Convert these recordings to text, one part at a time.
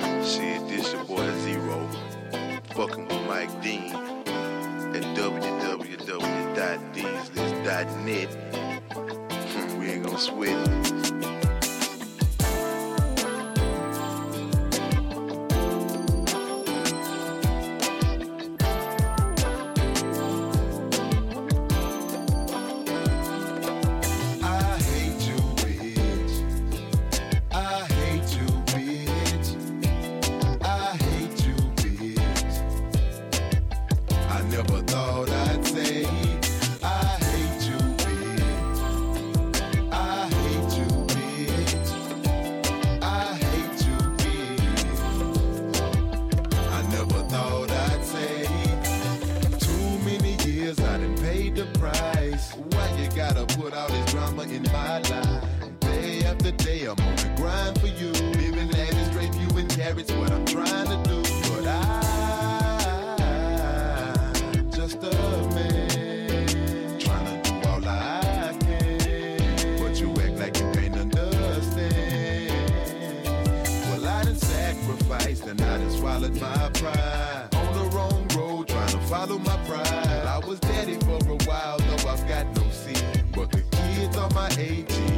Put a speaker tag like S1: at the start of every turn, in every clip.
S1: Shit, this your boy Zero. Fucking with Mike Dean at www.deeslist.net. Hmm, We ain't gonna sweat it.
S2: I hate you, bitch. I hate you, bitch. I hate you, bitch. I never thought I'd say I hate you, bitch. I hate you, bitch. I hate you, bitch. I never thought I'd say. Too many years I done paid the price. Why you gotta put all this drama in my life? Day after day I'm on the grind for you. Living lavish, straight you and carrots, what I'm trying to do. But I, just a man, trying to do all I can. But you act like you can't understand. Well, I done sacrificed and I done swallowed my pride. On the wrong road, trying to follow my pride. I was daddy for a while, though I've got no seed. But the kids are my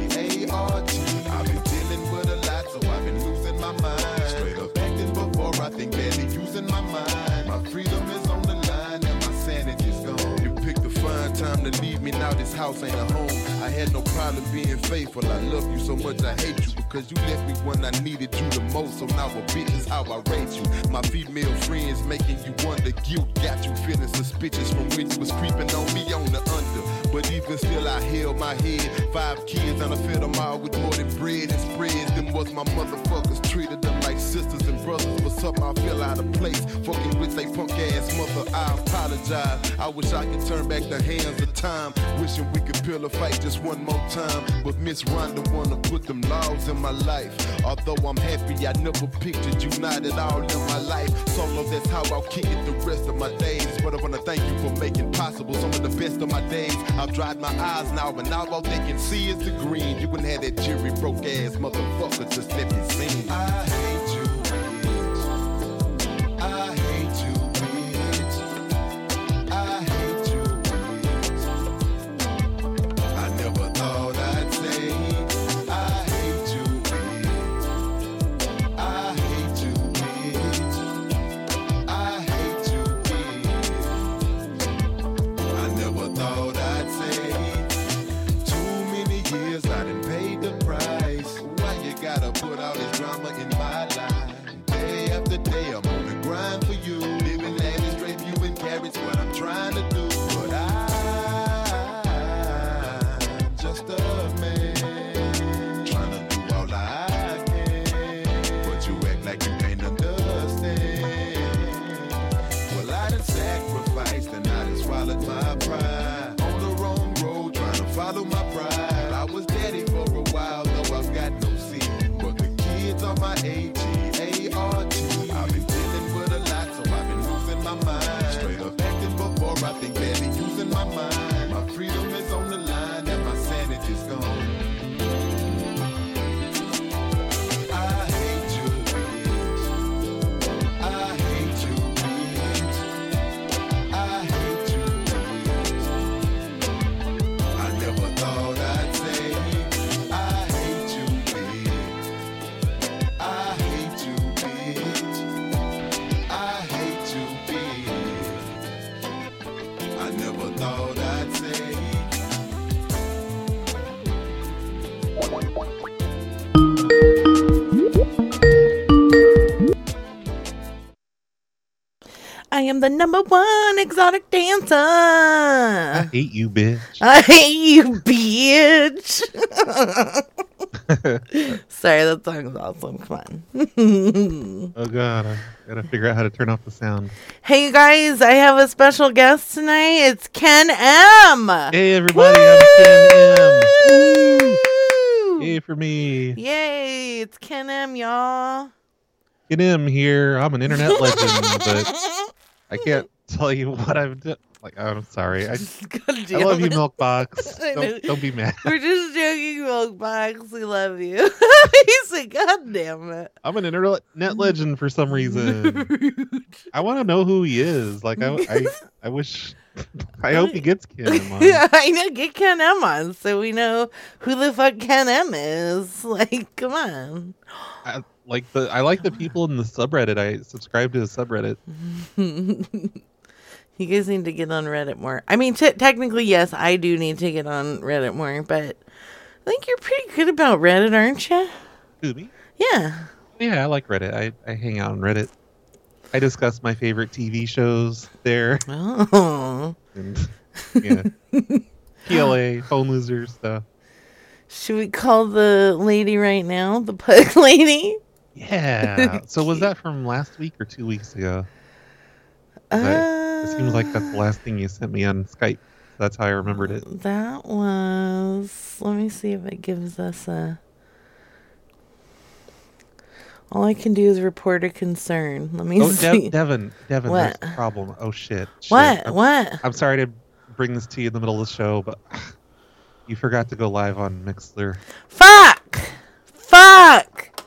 S2: A-G-A-R-T. I've been dealing with a lot, so I've been losing my mind. Straight up acting before I think barely using my mind. My freedom is on the line and my sanity's gone. You picked a fine time to leave me, now this house ain't a home. I had no problem being faithful. I love you so much, I hate you because you left me when I needed you the most. So now a bitch is how I rate you. My female friends making you wonder. Guilt got you feeling suspicious from when you was creeping on me on the under. But even still, I held my head. Five kids, and I fed them all with more than bread and spreads. Them was my motherfuckers. Treated them like sisters and brothers. What's up? I feel out of place. Fucking with they punk ass mother. I apologize. I wish I could turn back the hands of time. Wishing we could peel a fight just one more time. But Miss Rhonda wanna put them laws in my life. Although I'm happy, I never pictured you not at all in my life. Solo, that's how I'll kick it the rest of my days. But I wanna thank you for making possible some of the best of my days. I've dried my eyes now, and now all they can see is the green. You can have that Jerry broke ass motherfucker just let me sing. I hate you, bitch. I hate you, bitch. I hate you, bitch. I never thought I'd say I hate you, bitch. I hate you, bitch. I hate you, bitch. I never thought I'd say too many years I done paid the price. Why you gotta put all this drama in my life? Day after day I'm on the grind for you. Living lavish, straight you and carrots, what I'm trying to do. But I, just a man, trying to do all I can. But you act like you can't understand. Well, I done sacrificed and I done swallowed my pride. On the wrong road, trying to follow my pride. I was daddy for a while, though I've got no seed. But the kids are my A-G-A-R-T. I've been dealing with a lot, so I've been losing my mind. Straight up acting before I think barely using my mind. My freedom is on the line and my sanity's gone. I hate you, bitch. I hate you, bitch. I hate you, bitch. I never thought I'd say I hate you, bitch. I hate you, bitch. I hate you, bitch. I never thought I'd say.
S3: I am the number one exotic dancer.
S4: I
S3: I,
S4: hate you, bitch.
S3: hate you, bitch. Sorry, that song is awesome. Come on.
S4: oh god, I gotta figure out how to turn off the sound.
S3: hey, you guys, I have a special guest tonight. It's Ken M.
S4: Hey everybody, I'm Ken M.
S3: Woo!
S4: Woo! Yay for me.
S3: Yay, it's Ken M, y'all.
S4: Ken M here. I'm an internet legend, but I can't tell you what I've done. Like, I'm sorry. I,
S3: Gotta
S4: I
S3: deal
S4: love you,
S3: with-
S4: Milkbox.
S3: I know.
S4: Don't, don't be mad.
S3: We're just joking, Milkbox. We love you. He's like, God damn it.
S4: I'm an internet legend for some reason. I want to know who he is. Like, I, I, I wish. I hope he gets Kim. on.
S3: Yeah, I know. Get Ken M on so we know who the fuck Ken M is. Like, come on.
S4: I, like the I like the people in the subreddit. I subscribe to the subreddit.
S3: Mm. you guys need to get on Reddit more. I mean, t- technically, yes, I do need to get on Reddit more, but I think you're pretty good about Reddit, aren't you?
S4: Who, me?
S3: Yeah.
S4: Yeah, I like Reddit. I, I hang out on Reddit. I discuss my favorite TV shows there.
S3: Oh.
S4: And, yeah. PLA, phone loser stuff.
S3: Should we call the lady right now? The pug lady?
S4: Yeah. So was that from last week or two weeks ago? Right. It seems like that's the
S3: Uh,
S4: last thing you sent me on Skype. That's how I remembered it.
S3: That was. Let me see if it gives us a. All I can do is report a concern. Let me
S4: Oh,
S3: see.
S4: De- Devin, Devin, there's
S3: What?
S4: a problem. Oh shit. shit.
S3: what?
S4: I'm,
S3: what?
S4: I'm sorry to bring this to you in the middle of the show, but you forgot to go live on Mixler.
S3: Fuck! Fuck!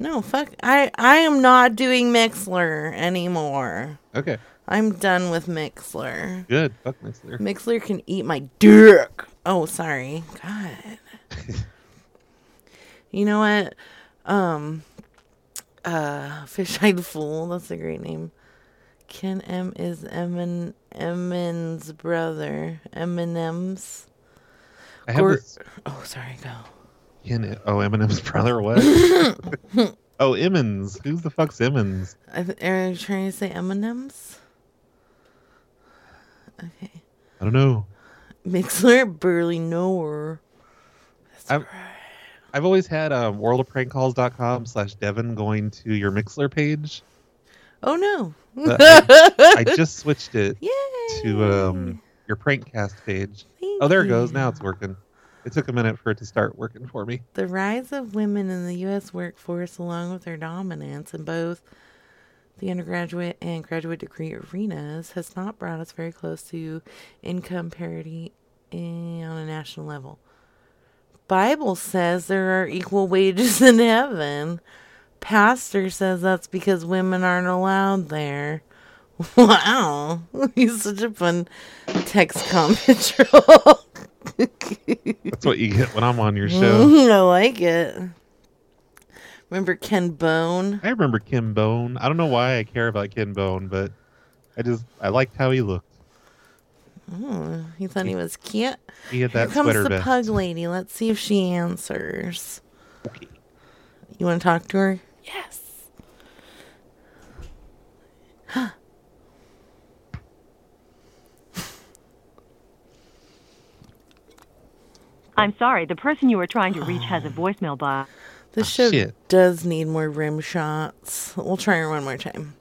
S3: No, fuck. I I am not doing Mixler anymore.
S4: Okay.
S3: I'm done with Mixler.
S4: Good. Fuck Mixler.
S3: Mixler can eat my dick. Oh, sorry. God. you know what? Um uh Fish-eyed Fool, that's a great name. Ken M is Emin Emin's brother. Eminem's.
S4: I have
S3: Or-
S4: this
S3: Oh, sorry, go.
S4: in it. Oh, Eminem's brother what? oh, Emmons. Who the fuck's Emmons?
S3: I th- are you trying to say M&M's? Okay.
S4: I don't know.
S3: Mixler barely know her.
S4: I've, I've always had um, worldofprankcalls.com slash Devin going to your Mixler page.
S3: Oh no.
S4: But I, Uh, I just switched it
S3: Yay.
S4: to um, your prankcast page.
S3: Thank
S4: Oh, there it goes.
S3: you.
S4: Now it's working. It took a minute for it to start working for me.
S3: The rise of women in the U.S. workforce, along with their dominance in both the undergraduate and graduate degree arenas, has not brought us very close to income parity in, on a national level. Bible says there are equal wages in heaven. Pastor says that's because women aren't allowed there. Wow, he's such a fun text comment troll.
S4: That's what you get when I'm on your show.
S3: Mm, I like it. Remember Ken Bone?
S4: I remember Kim Bone. I don't know why I care about Kim Bone, but I just I liked how he looked.
S3: Oh, he thought he was cute.
S4: He had that
S3: Here comes
S4: sweater
S3: the
S4: vest.
S3: pug lady. Let's see if she answers. You want to talk to her? Yes.
S5: I'm sorry, the person you are trying to reach has a voicemail box.
S3: This show
S4: Ah, shit.
S3: does need more rim shots. We'll try her one more time.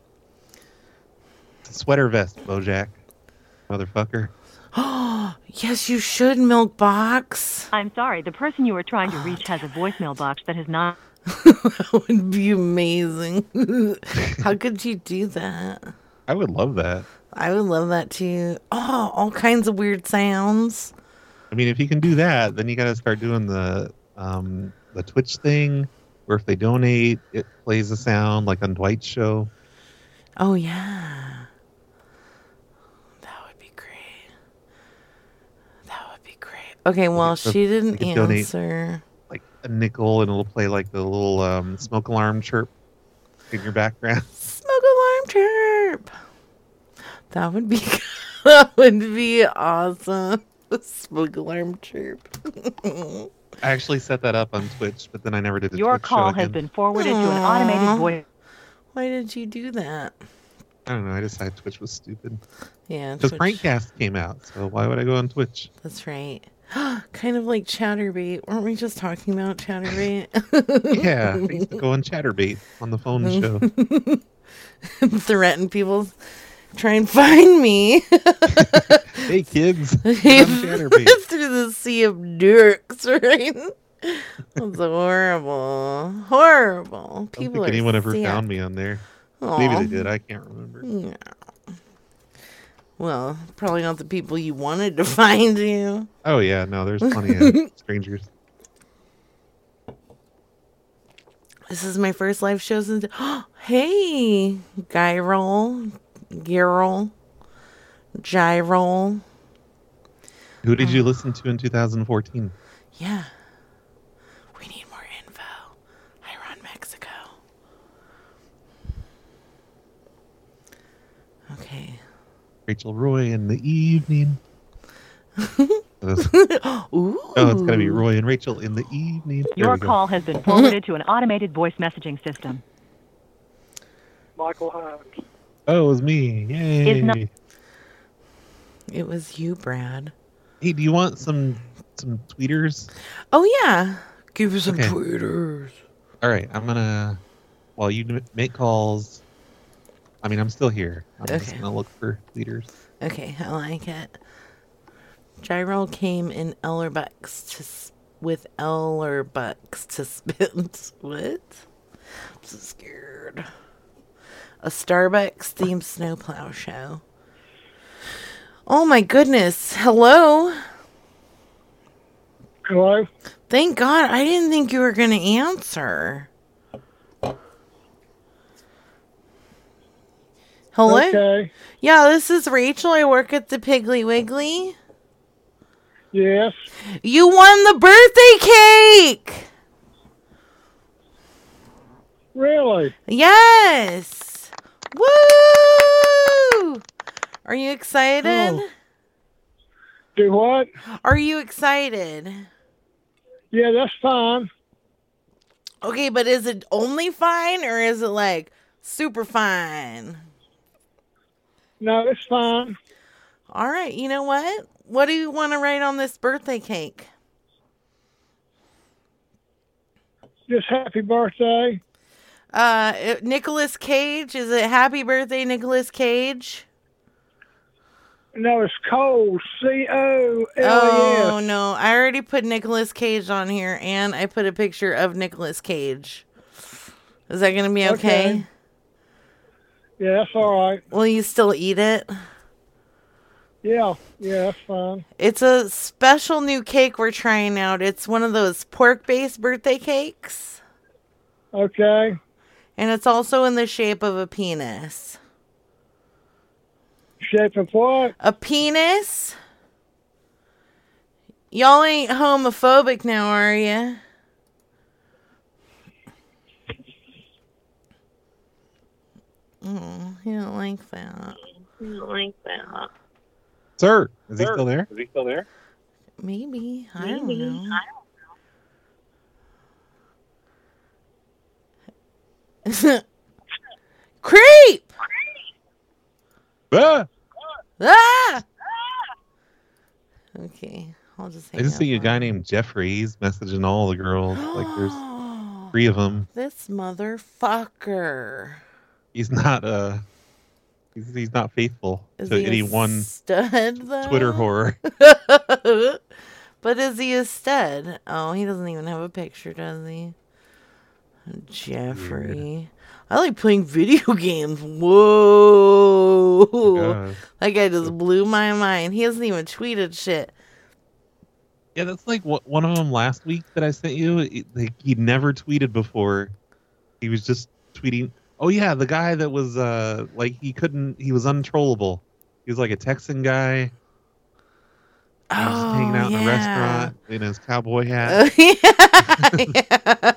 S4: Sweater vest, Bojack. Motherfucker.
S3: Yes, you should, Milk Box.
S5: I'm sorry, the person you are trying to reach has a voicemail box that has not.
S3: That would be amazing. How could you do that?
S4: I would love that.
S3: I would love that too. Oh, all kinds of weird sounds.
S4: I mean, if you can do that, then you got to start doing the um, the Twitch thing, where if they donate, it plays a sound like on Dwight's show.
S3: Oh yeah. That would be great. That would be great. Okay, well
S4: so
S3: she didn't
S4: could donate-
S3: answer.
S4: like a nickel and it'll play like the little um, smoke alarm chirp in your background.
S3: Smoke alarm chirp. That would be that would be awesome. Smoke alarm chirp.
S4: I actually set that up on Twitch, but then I never did a
S5: Your
S4: Twitch show
S5: call has
S4: again.
S5: been forwarded to an automated voice.
S3: Why did you do that?
S4: I don't know. I decided Twitch was stupid
S3: Yeah,
S4: because
S3: Twitch.
S4: Prankcast came out, so why would I go on Twitch?
S3: That's right. kind of like Chatterbait. Weren't we just talking about Chatterbait?
S4: Yeah, I used to go on Chatterbait on the phone show.
S3: Threaten people. Try and find me.
S4: hey kids, I'm Chatterbait.
S3: through the sea of dirks, right? That's horrible. Horrible.
S4: I don't
S3: People
S4: think
S3: are
S4: anyone ever
S3: sick.
S4: found me on there.
S3: Aw.
S4: Maybe they did. I can't remember.
S3: Yeah. Well, probably not the people you wanted to find you.
S4: Oh yeah, no, there's plenty of strangers.
S3: This is my first live show since. hey, guy roll, gyral, gyral.
S4: Who did you listen to in 2014?
S3: Yeah. We need more info. I run Mexico. Okay.
S4: Rachel Roy in the evening. oh, it's
S3: Ooh.
S4: Oh, gonna be Roy and Rachel in the evening. There
S5: Your
S4: we go.
S5: call has been forwarded to an automated voice messaging system.
S6: Michael Hines.
S4: Oh, it was me. Yay.
S5: It's not-
S3: It was you, Brad.
S4: Hey, do you want some some tweeters?
S3: Oh yeah. Give us some
S4: Okay.
S3: tweeters.
S4: All right, I'm gonna. While you m- make calls, I mean, I'm still here. I'm just
S3: Okay.
S4: gonna look for tweeters.
S3: Okay, I like it. Gyral came in Ellerbucks to s- with Ellerbucks to spend what? I'm so scared. A Starbucks themed snowplow show. Oh my goodness! Hello.
S6: Hello?
S3: Thank God I didn't think you were gonna answer. Hello.
S6: Okay.
S3: Yeah, this is Rachel. I work at the Piggly Wiggly.
S6: Yes.
S3: You won the birthday cake.
S6: Really?
S3: Yes. Woo! Are you excited?
S6: Oh. Do what?
S3: Are you excited?
S6: Yeah, that's fine.
S3: Okay, but is it only fine or is it like super fine?
S6: No, it's fine.
S3: All right, you know what? What do you want to write on this birthday cake?
S6: Just happy birthday.
S3: Uh Nicholas Cage, is it happy birthday Nicholas Cage?
S6: No, it's cold. C O
S3: Oh
S6: L E S.
S3: no, I already put Nicolas Cage on here and I put a picture of Nicolas Cage. Is that going to be okay?
S6: Okay. Yeah, that's all right.
S3: Will you still eat it?
S6: Yeah, yeah, that's fine.
S3: It's a special new cake we're trying out. It's one of those pork based birthday cakes
S6: Okay.
S3: and it's also in the shape of a penis.
S6: Shape of what?
S3: A penis? Y'all ain't homophobic now, are you? Oh, you don't like that.
S4: Sir, is he still there?
S7: Is he still there?
S3: Maybe. I don't know. Creep!
S4: Ah!
S3: Ah! Okay, I'll just.
S4: I
S3: hang
S4: just
S3: up
S4: see a
S3: on
S4: guy
S3: it.
S4: named Jeffries messaging all the girls. Like there's three of them.
S3: this motherfucker.
S4: He's not uh, he's, he's not faithful
S3: Is
S4: to
S3: he
S4: any
S3: a
S4: one
S3: stud though?
S4: Twitter horror.
S3: but is he a stud? Oh, he doesn't even have a picture, does he? Jeffrey. I like playing video games. Whoa.
S4: God.
S3: That guy just blew my mind. He hasn't even tweeted shit.
S4: Yeah, that's like wha- one of them last week that I sent you. It- like, he never tweeted before. He was just tweeting. Oh yeah, the guy that was uh like he couldn't. He was untrollable. He was like a Texan guy. He was just hanging out in a restaurant in his cowboy hat.
S3: Oh, yeah.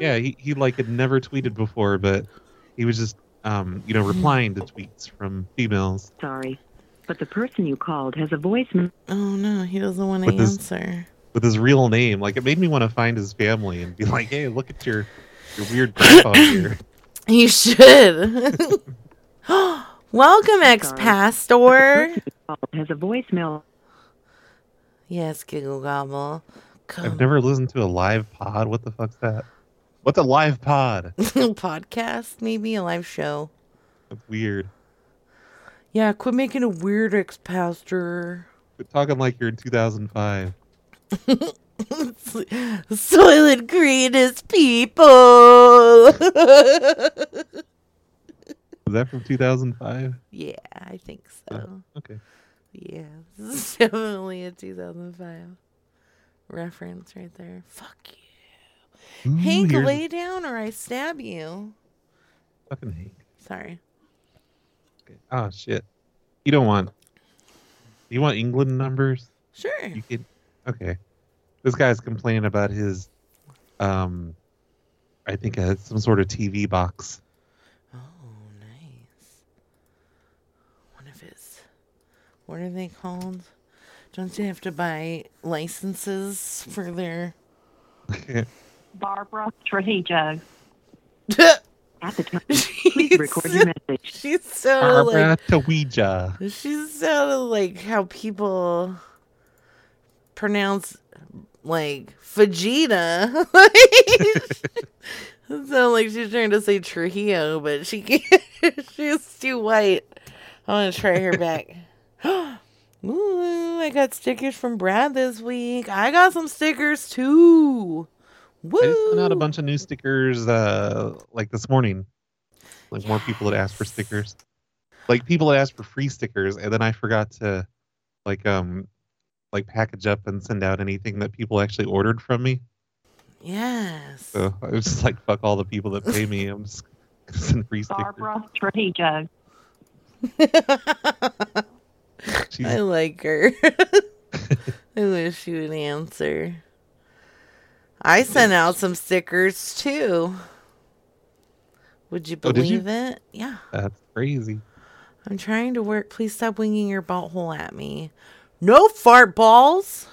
S4: yeah, he, he like had never tweeted before, but he was just um you know replying to tweets from females.
S5: Sorry, but the person you called has a voice. m-
S3: oh no, he doesn't want to
S4: With this-
S3: answer.
S4: with his real name. Like it made me want to find his family and be like, "Hey, look at your your weird grandpa here."
S3: You should. Welcome, ex pastor.
S5: person you called has a voicemail.
S3: yes, Giggle Gobble. Come.
S4: I've never listened to a live pod. What the fuck's that? What's a live pod?
S3: podcast, maybe a live show.
S4: That's weird.
S3: Yeah, quit making a weird ex pastor.
S4: But talking like you're in 2005.
S3: Soylent Green is people.
S4: Is that from 2005?
S3: Yeah, I think so.
S4: Uh, Okay.
S3: Yeah, this is definitely a 2005 reference right there. Fuck you.
S4: Ooh,
S3: Hank,
S4: here's
S3: lay down or I stab you.
S4: fucking Hank.
S3: Sorry.
S4: Okay. Oh shit. You don't want. You want England numbers?
S3: Sure.
S4: You could. Okay. This guy's complaining about his, um, I think uh, some sort of TV box.
S3: Oh, nice. One of his. What are they called? Don't you have to buy licenses for their.
S5: Barbara Trejo. At the time, please record your
S3: she's,
S5: message.
S3: she's so
S4: Barbara Tawija.
S3: like. She's so like how people pronounce like Vegeta. so like she's trying to say Trujillo, but she can't. she's too white. I'm gonna try her back. Ooh, I got stickers from Brad this week. I got some stickers too.
S4: I just
S3: Woo!
S4: sent out a bunch of new stickers uh like this morning. Like more people had asked for
S3: Yes.
S4: stickers. Like people had asked for free stickers and then I forgot to like um like package up and send out anything that people actually ordered from me.
S3: Yes.
S4: So I was just like fuck all the people that pay me. I'm just gonna send free stickers.
S5: Barbara Trejo.
S4: She's,
S3: I like her. I wish she would answer. I sent out some stickers too. Would you
S4: Oh, did you?
S3: believe it? Yeah.
S4: that's crazy.
S3: I'm trying to work. Please stop winging your butthole at me. No fart balls.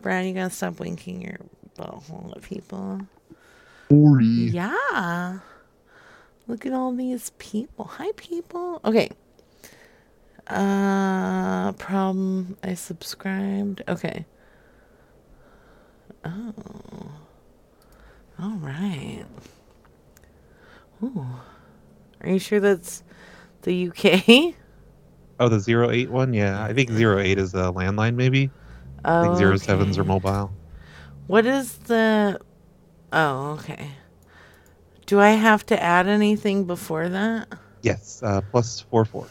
S3: Brad, you gotta stop winking your butthole at people. Yeah. Look at all these people. Hi, people. Okay. Uh, problem. I subscribed. Okay. Oh. All right. Ooh. Are you sure that's the UK?
S4: Oh the zero eight one? Yeah. I think zero eight is a landline maybe. I think zero sevens are
S3: Okay.
S4: mobile.
S3: What is the? Oh, okay. Do I have to add anything before that?
S4: Yes, uh plus four four.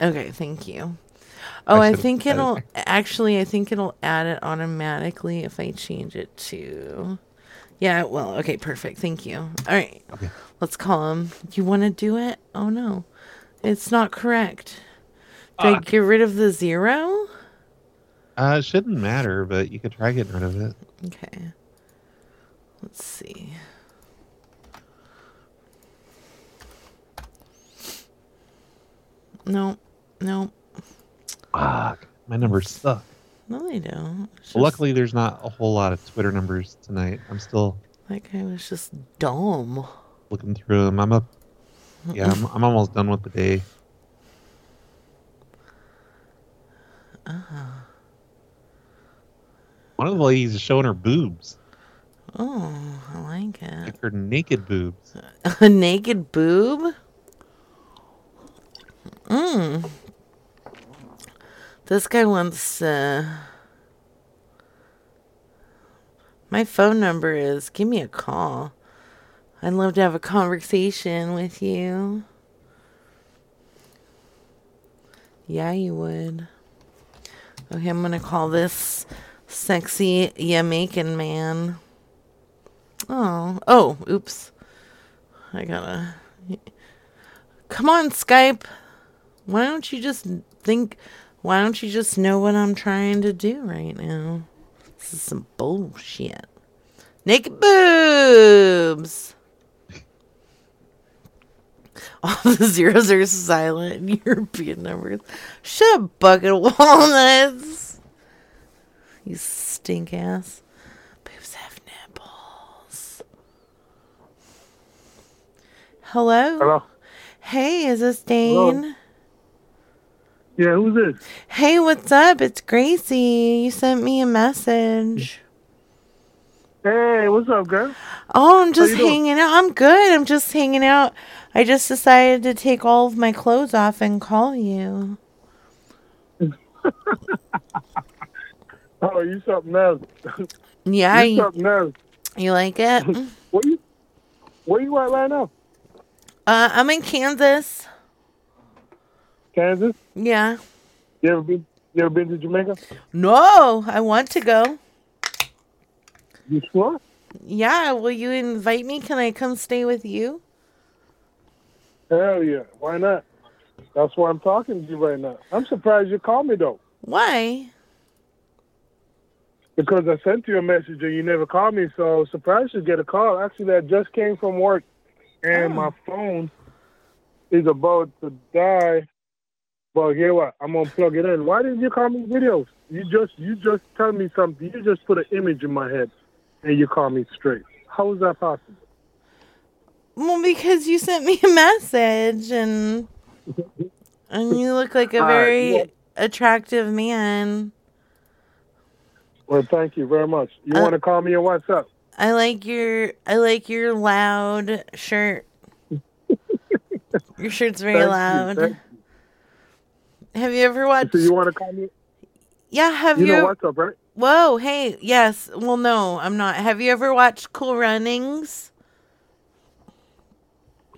S3: Okay, thank you. Oh, I,
S4: should've
S3: think
S4: put that in
S3: it'll actually. I think it'll add it automatically if I change it to. Yeah. Well. Okay. Perfect. Thank you. All right.
S4: Okay.
S3: Let's call him. You want to do it? Oh no, it's not correct. Do I get rid of the zero?
S4: Uh, it shouldn't matter, but you could try getting rid of it.
S3: Okay. Let's see. No, no,
S4: Fuck. My numbers suck.
S3: no, they don't. It's just-
S4: Well, luckily, there's not a whole lot of Twitter numbers tonight. I'm still
S3: that guy was just dumb.
S4: looking through them. I'm up. Yeah, I'm, I'm almost done with the day.
S3: Ah,
S4: One of the ladies is showing her boobs,
S3: Oh, I like it. Uh,
S4: like her naked boobs.
S3: A naked boob? Mm. This guy wants. Uh, my phone number is. Give me a call. I'd love to have a conversation with you. Yeah, you would. Okay, I'm gonna call this sexy Jamaican man. Oh, oh, oops. I gotta. Come on, Skype. Why don't you just think? Why don't you just know what I'm trying to do right now? This is some bullshit. Naked boobs. All the zeros are silent in European numbers. Shut up, bucket of walnuts. You stink ass. Boobs have nipples. Hello?
S6: Hello.
S3: Hey, is this
S6: Hello.
S3: Dane?
S6: Yeah, who's this?
S3: Hey, what's up? It's Gracie. You sent me a message.
S6: Hey, what's up, girl?
S3: Oh, I'm just
S6: you doing?
S3: hanging out. I'm good. I'm just hanging out. I just decided to take all of my clothes off and call you.
S6: Oh, you something else?
S3: Yeah,
S6: you
S3: you,
S6: something else?
S3: you like it?
S6: Where you? Where you at right now?
S3: Uh, I'm in Kansas.
S6: Kansas.
S3: Yeah.
S6: You ever been? You ever been to Jamaica?
S3: No, I want to go.
S6: You sure?
S3: Yeah, will you invite me? Can I come stay with you?
S6: Hell yeah. Why not? That's why I'm talking to you right now. I'm surprised you called me though,
S3: Why?
S6: because I sent you a message and you never called me. So I was surprised you get a call. Actually, I just came from work, and
S3: Oh.
S6: my phone is about to die. But hear what? I'm gonna plug it in. Why didn't you call me videos? You just you just tell me something. You just put an image in my head, and you call me straight. How is that possible?
S3: Well, because you sent me a message and and you look like
S6: All
S3: a
S6: right,
S3: very
S6: yeah.
S3: attractive man.
S6: Well, thank you very much. You
S3: Uh,
S6: want to call me on WhatsApp?
S3: I like your I like your loud shirt. your shirt's very
S6: Thank you,
S3: loud.
S6: thank
S3: Have you ever watched?
S6: So you want to call me?
S3: yeah, have
S6: You
S3: you?
S6: know WhatsApp, right?
S3: Whoa, hey, yes. Well, no, I'm not. Have you ever watched Cool Runnings?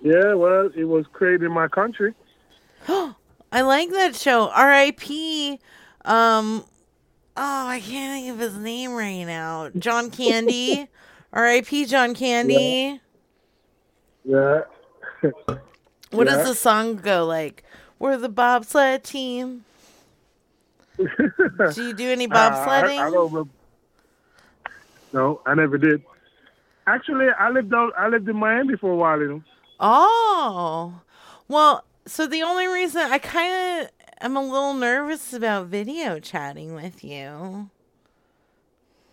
S6: Yeah. Well, it was created in my country.
S3: I like that show. R.I.P. Um, oh, I can't think of his name right now. John Candy. R.I.P. John Candy.
S6: Yeah.
S3: What
S6: Yeah.
S3: does the song go like? We're the bobsled team. do you do any bobsledding?
S6: Uh, I, I don't remember. No, I never did. Actually, I lived out. I lived in Miami for a while. You know.
S3: Oh, well, so the only reason I kind of am a little nervous about video chatting with you.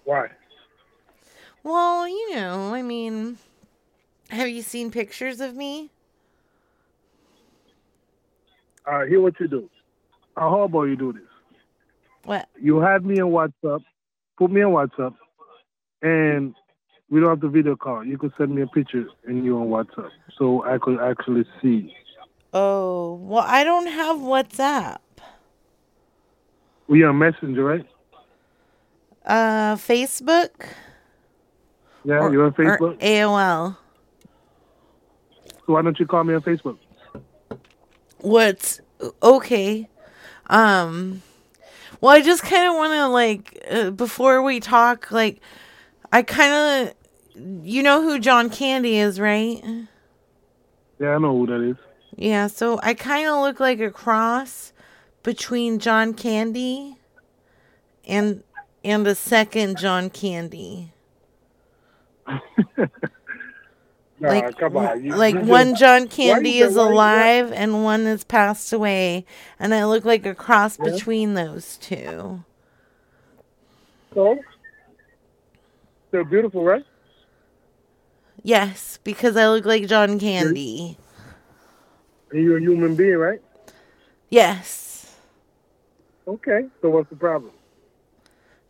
S6: Why?
S3: Well, you know, I mean, have you seen pictures of me?
S6: Uh, hear what you do. Uh, how about you do this?
S3: What?
S6: You have me on WhatsApp. Put me on WhatsApp, and we don't have to video call. You could send me a picture, and you on WhatsApp, so I could actually see.
S3: Oh, well, I don't have WhatsApp.
S6: We on Messenger, right?
S3: Uh, Facebook
S6: Yeah,
S3: or,
S6: you on
S3: or
S6: Facebook.
S3: AOL.
S6: So why don't you call me on Facebook?
S3: What's okay? Um, well, I just kind of want to like uh, before we talk, like I kind of you know who John Candy is, right?
S6: Yeah, I know who that is.
S3: Yeah, so I kind of look like a cross between John Candy and and the second John Candy. like like one John Candy
S6: you-
S3: is
S6: why you-
S3: alive and one has passed away, and I look like a cross between those two.
S6: So? They're beautiful, right?
S3: Yes, because I look like John Candy.
S6: And you're a human being, right?
S3: Yes.
S6: Okay. So what's the problem?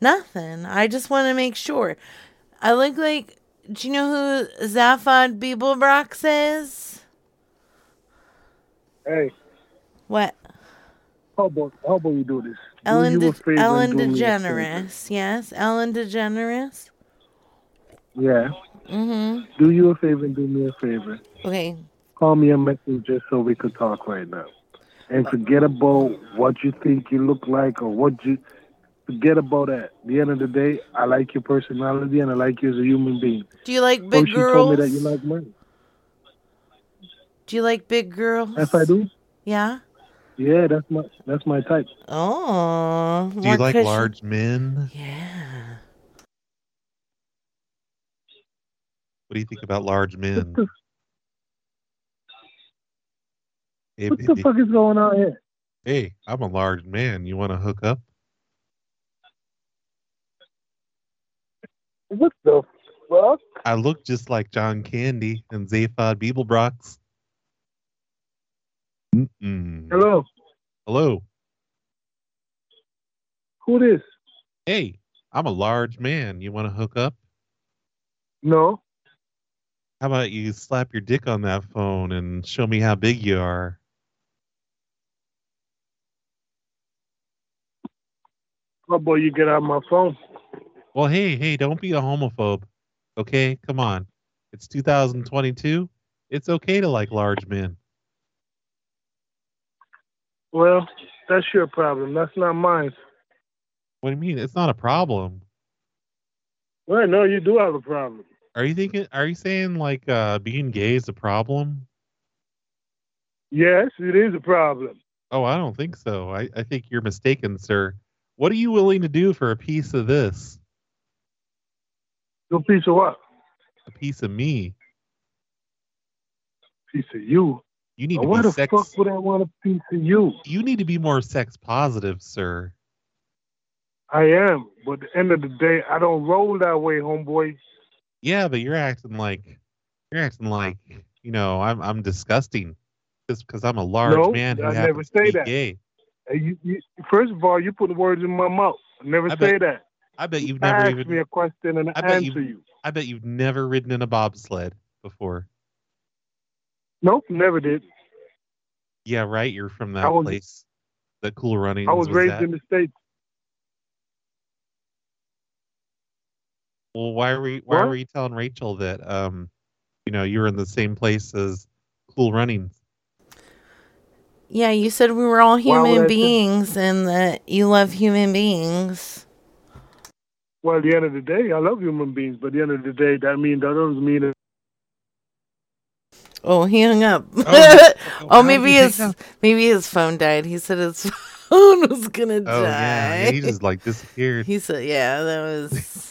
S3: Nothing. I just want to make sure. I look like. Do you know who Zaphod Beeblebrox is?
S6: Hey,
S3: What?
S6: how about how about you do this?
S3: Ellen,
S6: do you a
S3: De-
S6: favor and
S3: Ellen
S6: do me a favor.
S3: DeGeneres. Yes, Ellen DeGeneres.
S6: Yeah.
S3: Mm-hmm.
S6: Do you a favor and do me a favor.
S3: Okay.
S6: Call me a messenger so we could talk right now. And forget about what you think you look like or what you forget about that. At the end of the day, I like your personality and I like you as a human being.
S3: Do you like big
S6: First, you Oh, told
S3: girls?
S6: me that you like money.
S3: do you like big girls?
S6: Yes, I do.
S3: Yeah.
S6: Yeah, that's my that's my type.
S3: Oh.
S4: Do you like large men?
S3: Yeah.
S4: What do you think about large men? Hey,
S6: What the
S4: baby.
S6: fuck is going on here?
S4: hey, I'm a large man. You want to hook up?
S6: What the fuck?
S4: I look just like John Candy and Zaphod Beeblebrox. Mm-mm.
S6: Hello,
S4: Hello.
S6: who this?
S4: Hey, I'm a large man. You want to hook up?
S6: No,
S4: How about you slap your dick on that phone and show me how big you are?
S6: how about you get out my phone?
S4: Well, hey, hey, don't be a homophobe. Okay, come on. It's 2022. It's okay to like large men.
S6: Well, that's your problem. That's not mine.
S4: What do you mean? It's not a problem.
S6: Well, no, you do have a problem.
S4: Are you thinking? Are you saying like uh, being gay is a problem?
S6: Yes, it is a problem.
S4: Oh, I don't think so. I, I think you're mistaken, sir. What are you willing to do for a piece of this?
S6: Your piece of what?
S4: A piece of me.
S6: Piece of you.
S4: You need
S6: Now,
S4: to
S6: Why
S4: be
S6: the
S4: sex.
S6: fuck would I want a piece of you?
S4: You need to be more sex positive, sir.
S6: I am, but at the end of the day, I don't roll that way, homeboy.
S4: Yeah, but you're acting like you're acting like you know I'm I'm disgusting just because I'm a large
S6: No,
S4: man who
S6: I never
S4: happens
S6: say
S4: to be
S6: that.
S4: gay.
S6: Hey, you, you, first of all, you put words in my mouth. I never
S4: I
S6: say that.
S4: I bet you've never
S6: Ask
S4: even
S6: me a question and I,
S4: I bet you-
S6: answer you.
S4: I bet you've never ridden in a bobsled before.
S6: Nope, never did.
S4: Yeah, right. You're from
S6: I
S4: that
S6: was-
S4: place. That cool running.
S6: I was, raised in the states.
S4: Well, why were you, why
S6: What?
S4: were you telling Rachel that um, you know, you were in the same place as Cool Runnings?
S3: Yeah, you said we were all
S6: would I
S3: human
S6: do-
S3: beings and that you love human beings.
S6: Well, at the end of the day, I love human beings, but at the end of the day, that means that doesn't mean that
S3: Oh, he hung up.
S4: Oh,
S3: Oh,
S4: how did
S3: maybe
S4: he hang
S3: his
S4: up?
S3: maybe his phone died. He said his phone was gonna
S4: Oh
S3: die.
S4: yeah, he just like disappeared.
S3: He said, "Yeah, that was."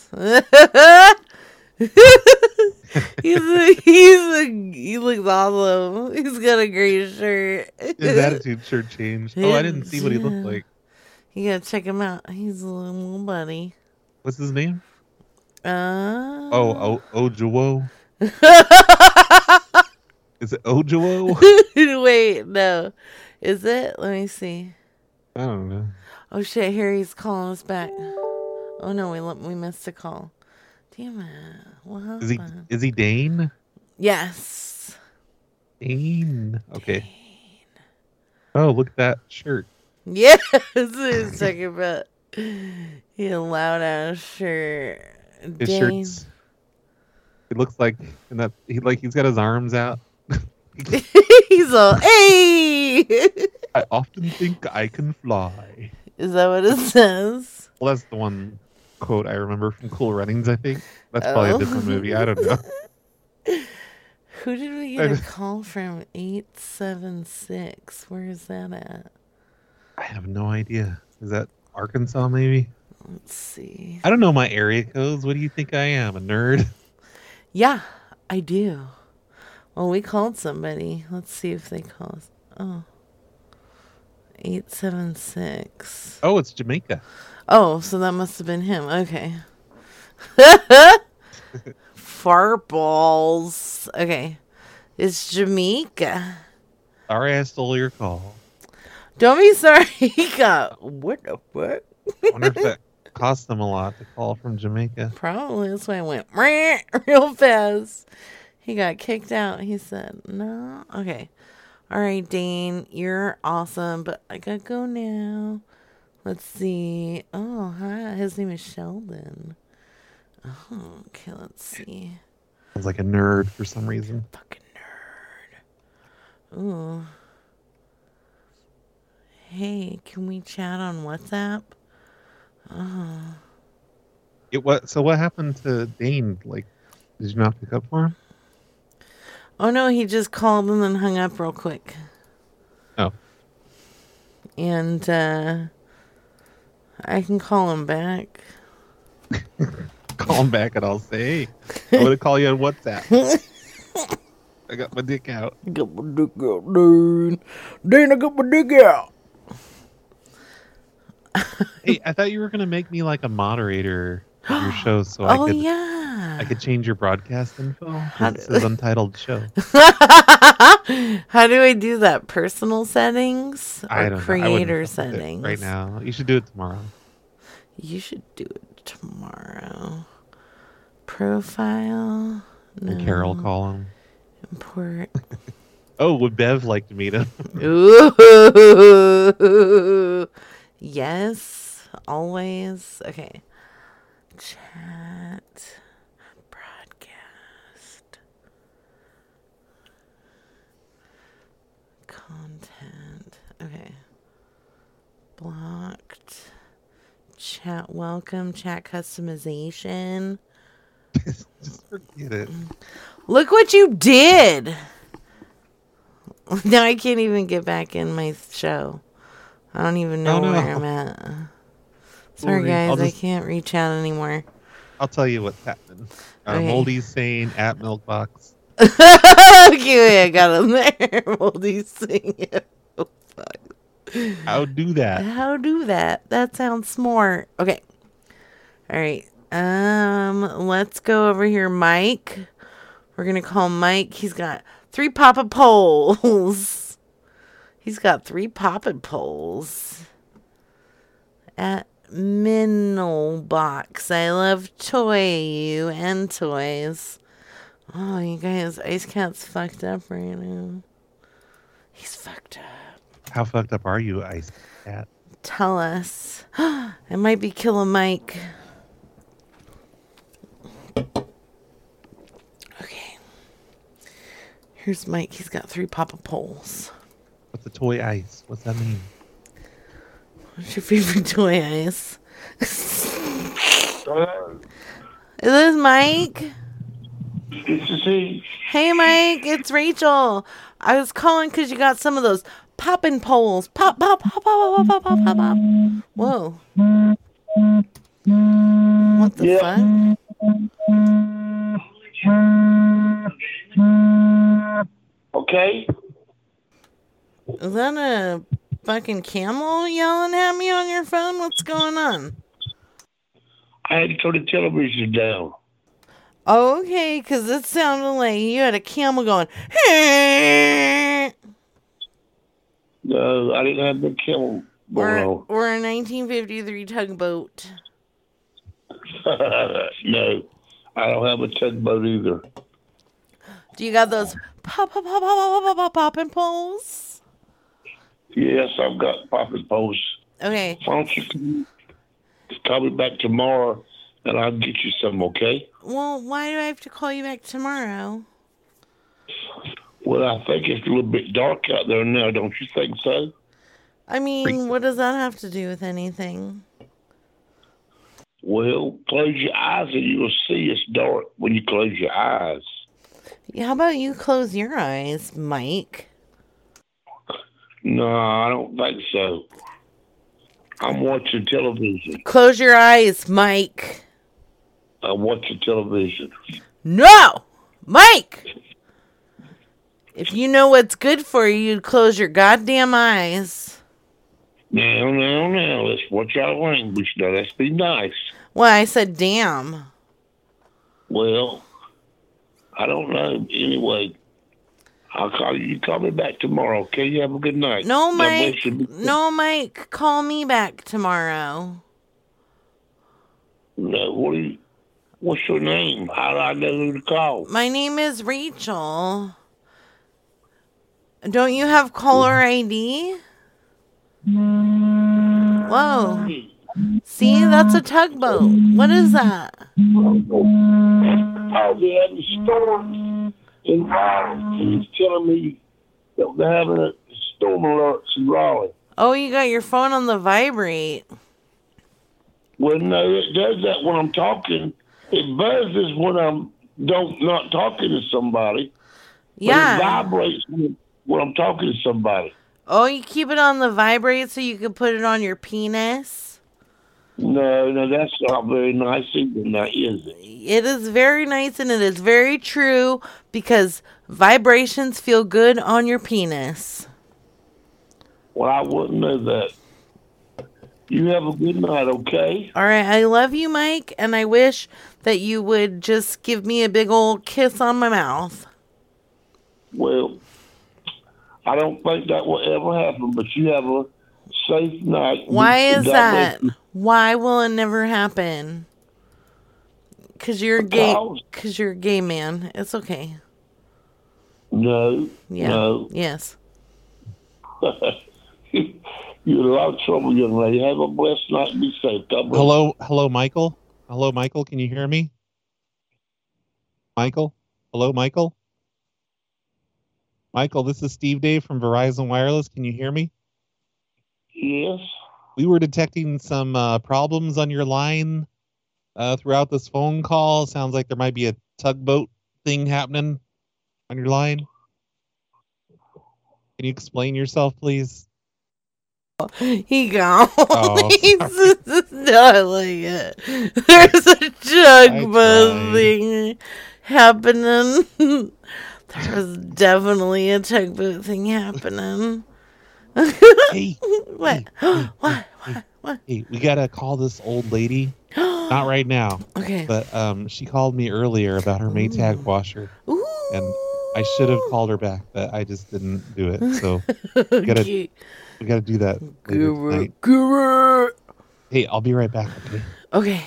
S3: he's a, he's a, he looks awesome. He's got a great shirt.
S4: His attitude sure changed. Oh, I didn't see what he looked
S3: Yeah.
S4: like.
S3: You gotta check him out. He's a little buddy.
S4: What's his name?
S3: Uh,
S4: Oh, oh Ojuwo. Is it Ojuwo?
S3: wait, no, is it? Let me see.
S4: I don't know.
S3: Oh shit, Harry's calling us back. Oh no, we lo- we missed a call. Damn it! What happened?
S4: Is he is he Dane?
S3: yes.
S4: Dane. Okay. Oh, look at that shirt.
S3: Yes, he's talking about he loud ass shirt.
S4: His
S3: Dane.
S4: shirt's. It looks like in that he like he's got his arms out.
S3: he's all hey.
S4: I often think I can fly.
S3: Is that what it says?
S4: Well, that's the one quote I remember from Cool Runnings. I think that's probably
S3: Oh.
S4: a different movie. I don't know.
S3: Who did we get a
S4: And-
S3: call from? Eight seven six. Where is that at?
S4: I have no idea. Is that Arkansas? Maybe
S3: Let's see.
S4: I don't know my area codes. What do you think I am? A nerd?
S3: Yeah, I do. Well, we called somebody. Let's see if they call us. Oh. 876.
S4: Oh, it's Jamaica.
S3: Oh, so that must have been him. Okay. Farballs. Okay. It's Jamaica.
S4: Sorry, I stole your call.
S3: Don't be sorry. God. What the fuck?
S4: I wonder if that cost them a lot to call from Jamaica.
S3: Probably that's why I went "Meh," real fast. He got kicked out. He said, No. Okay. All right, Dane, you're awesome, but I gotta go now. Let's see. Oh, hi. His name is Sheldon. Oh, okay, let's see.
S4: Sounds like a nerd for some reason.
S3: Fucking nerd. Ooh. Hey, can we chat on WhatsApp? Oh.
S4: It what? So what happened to Dane? Like, did you not pick up for him?
S3: Oh no, he just called and then hung up real quick.
S4: Oh.
S3: And uh I can call him back.
S4: Call him back and I'll say, hey, I'm gonna call you on WhatsApp. I got my dick out.
S3: Get my dick out, Dane. Dane, I got my dick out.
S4: Hey, I thought you were gonna make me like a moderator of your show, so I
S3: oh
S4: could
S3: yeah.
S4: I could change your broadcast info. 'cause
S3: How
S4: It
S3: do-
S4: says untitled show.
S3: How do I do that? Personal settings or
S4: I don't know. I wouldn't
S3: creator
S4: fuck with it
S3: settings?
S4: right now. You should do it tomorrow.
S3: You should do it tomorrow. Profile. No.
S4: And Carol call him.
S3: Import.
S4: Oh, would Bev like to meet him?
S3: Ooh. Yes, always. Okay. Chat. Broadcast. Content. Okay. Blocked. Chat welcome. Chat customization.
S4: Just forget it.
S3: Look what you did. Now I can't even get back in my show. I don't even know
S4: Oh, no.
S3: where I'm at. Sorry,
S4: Sorry.
S3: guys.
S4: I'll
S3: I
S4: just-
S3: can't reach out anymore.
S4: I'll tell you what's happening. Uh,
S3: Okay.
S4: Moldy's saying at Milkbox.
S3: okay, I got him there. Moldy singing. Oh,
S4: How do that?
S3: How do that? That sounds smart. Okay. All right. Um, let's go over here, Mike. We're gonna call Mike. He's got three papa poles. He's got three papa poles. At Minnel Box. I love toy you and toys. Oh, you guys, Ice Cat's fucked up right now. He's fucked up
S4: How fucked up are you, Ice Cat?
S3: tell us. it might be Killer Mike. Okay. Here's Mike. He's got three Papa Poles.
S4: What's a toy ice? What's that mean?
S3: What's your favorite toy ice? Is this Mike?
S7: See,
S3: Hey, Mike. It's Rachel. I was calling because you got some of those poppin' poles. Pop, pop, pop, pop, pop, pop, pop, pop, pop. Whoa. What the
S7: Yeah.
S3: fuck?
S7: okay?
S3: Is that a fucking camel yelling at me on your phone? What's going on?
S7: I had to turn the television down.
S3: Okay, because it sounded like you had a camel going.
S7: No, Uh, I didn't have the camel
S3: Or,
S7: going on.
S3: or a 1953 tugboat.
S7: no, I don't have a tugboat either.
S3: Do you got those pop, pop, pop, pop, pop, pop, pop, popping poles?
S7: Yes, I've got popping posts.
S3: Okay.
S7: Why don't you come- call me back tomorrow and I'll get you some, okay?
S3: Well, why do I have to call you back tomorrow?
S7: Well, I think it's a little bit dark out there now, don't you think so?
S3: I mean, what does that have to do with anything?
S7: Well, close your eyes and you'll see it's dark when you close your eyes.
S3: How about you close your eyes, Mike?
S7: No, I don't think so. I'm watching television.
S3: Close your eyes, Mike.
S7: I'm watching television.
S3: No, Mike. If you know what's good for you, you'd close your goddamn eyes.
S7: Now, now, now, let's watch our language. Now, let's be nice.
S3: Well, I said, damn.
S7: Well, I don't know. Anyway, I'll call you. You call me back tomorrow, okay? You have a good night.
S3: No,
S7: God
S3: Mike.
S7: bless you.
S3: No, Mike. Call me back tomorrow.
S7: No, what do you, what's your name? How do I know who to call?
S3: My name is Rachel. Don't you have caller ID? Whoa. See, that's a tugboat. What is that?
S7: Oh, they had the storm in Raleigh. He was telling me that they're having a storm alerts in Raleigh.
S3: Oh, you got your phone on the vibrate.
S7: Well, no, it does that when I'm talking. It buzzes when I'm don't not talking to somebody.
S3: Yeah.
S7: But it vibrates when, when I'm talking to somebody.
S3: Oh, you keep it on the vibrate so you can put it on your penis?
S7: No, no, that's not very nice either, now, is it?
S3: It is very nice and it is very true because vibrations feel good on your penis.
S7: Well, I wouldn't know that. You have a good night, okay?
S3: All right, I love you, Mike, and I wish that you would just give me a big old kiss on my mouth.
S7: Well, I don't think that will ever happen, but you have a safe night.
S3: Why
S7: You-
S3: is
S7: God
S3: that?
S7: bless you.
S3: Why will it never happen? Cause you're gay.
S7: Because-
S3: Cause you're a gay man. It's okay.
S7: No.
S3: Yeah.
S7: No.
S3: Yes.
S7: You're in a lot of trouble, young lady. Have a blessed night. and Be safe. God bless.
S4: Hello, hello, Michael. Hello, Michael. Can you hear me? Michael. Hello, Michael. Michael, this is Steve Dave from Verizon Wireless. Can you hear me?
S7: Yes.
S4: We were detecting some uh, problems on your line uh, throughout this phone call. Sounds like there might be a tugboat thing happening on your line. Can you explain yourself, please?
S3: He gone.
S4: Oh,
S3: He's just not like it. There's a
S4: tried.
S3: tugboat thing happening. there was definitely a tugboat thing happening.
S4: Hey, hey,
S3: what? what? What? What?
S4: hey, we gotta call this old lady. Not right now,
S3: Okay.
S4: but um, she called me earlier about her Maytag washer.
S3: Ooh.
S4: and I should have called her back, but I just didn't do it. So gotta-
S3: Okay.
S4: we gotta do that later
S3: Guru.
S4: tonight.
S3: Guru.
S4: Hey, I'll be right back. Okay,
S3: Okay.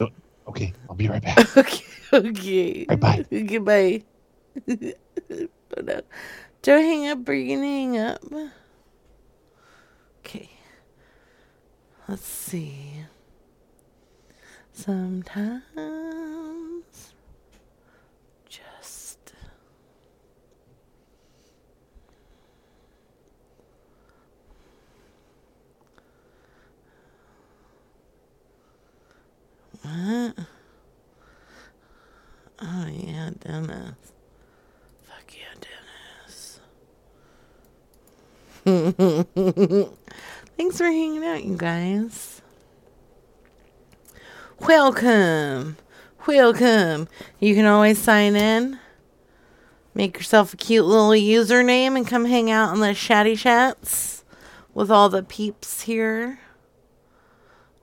S4: Oh, okay, I'll be right back.
S3: Okay. Okay.
S4: All right, bye.
S3: Okay, bye. oh, no. Don't hang up or you're gonna hang up. Okay. Let's see. Sometimes just what? Oh yeah, Dennis. Fuck yeah, Dennis. Thanks for hanging out, you guys. Welcome. Welcome. You can always sign in. Make yourself a cute little username and come hang out on the chatty chats with all the peeps here.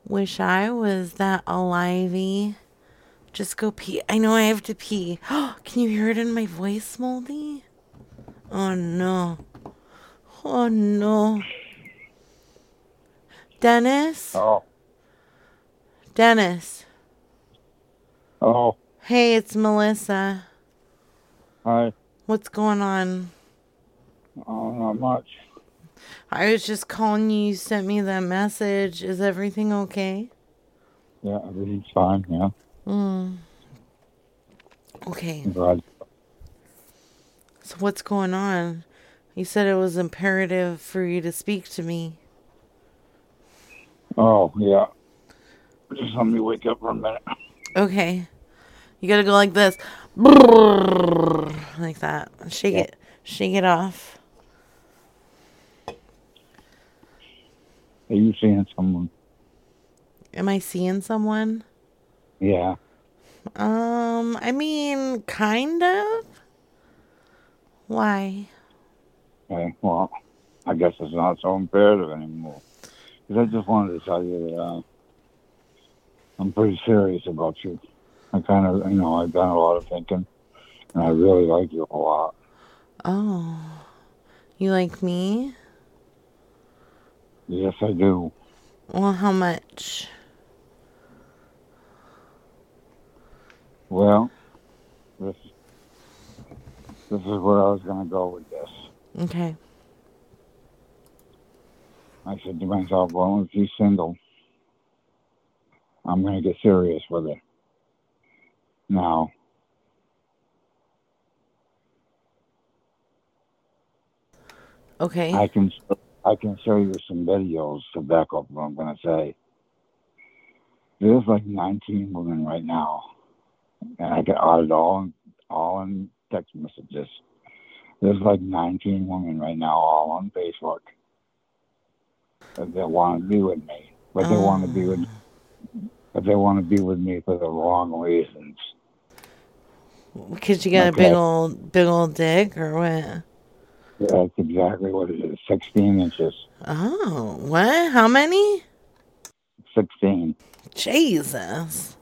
S3: Wish I was that alivey. Just go pee. I know I have to pee. Can you hear it in my voice, Moldy? Oh no. Oh no. Dennis?
S8: Oh,
S3: Dennis.
S8: oh,
S3: Hey, it's Melissa.
S8: hi.
S3: What's going on?
S8: Oh, not much.
S3: I was just calling you. You sent me that message. Is everything okay?
S8: Yeah, everything's fine. Yeah,
S3: Mm. Okay.
S8: I'm glad.
S3: So, what's going on? You said it was imperative for you to speak to me.
S8: Oh, yeah. Just let me wake up for a minute.
S3: Okay. You gotta go like this. Like that. Shake it. Shake it off.
S8: Are you seeing someone?
S3: Am I seeing someone?
S8: Yeah.
S3: Um, I mean, kind of. Why?
S8: Okay. Well, I guess it's not so imperative anymore. 'Cause I just wanted to tell you that uh, I'm pretty serious about you. I kind of, you know, I've done a lot of thinking, and I really like you a lot.
S3: Oh. You like me?
S8: Yes, I do.
S3: Well, how much?
S8: Well, this this is where I was going to go with this.
S3: Okay.
S8: I said to myself, well, if she's single, I'm going to get serious with her. Now,
S3: Okay.
S8: I can I can show you some videos to back up what I'm going to say. There's like 19 women right now, and I can audit all all in text messages. There's like 19 women right now, all on Facebook, that, that want to be with me, but they want to be with, but they want to be with me for the wrong reasons.
S3: Cause you got a
S8: okay.
S3: big old, big old dick or what?
S8: That's exactly what it is. 16 inches,
S3: Oh, what? How many?
S8: 16.
S3: Jesus.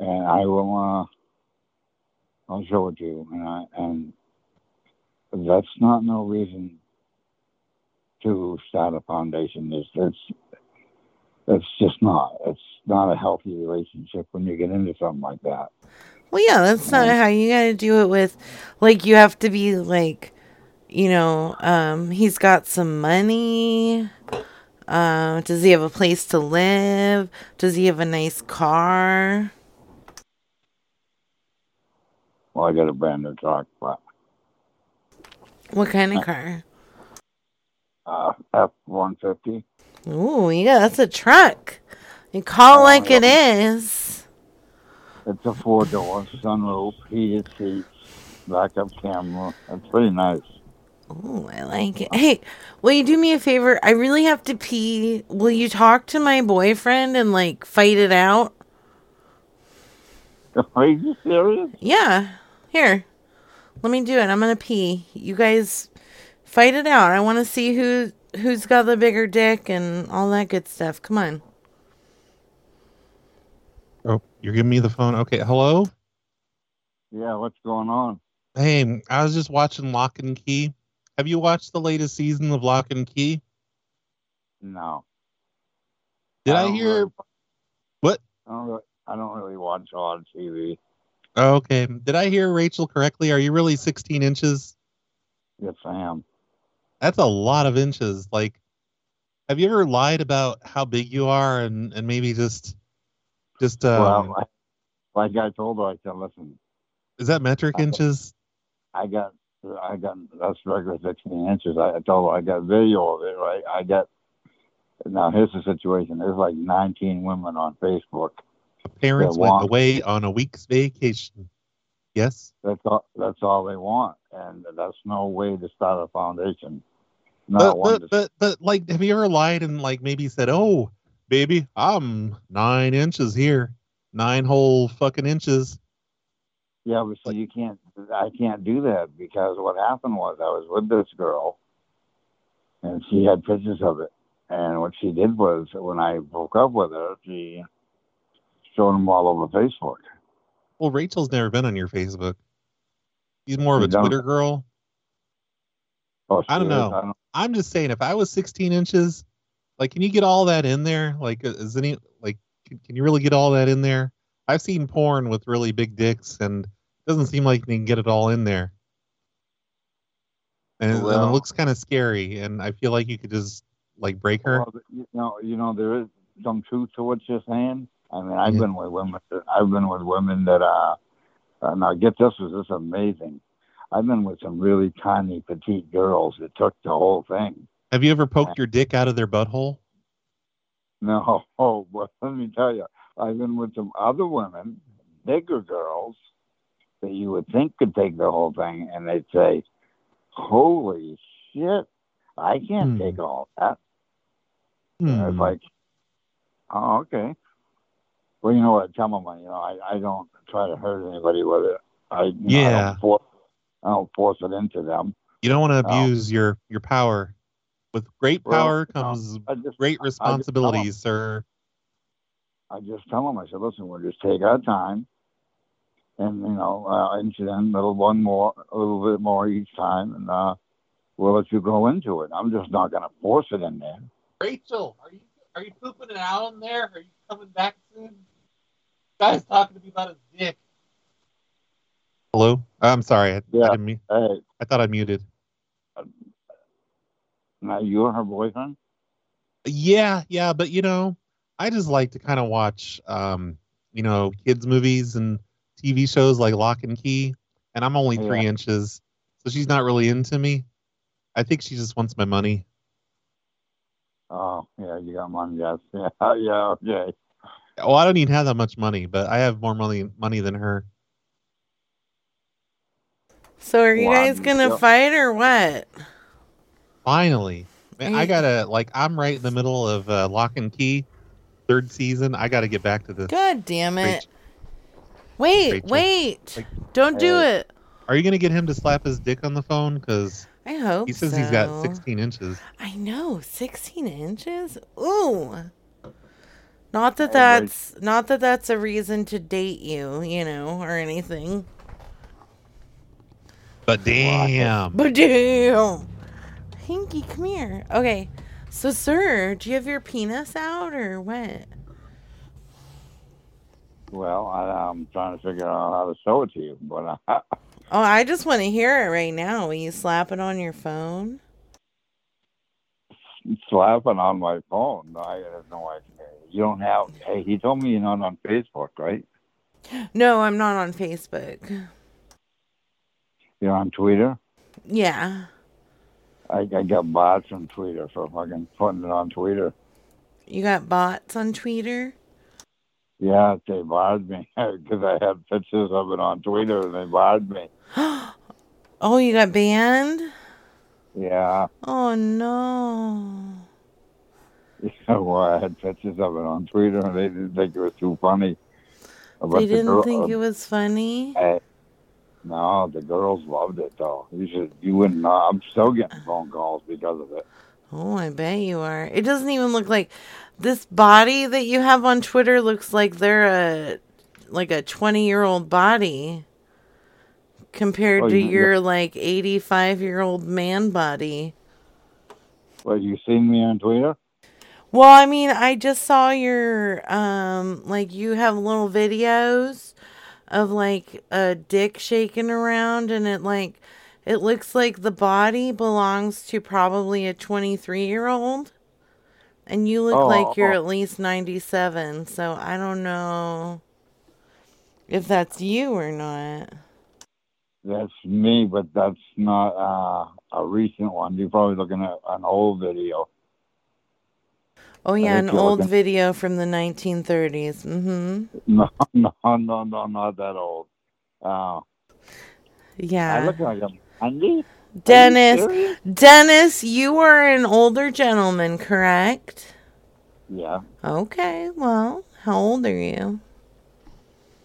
S8: and I will uh, I'll show it to you, and I, and that's not no reason to start a foundation. It's that's that's just not it's not a healthy relationship when you get into something like that.
S3: Well, yeah, that's not how you gotta do it with, like, you have to be, like, you know, um, he's got some money. Um, does he have a place to live? Does he have a nice car?
S8: Well, I got a brand new truck, but
S3: What kind of car?
S8: Uh, F one fifty.
S3: Ooh, yeah, that's a truck. You call like it is.
S8: It's a four door sunroof, heated seats, backup camera. It's pretty nice.
S3: Ooh, I like it. Hey, will you do me a favor? I really have to pee. Will you talk to my boyfriend and like fight it out?
S8: Are you serious?
S3: Yeah. Here. Let me do it. I'm gonna pee. You guys fight it out. I wanna see who who's got the bigger dick and all that good stuff. Come on.
S4: Oh, you're giving me the phone. Okay, hello.
S8: Yeah, what's going on?
S4: Hey, I was just watching Lock and Key. Have you watched the latest season of Lock and Key?
S8: No.
S4: Did
S8: I
S4: I,
S8: don't
S4: hear?
S8: really-
S4: What?
S8: I don't really, I don't really watch odd TV.
S4: Oh, okay. Did I hear Rachel correctly? Are you really 16 inches?
S8: Yes, I am.
S4: That's a lot of inches. Like, have you ever lied about how big you are and and maybe just just um,
S8: well, I, like I told her, I said, listen,
S4: is that metric
S8: I-
S4: inches?
S8: I got, I got that's regular 16 inches. I, I told her I got video of it, right? I got. Now here's the situation. There's like 19 women on Facebook.
S4: Parents
S8: yeah,
S4: went
S8: walk.
S4: away on a week's vacation. Yes.
S8: That's all. That's all they want, and that's no way to start a foundation.
S4: but,
S8: Not one.
S4: but,
S8: to,
S4: but but like have you ever lied and like maybe said oh baby i'm nine inches here nine whole fucking inches
S8: yeah, but see, you can't. I can't do that because what happened was I was with this girl, and she had pictures of it. And what she did was when I broke up with her, she showed them all over Facebook.
S4: well rachel's never been on your facebook she's more of a
S8: She don't.
S4: twitter girl
S8: Oh,
S4: I don't
S8: she is?
S4: know. i'm just saying if i was 16 inches like can you get all that in there like uh, is any like can, can you really get all that in there i've seen porn with really big dicks and it doesn't seem like they can get it all in there and, and
S8: Well-
S4: it looks kind of scary and i feel like you could just like break her
S8: Well, you know, you know, there is some truth to what you're saying. I mean, I've
S4: Yeah.
S8: been with women. that- I've been with women that uh, uh, now get this was this is amazing. I've been with some really tiny petite girls that took the whole thing.
S4: Have you ever poked your dick out of their butthole?
S8: No, oh, but let me tell you, I've been with some other women, bigger girls, that you would think could take the whole thing, and they'd say, "Holy shit, I can't
S4: Hmm.
S8: take all that." And It's
S4: Hmm.
S8: like, oh, okay. Well, you know what? Tell them, you know, I, I don't try to hurt anybody with it. I, you know, I
S4: Yeah.
S8: don't force, I don't force it into them.
S4: you don't want to
S8: Oh.
S4: abuse your your power. With great
S8: Well,
S4: power
S8: no,
S4: comes
S8: I just,
S4: great
S8: I- I just tell 'em.
S4: responsibilities, sir.
S8: I just tell them, I said, listen, we'll just take our time. And, you know, uh, inch it in, little one more, a little bit more each time. And uh, we'll let you go into it. I'm just not going to force it in there.
S4: Rachel, are you are you pooping it out in there? Are you coming back soon? Guy's talking to me about his dick. Hello. I'm sorry. I,
S8: Yeah.
S4: I didn't mean.
S8: Hey,
S4: I thought I muted.
S8: now you're Uh, her boyfriend?
S4: Yeah, yeah, but you know, I just like to kind of watch, um, you know, kids movies and TV shows like Lock and Key, and I'm only three inches, so she's not really into me. I think she just wants my money.
S8: Oh, yeah, you got money. Yes. Yeah, yeah, okay.
S4: Well, Oh, I don't even have that much money, but I have more money money than her.
S3: So are you
S8: Well,
S3: guys
S8: I'm
S3: gonna
S8: still-
S3: fight or what?
S4: Finally, Man, I
S3: Hey.
S4: gotta like I'm right in the middle of uh, Lock and Key, third season. I gotta get back to this.
S3: God damn it.
S4: Rach-
S3: Wait,
S4: Rachel.
S3: wait.
S4: Like-
S3: Don't do
S8: Hey.
S3: it.
S4: Are you gonna get him to slap his dick on the phone? Because
S3: I hope
S4: he says
S3: so.
S4: he's got 16 inches.
S3: I know, 16 inches? Ooh. Not that
S8: Hey, Rach-
S3: that's not that that's a reason to date you, you know, or anything.
S4: But damn.
S3: But damn. Hinky, come here. Okay. So, sir, do you have your penis out or what?
S8: Well, I, I'm trying to figure out how to show it to you, but I,
S3: Oh, I just want to hear it right now. Will you slap it on your phone?
S8: slapping on my phone. I have no idea. You don't have. Hey, he told me you're not on Facebook, right?
S3: No, I'm not on Facebook.
S8: You're on Twitter.
S3: Yeah.
S8: I, I got bots on Twitter for fucking putting it on Twitter.
S3: You got bots on Twitter?
S8: Yeah, they barred me because I had pictures of it on Twitter and they barred me.
S3: Oh, you got banned?
S8: Yeah,
S3: Oh no.
S8: yeah well, uh, I had pictures of it on Twitter and they didn't think it was too funny. But
S3: They
S8: the girl- um,
S3: didn't think it was funny?
S8: I- no, the girls loved it though. You should, you wouldn't know. I'm still getting phone calls because of it.
S3: Oh, I bet you are. It doesn't even look like this body that you have on Twitter looks like they're a like a 20-year-old body compared
S8: Oh,
S3: to
S8: you-
S3: your like 85-year-old man body.
S8: Well, you seen me on Twitter?
S3: Well, I mean, I just saw your um like you have little videos of like a dick shaking around and it like it looks like the body belongs to probably a 23-year-old and you look
S8: Oh,
S3: like you're
S8: oh.
S3: at least 97, so I don't know if that's you or not.
S8: That's me, but that's not uh, a recent one. You're probably looking at an old video.
S3: Oh yeah, an
S8: think you're
S3: old
S8: looking-
S3: video from the 1930s. Mhm.
S8: No, no, no, no, not that old. Uh, I
S3: Yeah.
S8: look like I'm 90.
S3: Dennis,
S8: serious?
S3: Dennis, you are an older gentleman, correct?
S8: Yeah,
S3: Okay, well, how old are you?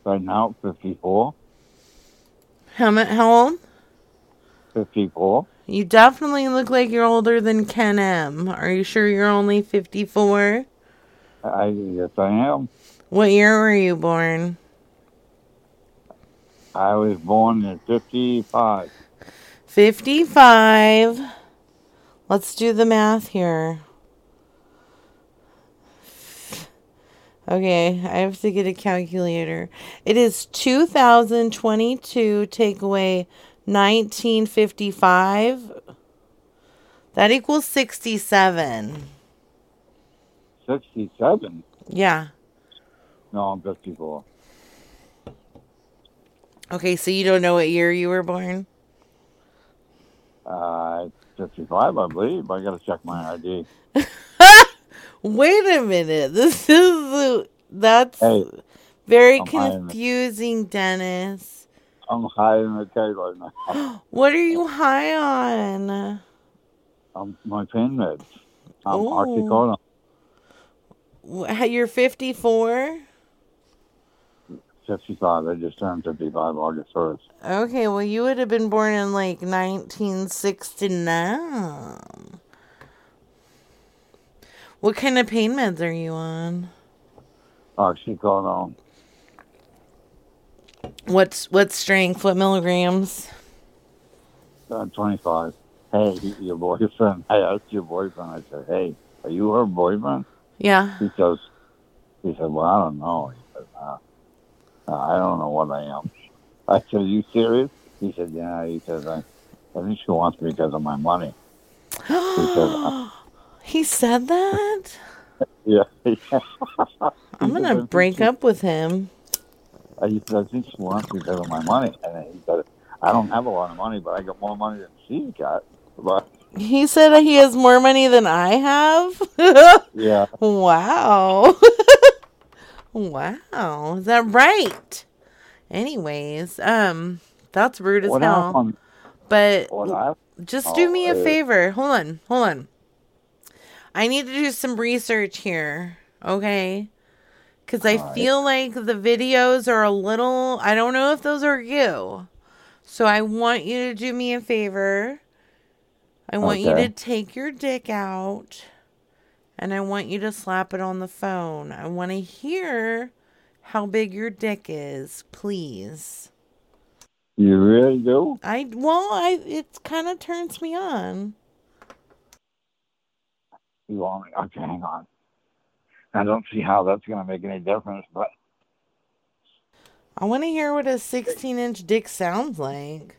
S8: right now 54.
S3: How mu- how old?
S8: 54.
S3: You definitely look like you're older than Ken M. Are you sure you're only 54?
S8: I, yes, I am.
S3: What year were you born?
S8: I was born in 55.
S3: 55. Let's do the math here. Okay, I have to get a calculator. It is 2022 take away 1955. That equals 67.
S8: 67.
S3: Yeah.
S8: No, I'm 54.
S3: Okay, so you don't know what year you were born?
S8: Uh, 55, I believe. I got to check my ID.
S3: Wait a minute. This is the, that's
S8: Hey,
S3: very
S8: I'm hiding it.
S3: confusing, Dennis.
S8: I'm high in the cake right now.
S3: What are you high on?
S8: I'm my pain meds. I'm
S3: Ooh.
S8: oxycodone.
S3: Wh- You're 54?
S8: 55. I just turned 55 August 1st.
S3: Okay, well, you would have been born in like 1969. What kind of pain meds are you on?
S8: Oxycodone.
S3: What's what strength? What milligrams?
S8: Uh, 25. Hey, your boyfriend. I asked your boyfriend. I said, hey, are you her boyfriend?
S3: Yeah.
S8: He goes, he said, well, I don't know. He said, uh, uh, I don't know what I am. I said, are you serious? He said, yeah. He said, I, I think she wants me because of my money.
S3: he said that?
S8: Yeah. He said,
S3: I'm going to break up with him.
S8: I used to, I think she wants me because of my money. And he said, I don't have a lot of money, but I got more money than she's got. But
S3: He said that he has more money than I have?
S8: yeah,
S3: Wow. wow. Is that right? Anyways, um, that's rude as
S8: what
S3: hell.
S8: happened?
S3: But
S8: What happened?
S3: just do me a
S8: uh,
S3: favor. Hold on. Hold on. I need to do some research here. Okay. Because I
S8: Alright.
S3: feel like the videos are a little. I don't know if those are you. So I want you to do me a favor. I want you
S8: Okay.
S3: to take your dick out and I want you to slap it on the phone. I want to hear how big your dick is, please.
S8: You really do?
S3: I well, I it kind of turns me on.
S8: You want me? Okay, hang on. I don't see how that's going to make any difference, but
S3: I want to hear what a 16-inch dick sounds like.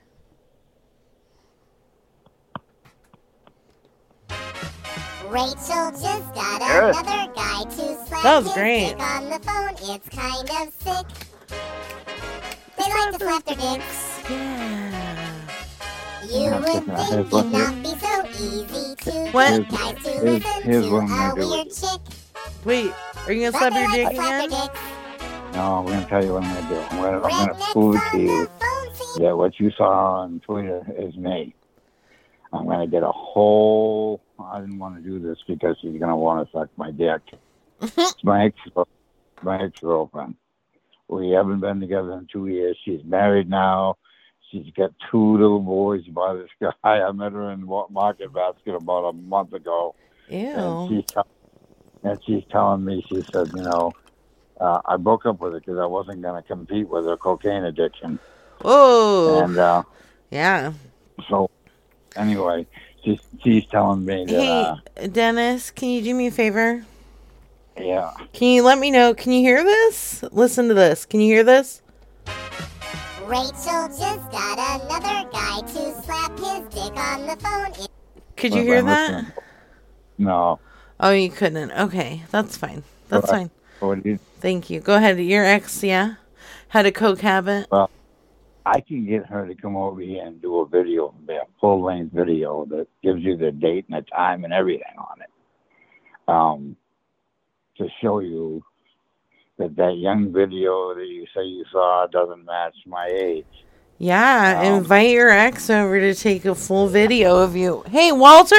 S9: Rachel just got
S8: Yes.
S9: another guy to slap
S3: That was
S9: his
S3: great.
S9: dick on the phone. It's kind of sick. They like to slap their dicks.
S3: Yeah.
S9: You
S8: Yeah,
S9: would
S8: chicken out.
S9: think
S8: Hey,
S9: it'd not be so easy to
S3: What?
S9: get guys to
S8: Here's-
S9: listen
S8: here's
S9: to
S8: what I'm gonna
S9: a
S8: do with
S9: weird
S8: it.
S9: chick.
S3: Wait, are you gonna slap your dick
S9: But I
S3: again?
S9: like slapper dicks.
S8: No, I'm gonna tell you what I'm gonna do. I'm gonna, I'm gonna
S9: Rednecks
S8: prove to
S9: on
S8: you
S9: the phone scene.
S8: that what you saw on Twitter is me. I'm gonna get a whole. I didn't want to do this because she's gonna want to suck my dick. it's my ex, my ex girlfriend. We haven't been together in two years. She's married now. She's got two little boys by this guy. I met her in Wa- Market Basket about a month ago. And
S3: Ew.
S8: she's, tell- and she's telling me, she said, you know, uh, I broke up with her because I wasn't going to compete with her cocaine addiction.
S3: Oh,
S8: And uh,
S3: yeah.
S8: so, anyway, she's, she's telling me that,
S3: Hey,
S8: uh,
S3: Dennis, can you do me a favor?
S8: yeah,
S3: Can you let me know? Can you hear this? Listen to this. Can you hear this?
S9: Rachel just got another guy to slap his dick on the phone.
S3: Could you
S8: I'm
S3: hear that?
S8: listening. no.
S3: Oh, you couldn't. Okay, that's fine. That's
S8: Right.
S3: fine.
S8: What do you,
S3: Thank you. Go ahead. Your ex, yeah, had a coke habit.
S8: I can get her to come over here and do a video, a full length video that gives you the date and the time and everything on it, um, to show you that that young video that you say you saw doesn't match my age.
S3: Yeah,
S8: Um,
S3: invite your ex over to take a full video of you. Hey, Walter,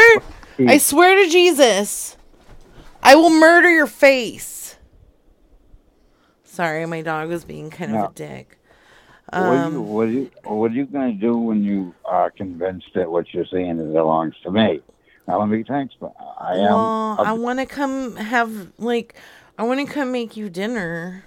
S3: I swear to Jesus, I will murder your face. Sorry, my dog was being kind of
S8: No.
S3: a dick. Um,
S8: what are you, what are you, what are you going to do when you are convinced that what you're seeing is belongs to me? Now let me thanks, but I am.
S3: well, I
S8: up-
S3: want to come have like, I want to come make you dinner.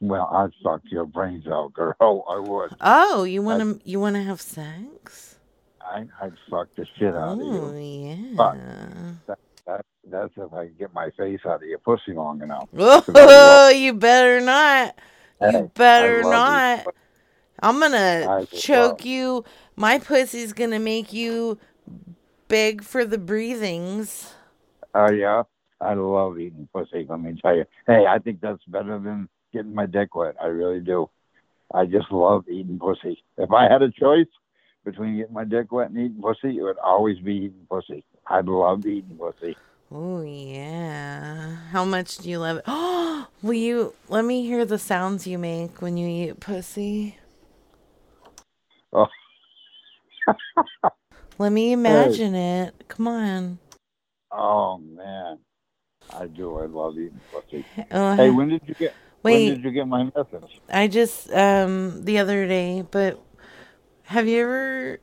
S8: well, I'd suck your brains out, girl. I would.
S3: Oh, you want to you want to have sex?
S8: I, I'd suck the shit out of you.
S3: Oh yeah.
S8: Fuck. That, that's if I can get my face out of your pussy long enough.
S3: Oh, you better not.
S8: Hey,
S3: You better
S8: I love
S3: not.
S8: you.
S3: I'm gonna
S8: I just
S3: choke
S8: love-
S3: you. My pussy's gonna make you beg for the breathings.
S8: Oh yeah, I love eating pussy. Let me tell you. Hey, I think that's better than getting my dick wet. I really do. I just love eating pussy. If I had a choice between getting my dick wet and eating pussy, it would always be eating pussy. I love eating pussy.
S3: Oh yeah. How much do you love it? Oh, will you let me hear the sounds you make when you eat pussy?
S8: Oh.
S3: let me imagine it. Come on.
S8: Oh man, I do. I love eating pussy.
S3: Oh,
S8: Hey, when did you get?
S3: Wait.
S8: When did you get my message?
S3: I just um the other day, but have you ever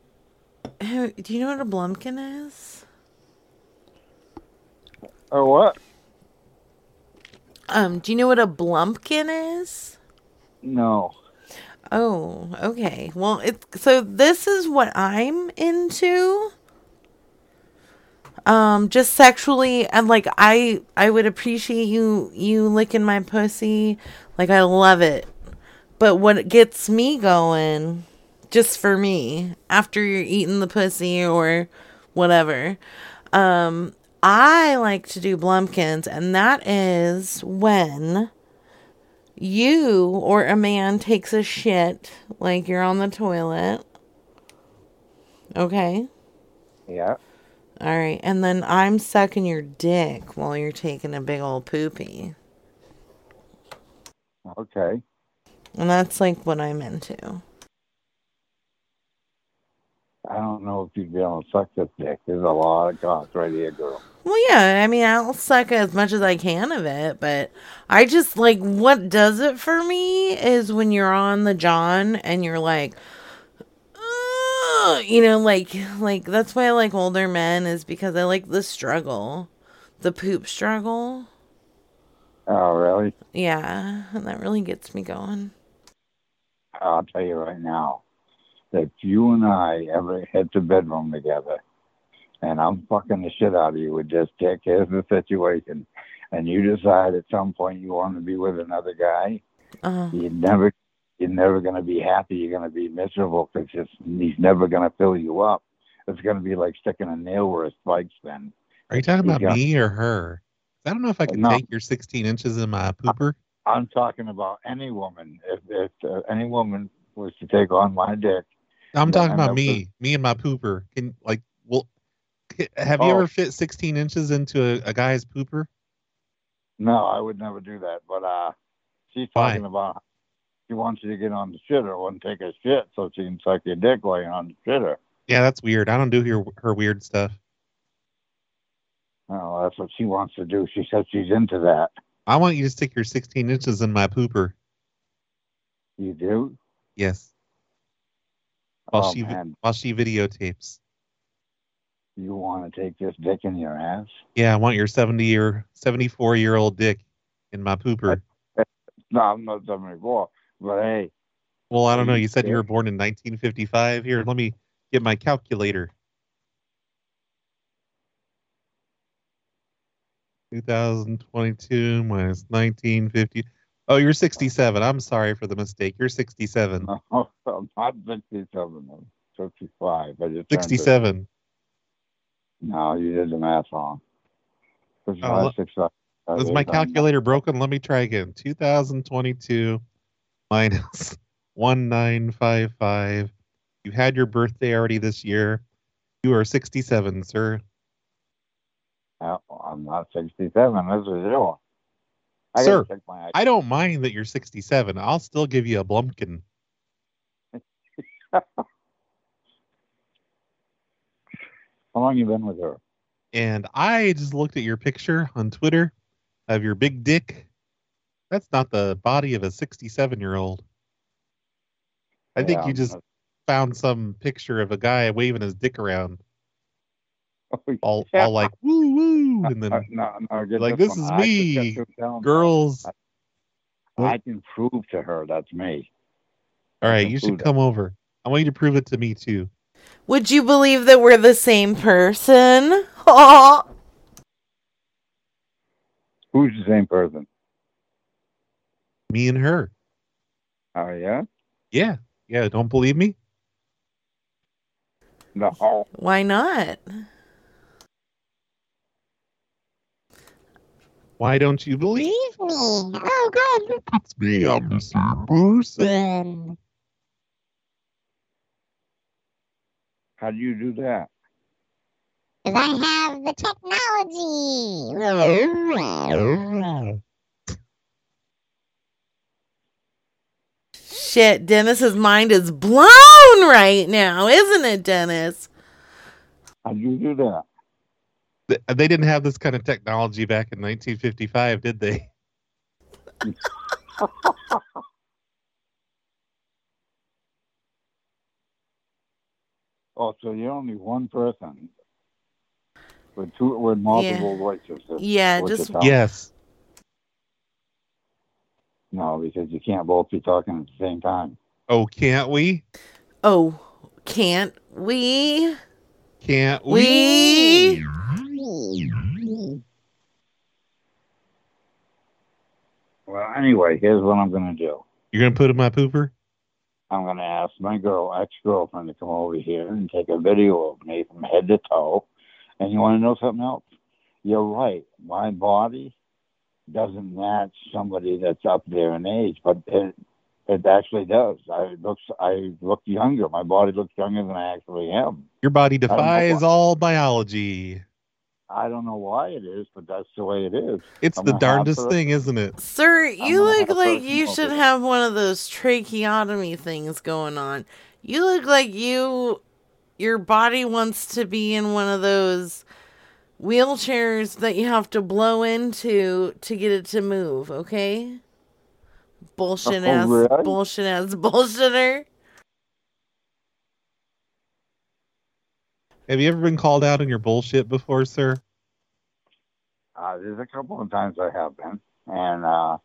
S3: have, do you know what a blumpkin is?
S8: Oh what?
S3: Um do you know what a blumpkin is?
S8: No.
S3: Oh, okay. Well, it so this is what I'm into. Um just sexually and like I I would appreciate you you licking my pussy. Like I love it. But what gets me going just for me after you're eating the pussy or whatever. Um I like to do blumpkins and that is when you or a man takes a shit like you're on the toilet. Okay.
S8: Yeah.
S3: All right. And then I'm sucking your dick while you're taking a big old poopy.
S8: Okay.
S3: And that's like what I'm into.
S8: I don't know if you'd be able to suck this dick. There's a lot of cock right here, girl.
S3: Well, yeah. I mean, I'll suck as much as I can of it, but I just like what does it for me is when you're on the John and you're like, "Ugh," you know, like like that's why I like older men is because I like the struggle, the poop struggle.
S8: Oh, really?
S3: Yeah, and that really gets me going.
S8: I'll tell you right now that if you and I ever hit the bedroom together and I'm fucking the shit out of you with this dick, here's the situation. And you decide at some point you want to be with another guy,
S3: Uh,
S8: you're never, you're never going to be happy. You're going to be miserable because he's never going to fill you up. It's going to be like sticking a nail where a spike's been.
S4: Are you talking about
S8: Yeah.
S4: me or her? 'Cause I don't know if I can
S8: No.
S4: take your 16 inches in my pooper.
S8: I'm talking about any woman. If, if uh, any woman was to take on my dick,
S4: I'm
S8: No,
S4: talking
S8: I
S4: about
S8: know,
S4: me, me and my pooper. Can like, well, Have you
S8: Oh.
S4: ever fit 16 inches into a, a guy's pooper?
S8: No, I would never do that. But uh, she's
S4: Why?
S8: talking about she wants you to get on the shitter, won't take a shit, so she can suck your dick while you're on the shitter.
S4: Yeah, that's weird. I don't do her her weird stuff.
S8: Oh, that's what she wants to do. She says she's into that.
S4: I want you to stick your 16 inches in my pooper.
S8: You do?
S4: Yes, while
S8: oh
S4: she vi-
S8: man,
S4: while she videotapes.
S8: you want to take this dick in your ass?
S4: Yeah, I want your 70 year 74 year old dick in my pooper.
S8: No, I'm not seventy-four. But hey,
S4: Well, I don't know.
S8: Are you
S4: You said you
S8: sure?
S4: were born in 1955. Here, let me get my calculator. 2022 minus 1950. Oh, you're 67. I'm sorry for the mistake. You're 67.
S8: no, I'm not sixty-seven. I'm fifty-five. I just turned
S4: 67.
S8: fifty. No, you did the math wrong. 55,
S4: Oh, look-
S8: 65,
S4: Is my
S8: 89.
S4: calculator broken? Let me try again. 2022 minus 1955. You had your birthday already this year. You are 67, sir.
S8: No, I'm not 67. This is zero. I
S4: Sir,
S8: gotta check my
S4: I don't mind that you're 67. I'll still give you a blumpkin.
S8: How long you been with her?
S4: And I just looked at your picture on Twitter of your big dick. That's not the body of a 67 year old. I think
S8: Yeah,
S4: you just found some picture of a guy waving his dick around, all,
S8: Oh, Yeah.
S4: all like woo woo, and
S8: no,
S4: then
S8: no, no, get
S4: like,
S8: this,
S4: this
S8: one.
S4: is
S8: I just got
S4: me,
S8: through telling
S4: girls.
S8: her. I can prove to her that's me.
S4: All right,
S8: can
S4: you
S8: prove
S4: should
S8: that.
S4: come over. I want you to prove it to me too.
S3: Would you believe that we're the same person? Aw.
S8: Who's the same person?
S4: Me and her.
S8: Oh yeah?
S4: Yeah, yeah. Don't believe me?
S8: No.
S3: Why not?
S4: Why don't you believe me? Oh God, it's me. I'm the same person.
S8: How do you do that?
S9: Because I have the technology.
S4: Oh.
S3: Shit, Dennis's mind is blown right now, isn't it, Dennis?
S8: How do you do that?
S4: Th- They didn't have this kind of technology back in 1955, did they?
S8: Oh, so you're only one person with two with multiple voices. is
S3: Yeah,
S8: what you're
S3: just-
S8: telling-
S4: Yes.
S8: No, because you can't both be talking at the same time.
S4: Oh, can't we?
S3: Oh, can't we?
S4: Can't we?
S3: We?
S8: Well, anyway, here's what I'm gonna do.
S4: You're gonna put in my pooper?
S8: I'm going to ask my girl, ex girlfriend, to come over here and take a video of me from head to toe. And you want to know something else? You're right. My body doesn't match somebody that's up there in age, but it it actually does. I looks I look younger. My body looks younger than I actually am.
S4: Your body
S8: don't know
S4: defies
S8: why.
S4: all biology.
S8: I don't know why it is, but that's the way it is.
S4: It's
S8: I'm
S4: the
S8: a half
S4: darndest
S8: per-
S4: thing, isn't it?
S3: Sir, you
S8: gonna
S3: look
S8: have a
S3: like
S8: person
S3: you
S8: over
S3: should
S8: there.
S3: have one of those tracheotomy things going on. You look like you your body wants to be in one of those wheelchairs that you have to blow into to get it to move, okay? Bullshit
S8: Oh,
S3: ass
S8: really?
S3: bullshit ass bullshitter.
S4: Have you ever been called out on your bullshit before, sir?
S8: Uh, there's a couple of times I have been, and uh,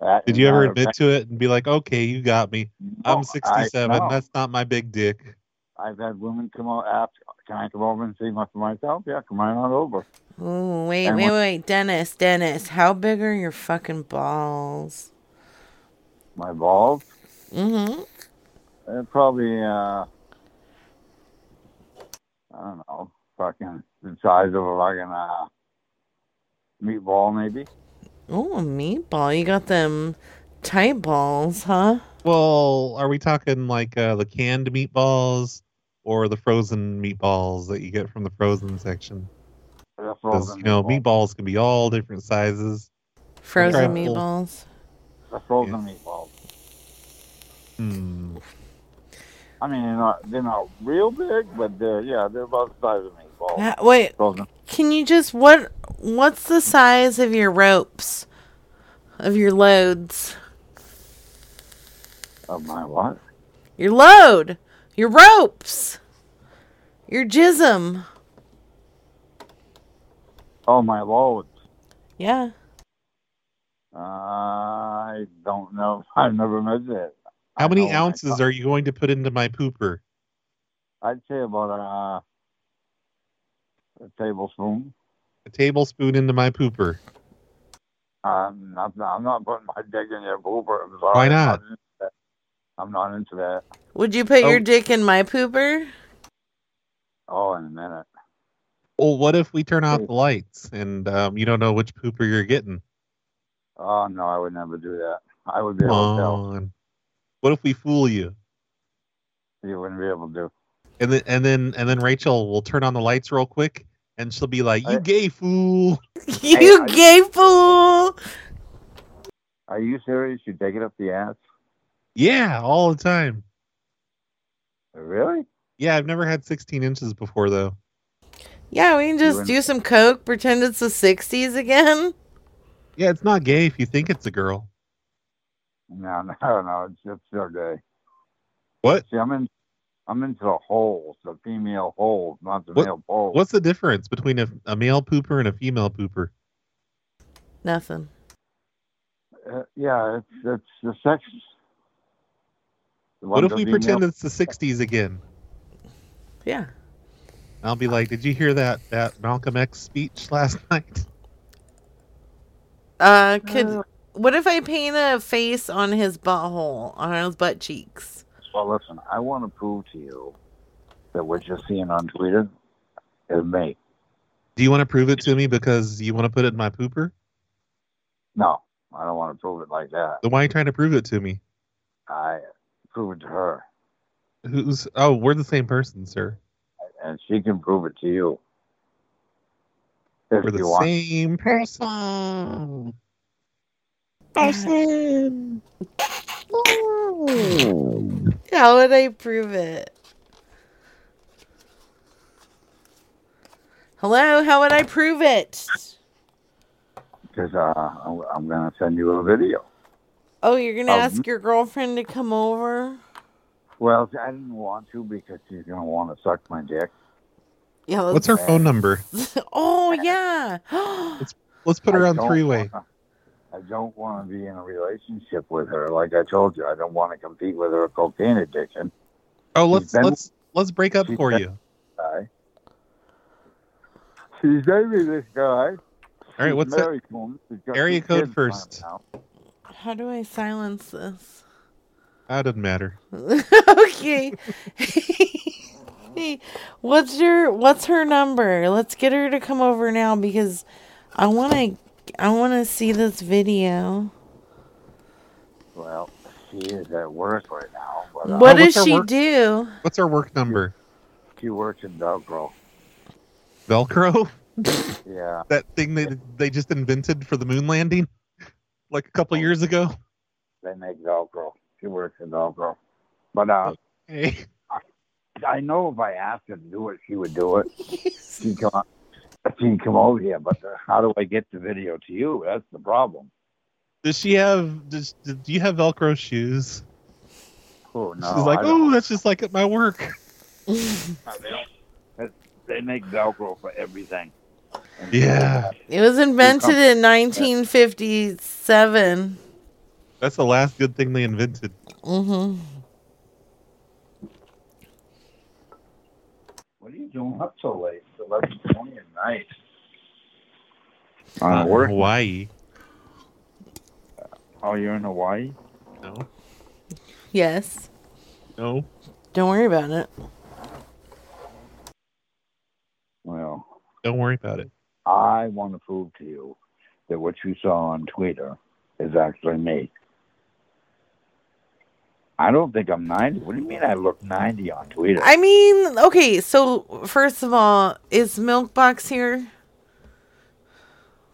S8: that
S4: Did
S8: is
S4: you
S8: not
S4: ever
S8: a
S4: admit
S8: thing.
S4: to it and be like, okay, you got me.
S8: No,
S4: I'm
S8: I-
S4: 67.
S8: no.
S4: That's not my big dick.
S8: I've had women come out ask, "Can I come over and see my, for myself?" Yeah, come right on over.
S3: Oh, wait,
S8: And
S3: wait,
S8: what-
S3: wait, Dennis, Dennis, how big are your fucking balls?
S8: My balls,
S3: Mhm.
S8: they're probably uh, I don't know, fucking the size of a fucking uh, meatball, maybe.
S3: Oh, a meatball. You got them tight balls, huh?
S4: Well, are we talking like uh, the canned meatballs, or the frozen meatballs that you get from the frozen section.
S8: They're
S4: 'Cause,
S8: frozen
S4: you know,
S8: meatballs.
S4: meatballs can be all different sizes.
S3: Frozen
S4: Okay.
S3: meatballs.
S8: They're frozen meatballs.
S4: Hmm.
S8: I mean, they're not, they're not real big, but they're yeah, they're about the size of meatballs.
S3: Ha- Wait,
S8: Frozen.
S3: can you just what? What's the size of your ropes? Of your loads?
S8: Oh my what?
S3: Your load? Your ropes? Your jism?
S8: Oh my lord.
S3: Yeah.
S8: Uh, I don't know. I've never measured it.
S4: How
S8: I
S4: many
S8: know
S4: ounces
S8: myself.
S4: are you going to put into my pooper?
S8: I'd say about uh, a tablespoon.
S4: A tablespoon into my pooper.
S8: I'm not. I'm not putting my dick in your pooper. I'm sorry.
S4: Why
S8: I'm
S4: not?
S8: into that. I'm not into that.
S3: Would you put
S4: Oh.
S3: your dick in my pooper?
S8: Oh, in a minute.
S4: Well, what if we turn off the lights and um, you don't know which pooper you're getting?
S8: Oh no, I would never do that. I would be
S4: Come
S8: able to tell.
S4: on. What if we fool you?
S8: You wouldn't be able to.
S4: And then and then and then Rachel will turn on the lights real quick and she'll be like, You
S8: I-
S4: gay fool.
S3: you
S8: I-
S3: gay fool!
S8: Are you serious? You take it up the ass?
S4: Yeah, all the time.
S8: Really?
S4: Yeah, I've never had sixteen inches before though.
S3: Yeah, we can just
S8: and-
S3: do some coke, pretend it's the 60s again.
S4: Yeah, it's not gay if you think it's a girl.
S8: No, no, no. It's just so gay.
S4: What?
S8: See, I'm in. I'm into the holes, the female holes, not the
S4: What-
S8: male poles.
S4: What's the difference between a, a male pooper and a female pooper?
S3: Nothing.
S8: Uh, yeah, it's it's the sex. The
S4: What
S8: one
S4: if
S8: to
S4: we
S8: be
S4: pretend
S8: male-
S4: it's the '60s again?
S3: Yeah.
S4: I'll be like, "Did you hear that that Malcolm X speech last night?"
S3: Uh, could what if I paint a face on his butthole, on his butt cheeks?
S8: Well, listen, I want to prove to you that what you're seeing on Twitter is me.
S4: Do you want to prove it to me because you want to put it in my pooper?
S8: No, I don't want to prove it like that.
S4: Then why are you trying to prove it to me?
S8: I prove it to her,
S4: Who's? Oh, we're the same person, sir.
S8: and she can prove it to you if
S4: We're
S8: you
S4: the
S8: want.
S4: same person.
S8: Hmm.
S3: How would I prove it? Hello, how would I prove it?
S8: Because uh, I'm, I'm gonna send you a video.
S3: Oh, you're gonna
S8: Um,
S3: ask your girlfriend to come over?
S8: Well, I didn't want to because she's gonna want to suck my dick.
S3: Yeah.
S4: What's her phone number?
S3: let's- Oh yeah.
S4: Let's put her
S8: I
S4: on
S8: don't
S4: three-way.
S8: wanna- I don't want to be in a relationship with her. Like I told you, I don't want to compete with her cocaine addiction.
S4: Oh, let's
S8: been-
S4: let's let's break up
S8: she's
S4: for
S8: been-
S4: you.
S8: I. She's dating this guy.
S4: All right,
S8: She's
S4: what's that?
S8: married to him. She's got
S4: Area
S8: two
S4: code
S8: kids by him
S4: first.
S8: now.
S3: How do I silence this?
S4: That doesn't matter.
S3: okay. what's your what's her number? Let's get her to come over now because I want to I want to see this video.
S8: Well, she is at work right now, but uh,
S4: Oh,
S3: What
S4: what's
S3: does
S4: her
S3: she
S4: work-
S3: do?
S4: What's our work number?
S8: she works in Velcro.
S4: Velcro.
S8: Yeah,
S4: that thing that they just invented for the moon landing like a couple years ago
S8: they make Velcro. She works in Velcro. But uh,
S4: hey
S8: I know if I asked her to do it, she would do it. She can come, she can come over here, but uh, how do I get the video to you? That's the problem.
S4: does she have does do you have velcro shoes
S8: Oh no!
S4: she's like
S8: I don't-
S4: oh that's just like at my work
S8: they don't- that's- They make Velcro for everything. And
S4: Yeah.
S3: It was invented in 1957.
S4: that's the last good thing they invented
S3: Mhm.
S8: What are you doing up so late? It's eleven twenty at night.
S4: Not
S8: Uh,
S4: in
S8: work?
S4: hawaii
S8: Oh, you're in Hawaii?
S4: no
S3: Yes.
S4: no
S3: Don't worry about it.
S8: Well,
S4: don't worry about it
S8: I want to prove to you that what you saw on Twitter is actually me. I don't think I'm 90. What do you mean I look 90 on Twitter?
S3: I mean, okay, so first of all, is Milkbox here?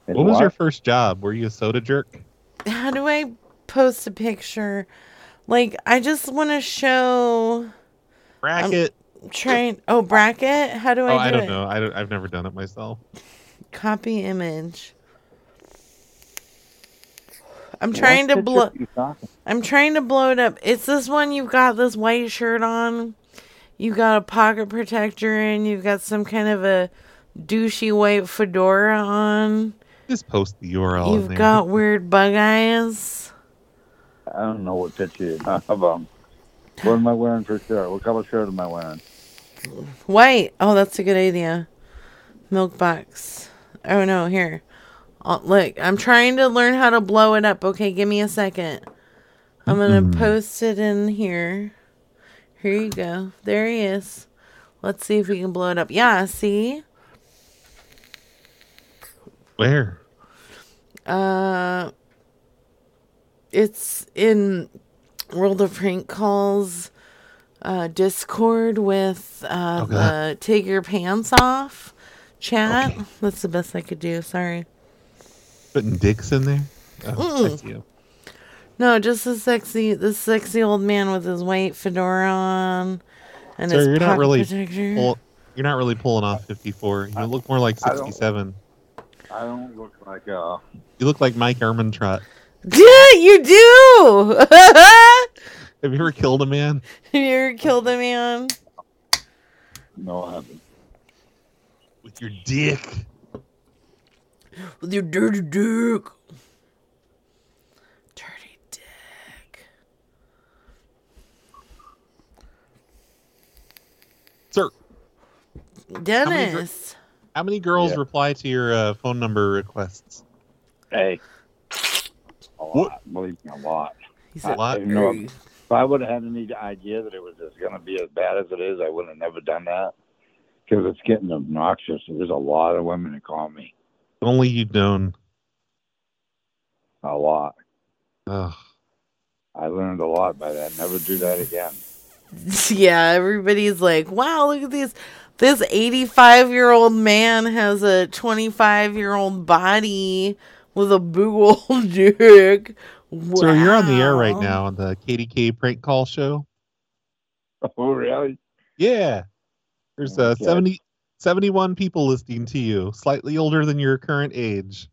S8: It
S4: What was your
S8: was-
S4: first job? Were you a soda jerk?
S3: How do I post a picture? Like, I just want to show.
S4: Bracket.
S3: Trying. Oh, bracket? How do I
S4: oh,
S3: do
S4: I don't
S3: it?
S4: know. I don't, I've never done it myself.
S3: Copy image. I'm
S8: what
S3: trying to
S8: picture
S3: blow.
S8: are you talking-
S3: I'm trying to blow it up. It's this one you've got this white shirt on. You got a pocket protector in. You've got some kind of a douchey white fedora on.
S4: Just post the URL. in
S3: You've
S4: there.
S3: got weird bug eyes.
S8: I don't know what picture you're talking about. What am I wearing for sure? What color shirt am I wearing?
S3: White. Oh, that's a good idea. Milk box. Oh no, here. Oh, look, I'm trying to learn how to blow it up. Okay, give me a second. I'm gonna post it in here. Here you go. There he is. Let's see if we can blow it up. Yeah, see?
S4: Where?
S3: Uh, it's in World of Prank Calls uh, Discord with uh,
S4: Okay.
S3: the Take Your Pants Off chat. That's the best I could do. Sorry.
S4: Putting dicks in there? Oh,
S3: Mm.
S4: that's you.
S3: No, just the sexy, the sexy old man with his white fedora on and
S4: Sir,
S3: his
S4: you're
S3: pocket
S4: not really
S3: protector.
S4: pull, you're not really pulling off 54. You look more like
S8: I don't-
S4: 67.
S8: I don't look like uh.
S4: You look like Mike Ermintrot.
S3: Yeah, you do.
S4: Have you ever killed a man?
S3: you ever killed a man?
S8: No, I haven't.
S4: With your dick.
S3: with your dirty dick. Dirty dick.
S4: Sir, many gr-
S3: Dennis.
S4: how many girls
S8: Yeah.
S4: reply to your uh, phone number requests?
S8: Hey. A lot. Believe me, a lot.
S3: He
S4: A
S3: said,
S4: lot.
S8: You know, if I would have had any idea that it was just going to be as bad as it is, I would have never done that. Because it's getting obnoxious. There's a lot of women that call me.
S4: Only you'd known.
S8: A lot.
S4: Ugh.
S8: I learned a lot by that. Never do that again.
S3: yeah, everybody's like, wow, look at these. This 85 year old man has a 25 year old body with a big old dick.
S4: Sir, you're on the air right
S3: Wow.
S4: now on the KDK prank call show.
S8: Oh, really?
S4: Yeah. There's uh,
S8: Okay.
S4: 70, 71 people listening to you, slightly older than your current age.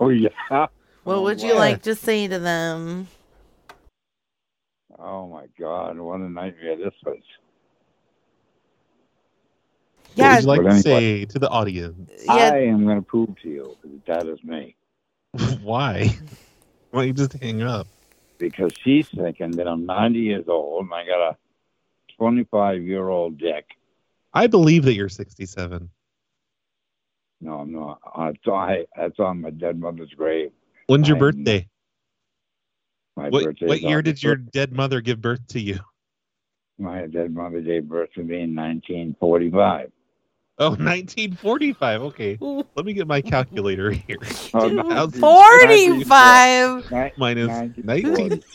S8: Oh, yeah.
S3: What
S8: Oh,
S3: would you
S8: wow.
S3: like to say to them?
S8: Oh, my God. What a nightmare this was.
S3: Yeah,
S4: What would you like to
S8: Well,
S4: say to the audience?
S3: yeah.
S8: I am going to prove to you that that is me.
S4: Why? Why don't you just hang up?
S8: Because she's thinking that I'm 90 years old and I got a 25 year old dick.
S4: I believe that you're 67.
S8: No, I'm not. Uh, it's on- I, that's on my dead mother's grave.
S4: When's your
S8: I'm-
S4: birthday?
S8: My
S4: What,
S8: birthday.
S4: what
S8: is
S4: year
S8: August
S4: did your dead mother give birth to you?
S8: My dead mother gave birth to me in 1945.
S4: Oh, 1945. Okay. Let me get my calculator here.
S8: Oh,
S3: Dude,
S8: no,
S4: it's
S3: 45.
S8: Ni-
S4: Minus
S8: 1940.
S4: 19.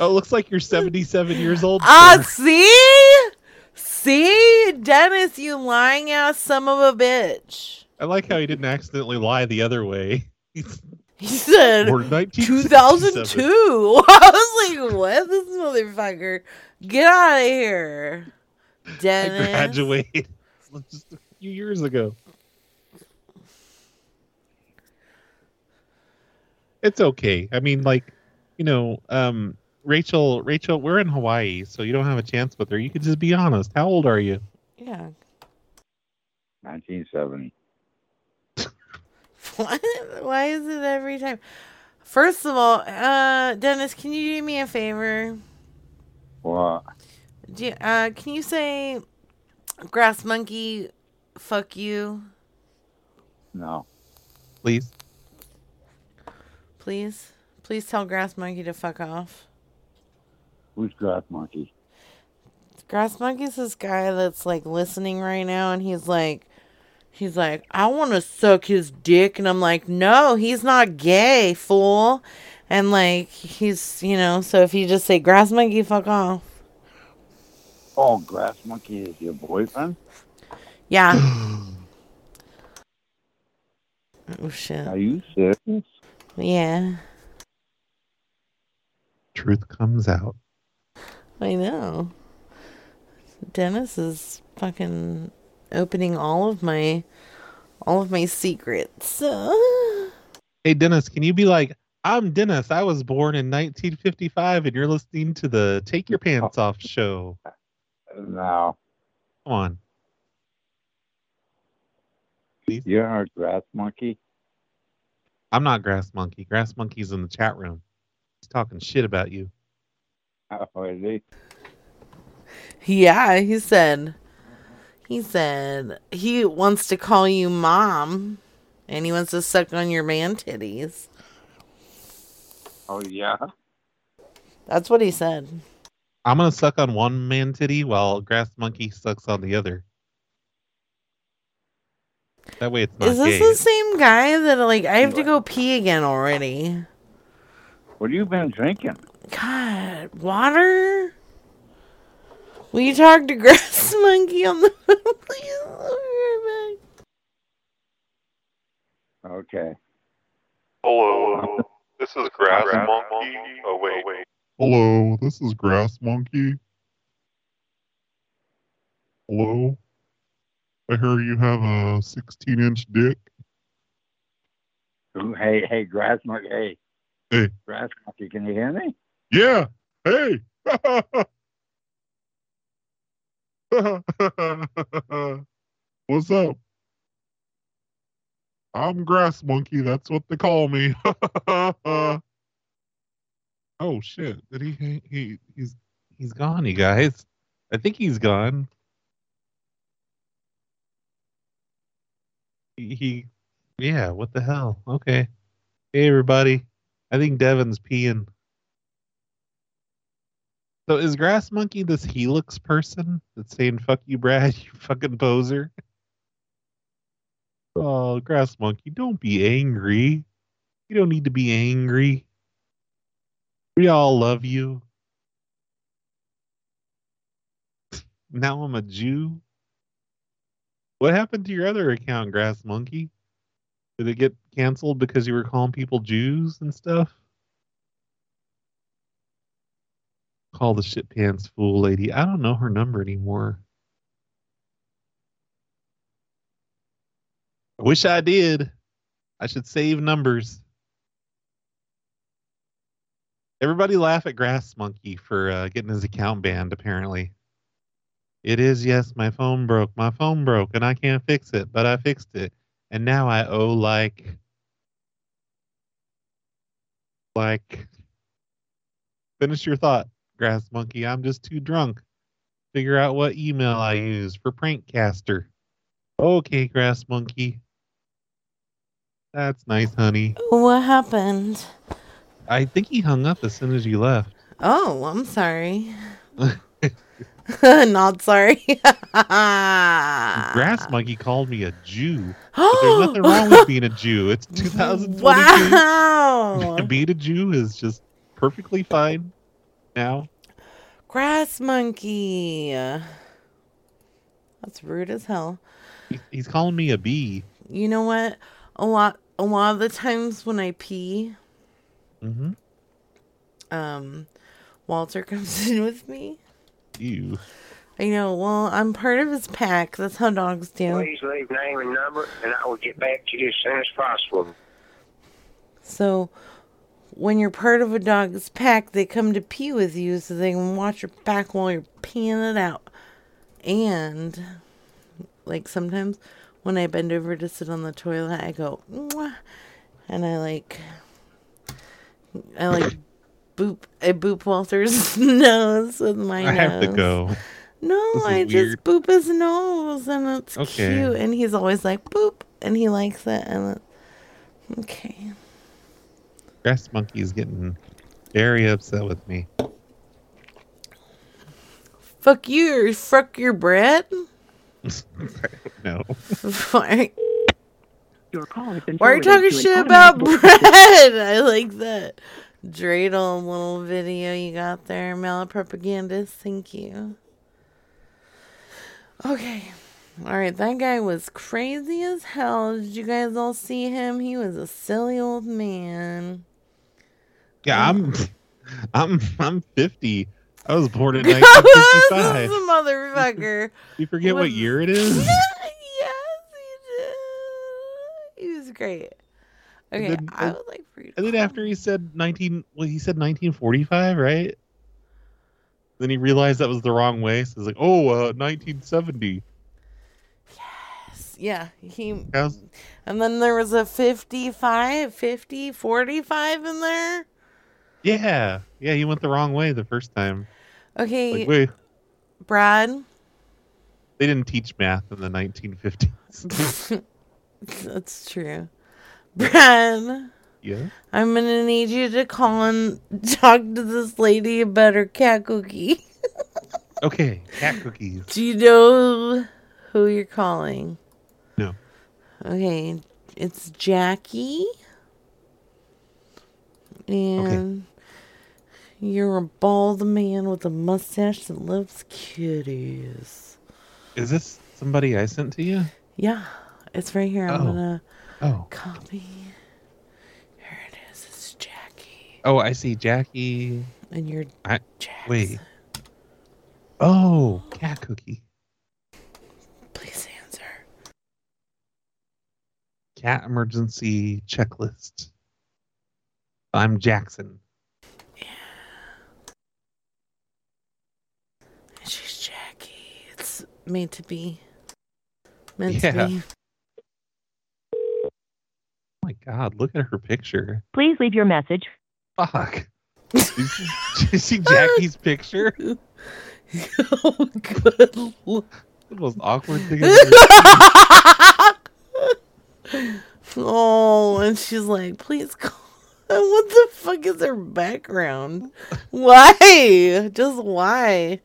S4: Oh, it looks like you're 77 years old.
S3: Ah,
S4: sir.
S3: see? See? Dennis, you lying ass son of a bitch.
S4: I like how he didn't accidentally lie the other way.
S3: He said
S4: We're
S3: 2002.
S4: 1967.
S3: I was like, what? This motherfucker. Get out of here.
S4: I
S3: Dennis.
S4: graduated just a few years ago. It's okay. I mean, like, you know, um, Rachel, Rachel, we're in Hawaii, so you don't have a chance with her. You could just be honest. How old are you?
S3: Yeah.
S8: 1970.
S3: What? Why is it every time? First of all, uh, Dennis, can you do me a favor?
S8: Well,
S3: Do you, uh, can you say, grass monkey, fuck you,
S8: no.
S4: Please.
S3: please? Please tell grass monkey to fuck off.
S8: Who's Grass Monkey?
S3: Grass monkey's this guy that's like listening right now, and he's like, he's like, I want to suck his dick, and I'm like, no, he's not gay, fool. And like he's, you know, so if you just say grass monkey, fuck off.
S8: Oh, Grass Monkey is your boyfriend?
S3: Yeah. oh shit.
S8: Are you serious?
S3: Yeah,
S4: Truth comes out.
S3: I know. Dennis is fucking opening all of my, all of my secrets.
S4: Hey Dennis, can you be like, I'm Dennis. I was born in 1955, and you're listening to the Take Your Pants Off show.
S8: No.
S4: Come on.
S8: You're a Grass Monkey?
S4: I'm not Grass Monkey. Grass Monkey's in the chat room. He's talking shit about you.
S8: Oh, is he?
S3: Yeah, he said. He said he wants to call you mom, and he wants to suck on your man titties.
S8: Oh, yeah?
S3: That's what he said.
S4: I'm gonna suck on one man titty while Grass Monkey sucks on the other. That way, it's not
S3: Is
S4: gay.
S3: this the same guy that like I have to go pee again already?
S8: What have you been drinking?
S3: God, water. Will you talk to Grass Monkey on the phone, please? I'll be right back.
S8: Okay.
S10: Hello, Oh, this is Grass Monkey. Oh wait,
S11: Hello, this is Grass Monkey. Hello? I hear you have a 16 inch dick.
S8: Ooh, Hey, hey, Grass Monkey. Hey.
S11: Hey.
S8: Grass Monkey, can you hear me?
S11: Yeah! Hey!
S12: Oh,
S11: What's up? I'm Grass Monkey. That's what they call me. oh, shit.
S4: Did he, he? He he's he's gone, you guys. I think he's gone. He, he yeah. What the hell? Okay. Hey everybody. I think Devin's peeing. So is Grass Monkey this Helix person that's saying "fuck you, Brad, you fucking poser"? Oh, Grass Monkey, don't be angry. You don't need to be angry. We all love you. Now I'm a Jew. What happened to your other account, Grass Monkey? Did it get canceled because you were calling people Jews and stuff? Call the shit pants fool lady. I don't know her number anymore. I wish I did. I should save numbers. Everybody laugh at Grass Monkey for uh, getting his account banned, apparently. It is, yes, my phone broke. My phone broke, and I can't fix it, but I fixed it. And now I owe like. Like. Finish your thought, Grass Monkey. I'm just too drunk. Figure out what email I use for Prankcaster. Okay, Grass Monkey. That's nice, honey.
S3: What happened?
S4: I think he hung up as soon as you left.
S3: Oh, I'm sorry. Not sorry.
S4: Grass monkey called me a Jew. But there's nothing wrong with being a Jew. It's 2022.
S3: wow.
S4: being a Jew is just perfectly fine now.
S3: Grass monkey. That's rude as hell.
S4: He- He's calling me a bee.
S3: You know what? A lot a lot of the times when I pee,
S4: Mm-hmm.
S3: um Walter comes in with me.
S4: You.
S3: I know, well, I'm part of his pack. That's how dogs do.
S13: Please leave name and number, and I will get back to you as soon as possible.
S3: So when you're part of a dog's pack, they come to pee with you so they can watch your back while you're peeing it out. And like sometimes when I bend over to sit on the toilet, I go Mwah, and I like I like boop I boop Walter's nose with my
S4: I have to
S3: nose.
S4: go.
S3: No,
S4: This is
S3: I
S4: weird.
S3: just boop his nose and it's
S4: Okay.
S3: cute and he's always like boop and he likes it and it, okay.
S4: Grass monkey is getting very upset with me.
S3: Fuck you or fuck your bread?
S4: No.
S3: Why
S5: Your call has been
S3: why are you
S5: forwarded
S3: talking
S5: to an
S3: shit
S5: automatic
S3: about
S5: voice
S3: bread? I like that. dreidel little video you got there, malpropagandist. Thank you. Okay. All right, that guy was crazy as hell. Did you guys all see him? He was a silly old man.
S4: Yeah, I'm, I'm, I'm 50. I was born in 1955.
S3: this motherfucker.
S4: You forget what
S3: was-
S4: year it is?
S3: He was great.
S4: And
S3: Okay,
S4: then-
S3: I would like for you to
S4: And then after he said 19, well, he said 1945, right? Then he realized that was the wrong way. So he's like, oh, uh, 1970.
S3: Yeah, he.
S4: How's-
S3: And then there was a 55, 50, 45 in there.
S4: Yeah. Yeah, he went the wrong way the first time.
S3: Okay,
S4: Like, wait,
S3: Brad,
S4: they didn't teach math in the 1950s.
S3: that's true. Brad,
S4: yeah.
S3: I'm going to need you to call and talk to this lady about her cat cookie.
S4: Okay. Cat cookies.
S3: Do you know who you're calling?
S4: No.
S3: Okay, it's Jackie. And you're a bald man with a mustache that loves kitties.
S4: Is this somebody I sent to you?
S3: Yeah, it's right here. I'm
S4: Oh.
S3: gonna
S4: Oh.
S3: copy. Here it is. It's Jackie.
S4: Oh, I see. Jackie.
S3: And you're
S4: I, wait. Oh, cat cookie.
S3: Please answer.
S4: Cat emergency checklist. I'm Jackson.
S3: She's Jackie. It's made to be. Meant
S4: Yeah.
S3: to be.
S4: Oh my God, look at her picture.
S5: Please leave your message.
S4: Fuck. Did you see Jackie's picture?
S3: oh, good. The
S4: most awkward thing I've ever seen.
S3: Oh, and she's like, please call. What the fuck is her background? Why? Just why?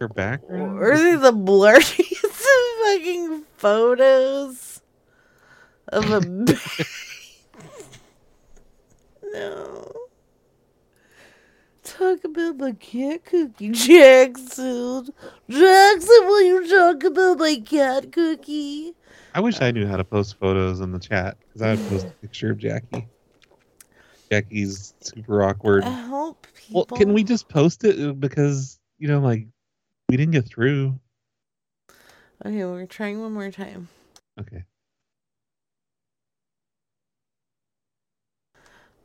S4: Her background?
S3: Are these the blurriest fucking photos of a. ba- no. Talk about my cat cookie, Jackson. Jackson, will you talk about my cat cookie?
S4: I wish
S3: Uh,
S4: I knew how to post photos in the chat because I would
S3: Mm.
S4: post a picture of Jackie. Jackie's super awkward.
S3: Help
S4: Well,
S3: Uh, people.
S4: can we just post it uh, because you know, like we didn't get through.
S3: Okay, we're trying one more time.
S4: Okay.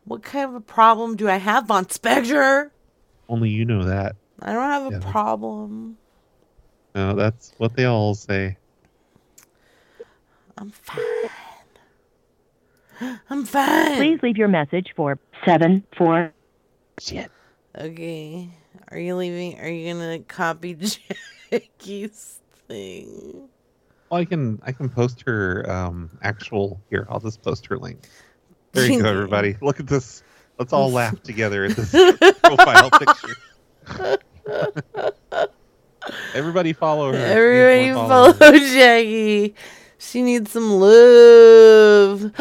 S3: What kind of a problem do I have on Spectre?
S4: Only you know that.
S3: I don't have a
S4: Yeah.
S3: problem.
S4: No, that's what they all say.
S3: I'm fine. I'm fine.
S5: Please leave your message for seven four.
S4: Shit.
S3: Okay. Are you leaving? Are you gonna copy Jackie's thing?
S4: Well, I can I can post her um actual here. I'll just post her link. There you go, everybody. Look at this. Let's all laugh together at this profile picture. Everybody follow her. She needs more
S3: Everybody follow
S4: followers.
S3: Jackie. She needs some love.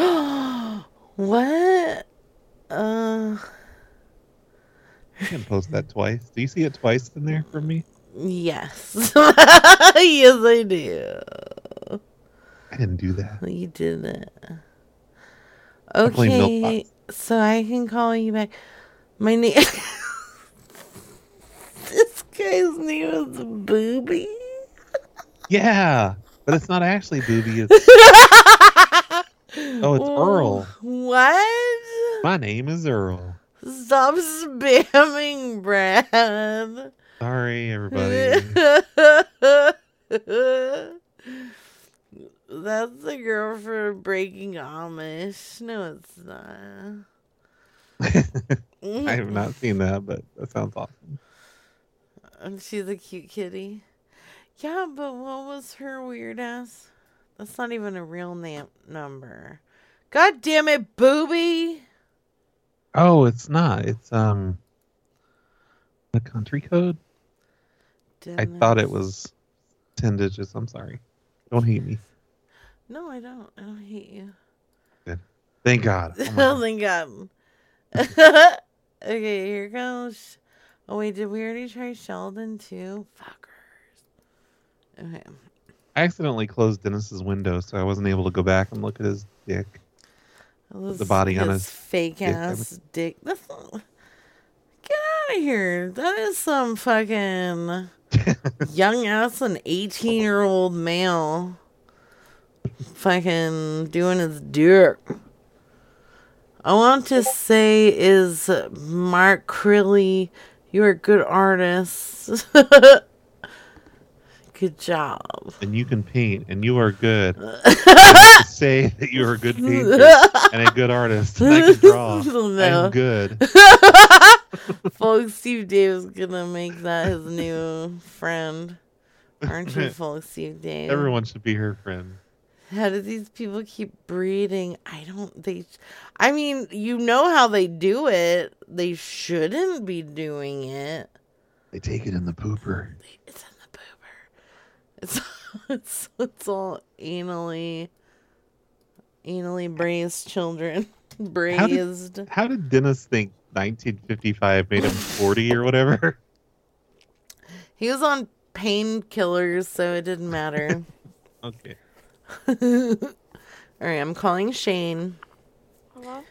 S3: what? Uh,
S4: You can post that twice. Do you see it twice in there from me?
S3: yes. yes, I do.
S4: I didn't do that.
S3: You did it.
S4: Definitely milk
S3: Okay, so I can call you back. My name. this guy's name is Booby.
S4: Yeah, but it's not actually Booby. It's oh, it's Earl.
S3: What?
S4: My name is Earl.
S3: Stop spamming, Brad.
S4: Sorry, everybody.
S3: That's the girl for breaking Amish. No, it's not.
S4: I have not seen that, but that sounds awesome.
S3: Um, She's a cute kitty. Yeah, but what was her weird ass? That's not even a real name number. God damn it, booby!
S4: Oh, it's not. It's um, the country code. I thought it was ten digits. I'm sorry. Don't hate me.
S3: No, I don't. I don't hate you.
S4: Thank God. Oh my
S3: Oh, thank God. Okay, here goes. Oh wait, did we already try Sheldon too? Fuckers. Okay.
S4: I accidentally closed Dennis's window, so I wasn't able to go back and look at his dick.
S3: Those-
S4: the body on
S3: this
S4: his
S3: fake
S4: dick, I
S3: ass dick. That's not... Get out of here! That is some fucking young ass and eighteen year old male fucking doing his dirt. I want to say is Mark Crilly. You're a good artist. good job.
S4: And you can paint, and you are good. I say that you are a good painter and a good artist. And I can draw.
S3: No.
S4: I'm good.
S3: Folks, Steve Dave's gonna make that his new friend. Aren't you, Folks, Steve Dave?
S4: Everyone should be her friend.
S3: How do these people keep breeding? I don't. They. I mean, you know how they do it. They shouldn't be doing it.
S4: They take it in the pooper.
S3: It's it's, it's all anally, anally braised children.
S4: How did-
S3: Braised.
S4: How did Dennis think 1955 made him 40 or whatever?
S3: He was on painkillers, so it didn't matter.
S4: Okay.
S3: All right, I'm calling Shane.
S14: Hello?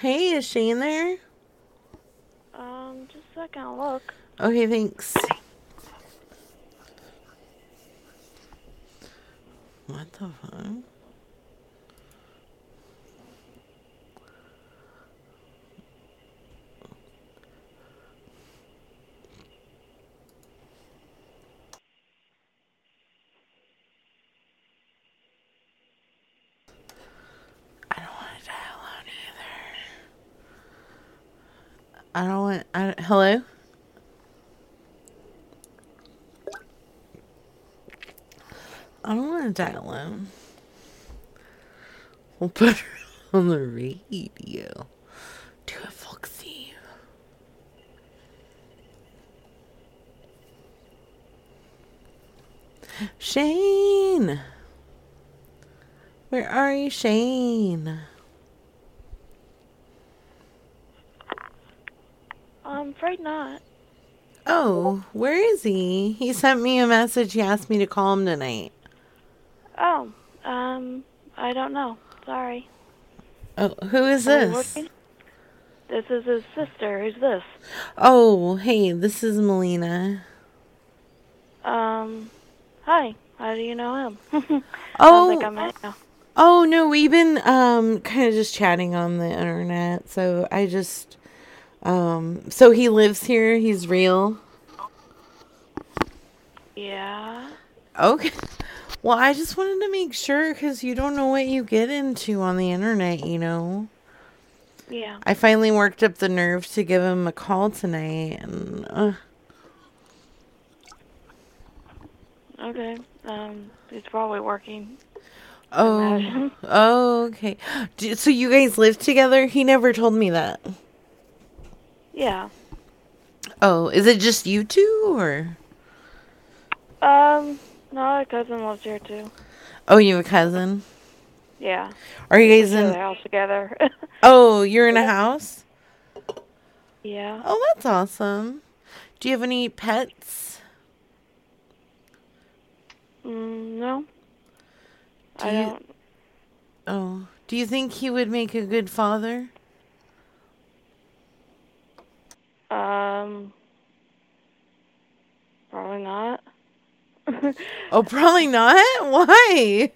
S3: Hey, is Shane there?
S14: Um, just a second, I'll look.
S3: Okay, thanks. What the fuck? I don't want. I don't- hello. I don't want to die alone. We'll put her on the radio. Do it, Foxy. Shane, where are you, Shane?
S14: I'm Um, afraid not.
S3: Oh, where is he? He sent me a message. He asked me to call him tonight.
S14: Oh, um, I don't know. Sorry.
S3: Oh, who is
S14: Are you
S3: this?
S14: working? This is his sister. Who's this?
S3: Oh, hey, this is Melina.
S14: Um, hi. How do you know him? I don't think I
S3: Oh,
S14: met you.
S3: oh no, we've been um kind of just chatting on the internet. So I just um so he lives here. He's real.
S14: Yeah.
S3: Okay. Well, I just wanted to make sure because you don't know what you get into on the internet, you know.
S14: Yeah.
S3: I finally worked up the nerve to give him a call tonight, and uh,
S14: Okay. Um, he's probably working.
S3: oh, oh, okay. Do, so you guys live together? He never told me that.
S14: Yeah.
S3: Oh, is it just you two, or
S14: Um, no, my cousin lives here too.
S3: oh, you have a cousin?
S14: Yeah.
S3: Are you guys
S14: They're
S3: in?
S14: all together.
S3: Oh, you're in a house.
S14: yeah.
S3: Oh, that's awesome. Do you have any pets?
S14: Mm, no.
S3: Do
S14: I
S3: you-
S14: don't.
S3: Oh, do you think he would make a good father?
S14: Um, probably not.
S3: Oh, probably not. Why?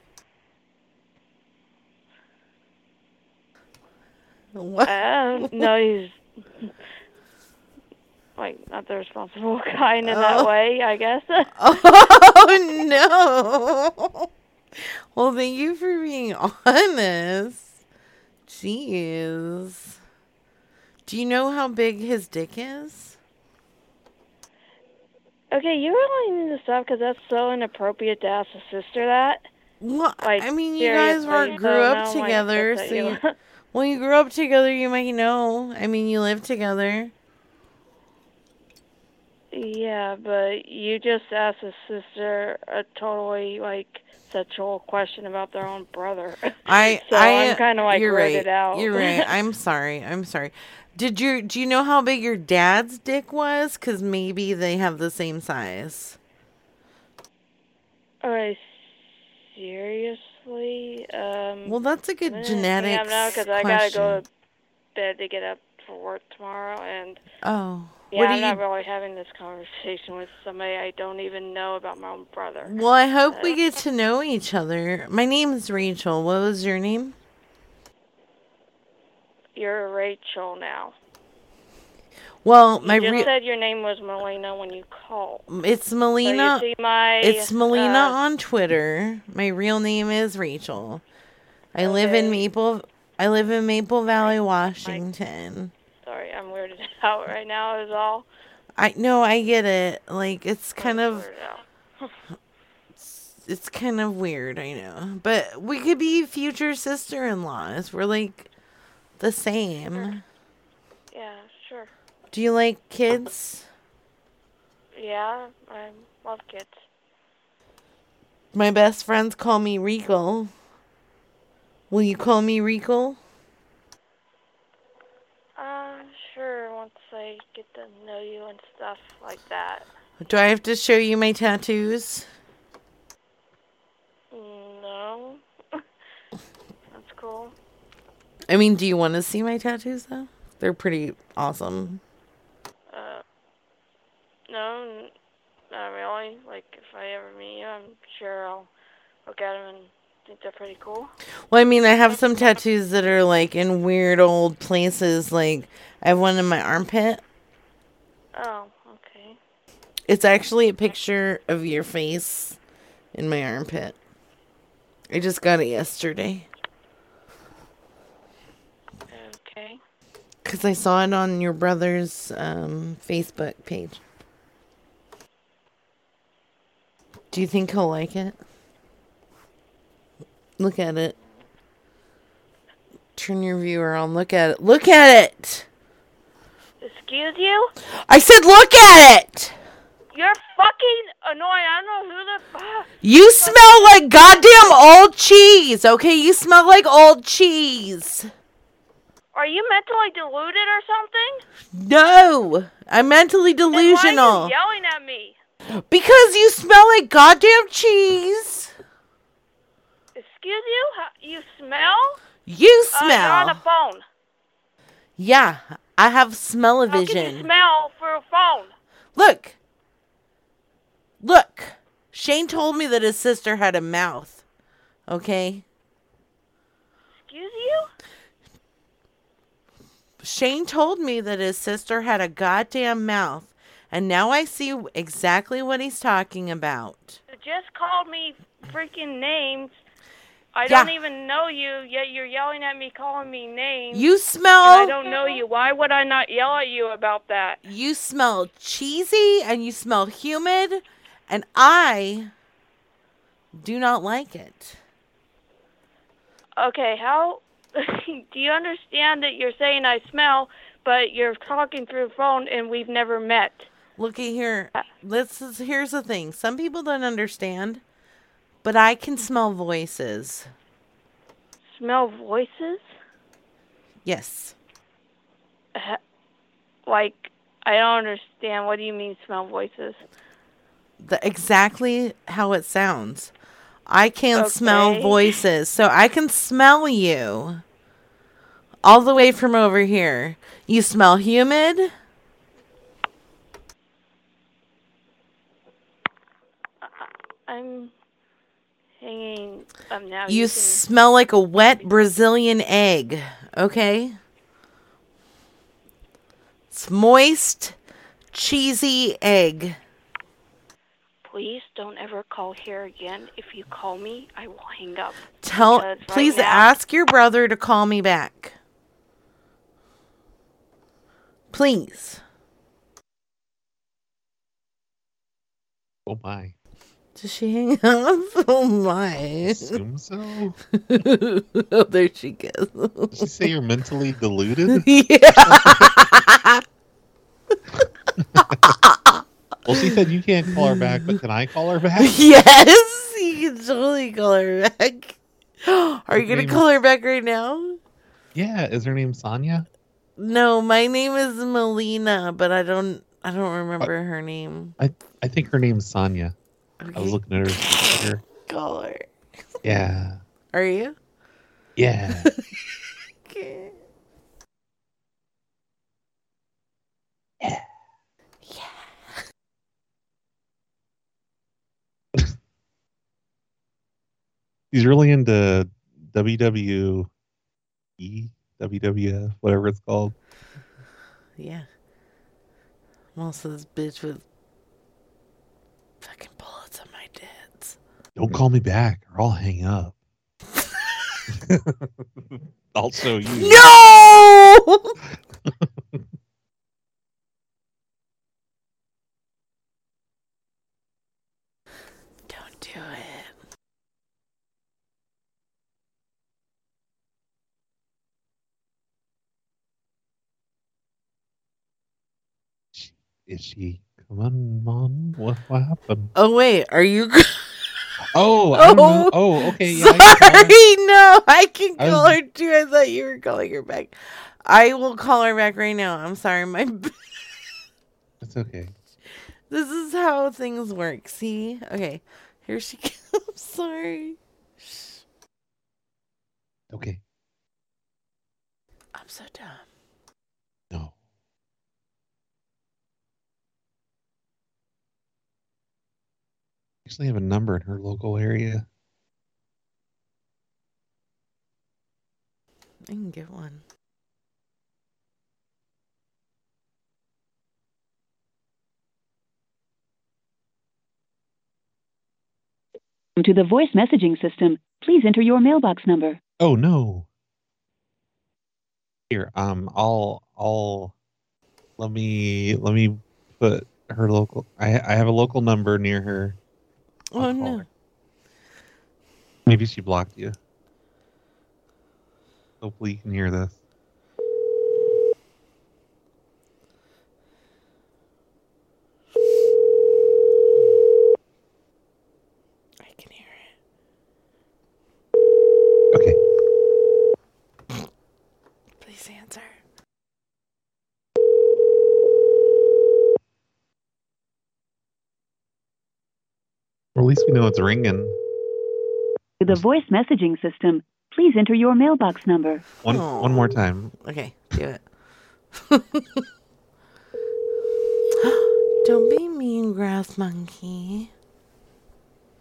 S3: What?
S14: Um, no, he's like not the responsible kind in that
S3: Oh.
S14: way, I guess.
S3: Oh no. Well, thank you for being honest. Jeez. Do you know how big his dick is?
S14: okay, you really need to stop because that's so inappropriate to ask a sister that.
S3: Well,
S14: like,
S3: I mean, you guys were
S14: seriously,
S3: grew
S14: so
S3: up
S14: now I'm, like,
S3: together,
S14: upset
S3: so
S14: you.
S3: you, well, you grew up together. You might know. I mean, you live together.
S14: Yeah, but you just asked a sister a totally like sexual question about their own brother.
S3: I
S14: so
S3: I
S14: am kind of like
S3: you're
S14: read
S3: right.
S14: it out.
S3: You're right. I'm sorry. I'm sorry. Did you do you know how big your dad's dick was? Because maybe they have the same size.
S14: All right, seriously. Um,
S3: Well, that's a good
S14: I'm gonna hang up
S3: genetics
S14: now because I gotta go to bed to get up for work tomorrow, and
S3: Oh,
S14: yeah,
S3: what do
S14: I'm
S3: you?
S14: not really having this conversation with somebody I don't even know about my own brother.
S3: well, I hope we get to know each other. My name's Rachel. What was your name?
S14: You're Rachel now.
S3: Well, my
S14: you just
S3: real
S14: said your name was Melina when you called.
S3: it's Melina.
S14: So you see my
S3: it's Melina
S14: uh,
S3: on Twitter. My real name is Rachel. I live in Maple. I live in Maple Valley, Washington.
S14: Sorry, I'm weirded out right now. Is all.
S3: I no, I get it. Like it's kind of
S14: out.
S3: it's, it's kind of weird, I know. But we could be future sister-in-laws. We're like the same.
S14: Yeah, sure.
S3: Do you like kids?
S14: Yeah, I love kids.
S3: My best friends call me Regal. Will you call me Regal?
S14: Um, sure. Once I get to know you and stuff like that.
S3: Do I have to show you my tattoos?
S14: No. That's cool.
S3: I mean, do you want to see my tattoos though? They're pretty awesome.
S14: Uh, no, n- not really. Like, if I ever meet you, I'm sure I'll look at them and think they're pretty cool.
S3: Well, I mean, I have some tattoos that are like in weird old places. Like I have one in my armpit.
S14: Oh, okay.
S3: It's actually a picture of your face in my armpit. I just got it yesterday
S14: Okay.
S3: because I saw it on your brother's um, Facebook page. Do you think he'll like it? Look at it. Turn your viewer on. Look at it. Look at it.
S14: Excuse you?
S3: I said, look at it.
S14: You're fucking annoying. I don't know who the fuck.
S3: You smell like goddamn old cheese, okay? You smell like old cheese.
S14: Are you mentally deluded or something?
S3: No, I'm mentally delusional.
S14: Why are you yelling at me?
S3: Because you smell like goddamn cheese.
S14: Excuse you? How- You smell?
S3: You
S14: Uh, you're on
S3: smell.
S14: the phone.
S3: yeah, I have smell of
S14: You
S3: vision.
S14: smell for a phone.
S3: Look. Look. Shane told me that his sister had a mouth. Okay?
S14: Excuse you?
S3: Shane told me that his sister had a goddamn mouth. And now I see exactly what he's talking about.
S14: You just called me freaking names. I
S3: Yeah.
S14: don't even know you, yet you're yelling at me, calling me names.
S3: You smell.
S14: And I don't know you. Why would I not yell at you about that?
S3: You smell cheesy and you smell humid, and I do not like it.
S14: Okay, how do you understand that you're saying I smell, but you're talking through phone and we've never met?
S3: Looky here.
S14: Uh,
S3: This is here's the thing. Some people don't understand, but I can
S14: Mm-hmm.
S3: smell voices.
S14: Smell voices?
S3: Yes.
S14: Uh, Like, I don't understand. What do you mean smell voices?
S3: The, exactly how it sounds. I can smell
S14: Okay.
S3: voices. So I can smell you. All the way from over here. You smell humid?
S14: I'm hanging up now.
S3: You
S14: can-
S3: smell like a wet Brazilian egg, okay? It's moist, cheesy egg.
S14: Please don't ever call here again. If you call me, I will hang up.
S3: Tell
S14: Because right
S3: please
S14: now-
S3: ask your brother to call me back. Please.
S4: Oh my.
S3: Does she hang up? Oh my.
S4: Assume so.
S3: oh, there she goes.
S4: Did you say you're mentally deluded?
S3: yeah.
S4: Well, she said you can't call her back, but can I call her back?
S3: yes, you can totally call her back. Are you gonna
S4: Name-
S3: call her back right now?
S4: Yeah. Is her name Sonia?
S3: No, my name is Melina, but I don't I don't remember her name.
S4: I I think her name's Sonia. I
S3: Okay.
S4: was looking at her. her.
S3: Call her.
S4: Yeah.
S3: Are you?
S4: Yeah.
S3: Okay.
S4: He's really into WWE, WWF, whatever it's called.
S3: Yeah. I'm also this bitch with fucking bullets on my tits.
S4: Don't call me back or I'll hang up. I'll show you.
S3: No! Don't do it.
S4: Is she? Come on, mom. What, what happened?
S3: Oh wait, are you?
S4: Oh, I don't know. Oh, okay. Yeah, I can call her.
S3: Sorry, no, I can
S4: I was-
S3: call her too. I thought you were calling her back. I will call her back right now. I'm sorry. My
S4: It's okay.
S3: this is how things work. See? Okay, here she comes. sorry.
S4: Okay.
S3: I'm so dumb.
S4: No. Actually, have a number in her local area.
S3: I can get one.
S15: To the voice messaging system, please enter your mailbox number.
S4: Oh no. Here, um, I'll I'll let me let me put her local. I I have a local number near her.
S3: Oh no.
S4: Maybe she blocked you. Hopefully, you can hear this.
S3: Please answer.
S4: Or at least we know it's ringing.
S15: To the voice messaging system, please enter your mailbox number.
S4: One one more time.
S3: Oh, Okay, do it. Don't be mean, grass monkey.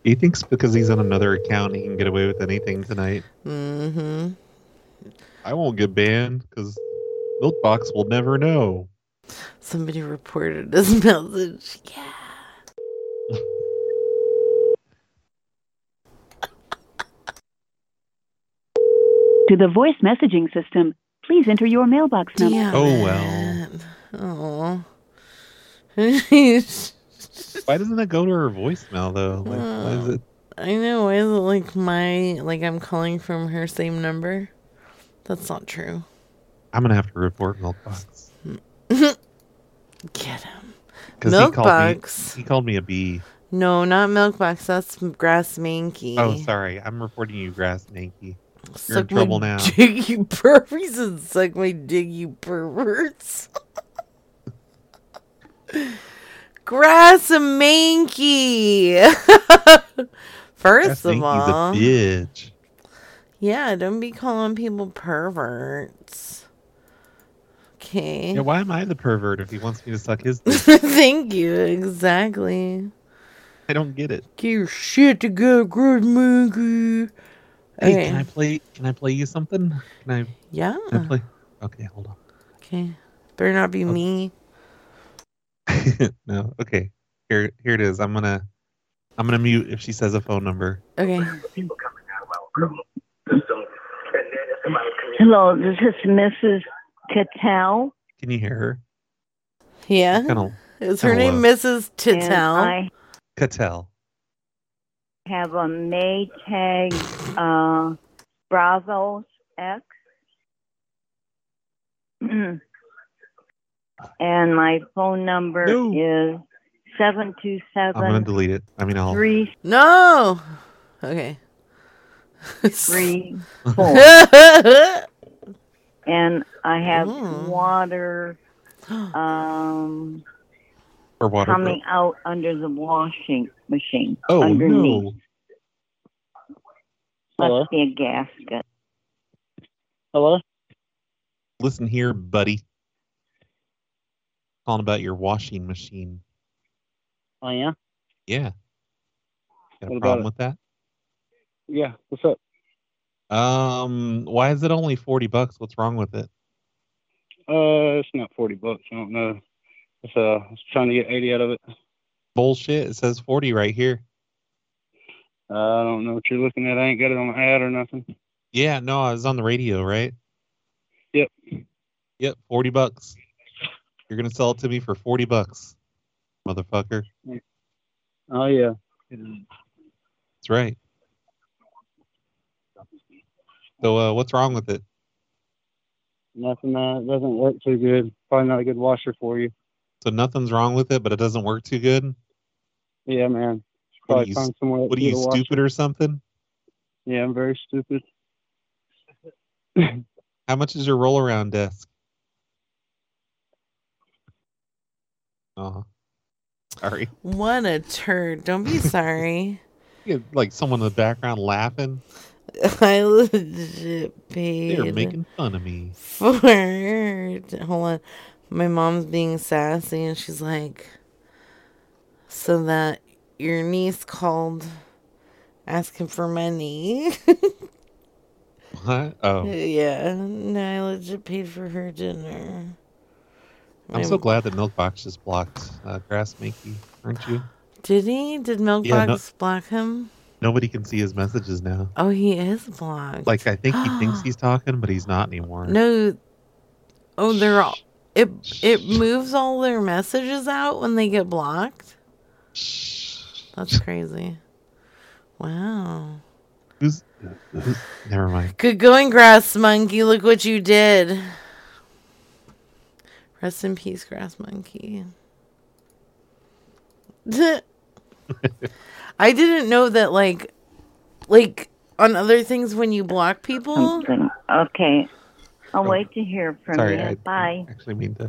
S4: He thinks because he's on another account, he can get away with anything tonight.
S3: Mm-hmm.
S4: I won't get banned because Milkbox will never know.
S3: Somebody reported this message. Yeah.
S15: To the voice messaging system, please enter your mailbox number.
S4: Oh well.
S3: Oh. I
S4: Why doesn't that go to her voicemail though? Like, why is it?
S3: know. Why is it like my like I'm calling from her same number? That's not true.
S4: I'm gonna have to report Milkbox
S3: Get him.
S4: because he called me.
S3: Milkbox.
S4: He called me a bee.
S3: No, not Milkbox. That's Grass Mankey.
S4: Oh, sorry. I'm reporting you, Grass Nanky. You're in
S3: Suck my
S4: trouble now.
S3: Dig you perverts and suck my dig you perverts. Grass manky.
S4: Grass
S3: First
S4: Nanky's
S3: of all,
S4: a bitch.
S3: yeah, don't be calling people perverts. Okay.
S4: Yeah, why am I the pervert if he wants me to suck his? dick?
S3: Thank you. Exactly.
S4: I don't get it.
S3: Get your shit together, grass monkey.
S4: Hey,
S3: Okay.
S4: can I play? Can I play you something? Can I?
S3: Yeah.
S4: Can I play? Okay, hold on.
S3: Okay. Better not
S4: Oh.
S3: be me.
S4: No, okay. Here, here it is. I'm gonna, I'm gonna mute if she says a phone number.
S3: Okay.
S16: Hello, this is Mrs. Cattell.
S4: Can you hear her?
S3: Yeah.
S4: Kinda-
S3: Is her
S4: kinda
S3: name
S4: low.
S3: Mrs.
S16: And I
S3: Titel?
S4: Cattell.
S16: have a Maytag uh, Bravo X. and my phone number is seven two
S4: I'm gonna
S16: seven
S4: delete it. I mean, I'll.
S16: three
S3: No. Okay.
S16: three four. and I have
S3: Mm.
S16: water um
S4: Or water.
S16: coming out under the washing machine.
S4: Oh
S16: underneath.
S4: no!
S16: Must be a gasket.
S12: Hello.
S4: Listen here, buddy. Calling about your washing machine.
S12: Oh yeah.
S4: Yeah.
S12: What
S4: Got a
S12: about
S4: problem
S12: it?
S4: with that?
S12: Yeah. What's up?
S4: Um, why is it only forty bucks? What's wrong with it?
S12: Uh, it's not forty bucks. I don't know. It's uh, I was trying to get eighty out of it.
S4: Bullshit. It says forty right here.
S12: Uh, I don't know what you're looking at. I ain't got it on my ad or nothing.
S4: Yeah, no, I was on the radio, right?
S12: Yep.
S4: Yep, forty bucks. You're gonna sell it to me for forty bucks, motherfucker.
S12: Oh yeah.
S4: That's right. So, uh, what's wrong with it?
S12: Nothing. Uh, it doesn't work too good. Probably not a good washer for you.
S4: So nothing's wrong with it, but it doesn't work too good.
S12: Yeah, man.
S4: What
S12: Probably
S4: are you,
S12: find somewhere.
S4: what are
S12: to get
S4: you
S12: a washer.
S4: stupid or something?
S12: Yeah, I'm very stupid.
S4: How much is your roll around desk? Oh, sorry.
S3: What a turd. Don't be sorry.
S4: You had, like someone in the background laughing.
S3: I legit paid.
S4: They're making fun of me.
S3: For hold on, my mom's being sassy and she's like, "So that your niece called asking for money."
S4: What? Oh,
S3: yeah, no, I legit paid for her dinner.
S4: I'm so glad that Milkbox just blocked uh, Grass Makey, aren't you?
S3: Did he? Did Milkbox
S4: Yeah, no-
S3: block him?
S4: Nobody can see his messages now.
S3: Oh, he is blocked.
S4: Like I think he thinks he's talking, but he's not anymore.
S3: Uh, No. Oh, they're all. It it moves all their messages out when they get blocked. That's crazy. Wow.
S4: Who's? Never mind.
S3: Good going, Grass Monkey. Look what you did. Rest in peace, Grass Monkey. I didn't know that, like, like on other things when you block people.
S16: Okay. I'll wait to hear from
S4: Oh. Sorry,
S16: you.
S4: I-
S16: Bye.
S4: Actually, mean to.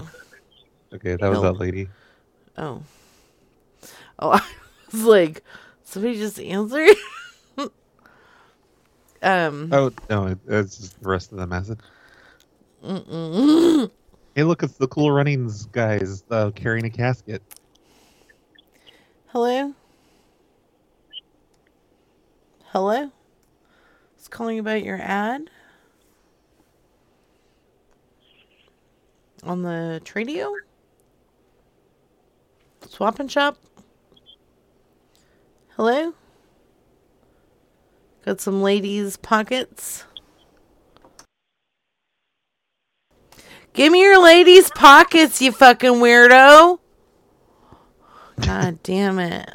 S4: Okay, that was
S3: No.
S4: that lady.
S3: Oh. Oh, I was like, somebody just answered. um.
S4: Oh no, it- it's just the rest of the message.
S3: Mm-mm.
S4: Hey, look, it's the Cool Runnings guys uh, carrying a casket.
S3: Hello. Hello. It's calling about your ad on the Tradio. Swap and shop. Hello. Got some ladies' pockets. Give me your ladies' pockets, you fucking weirdo. God damn it.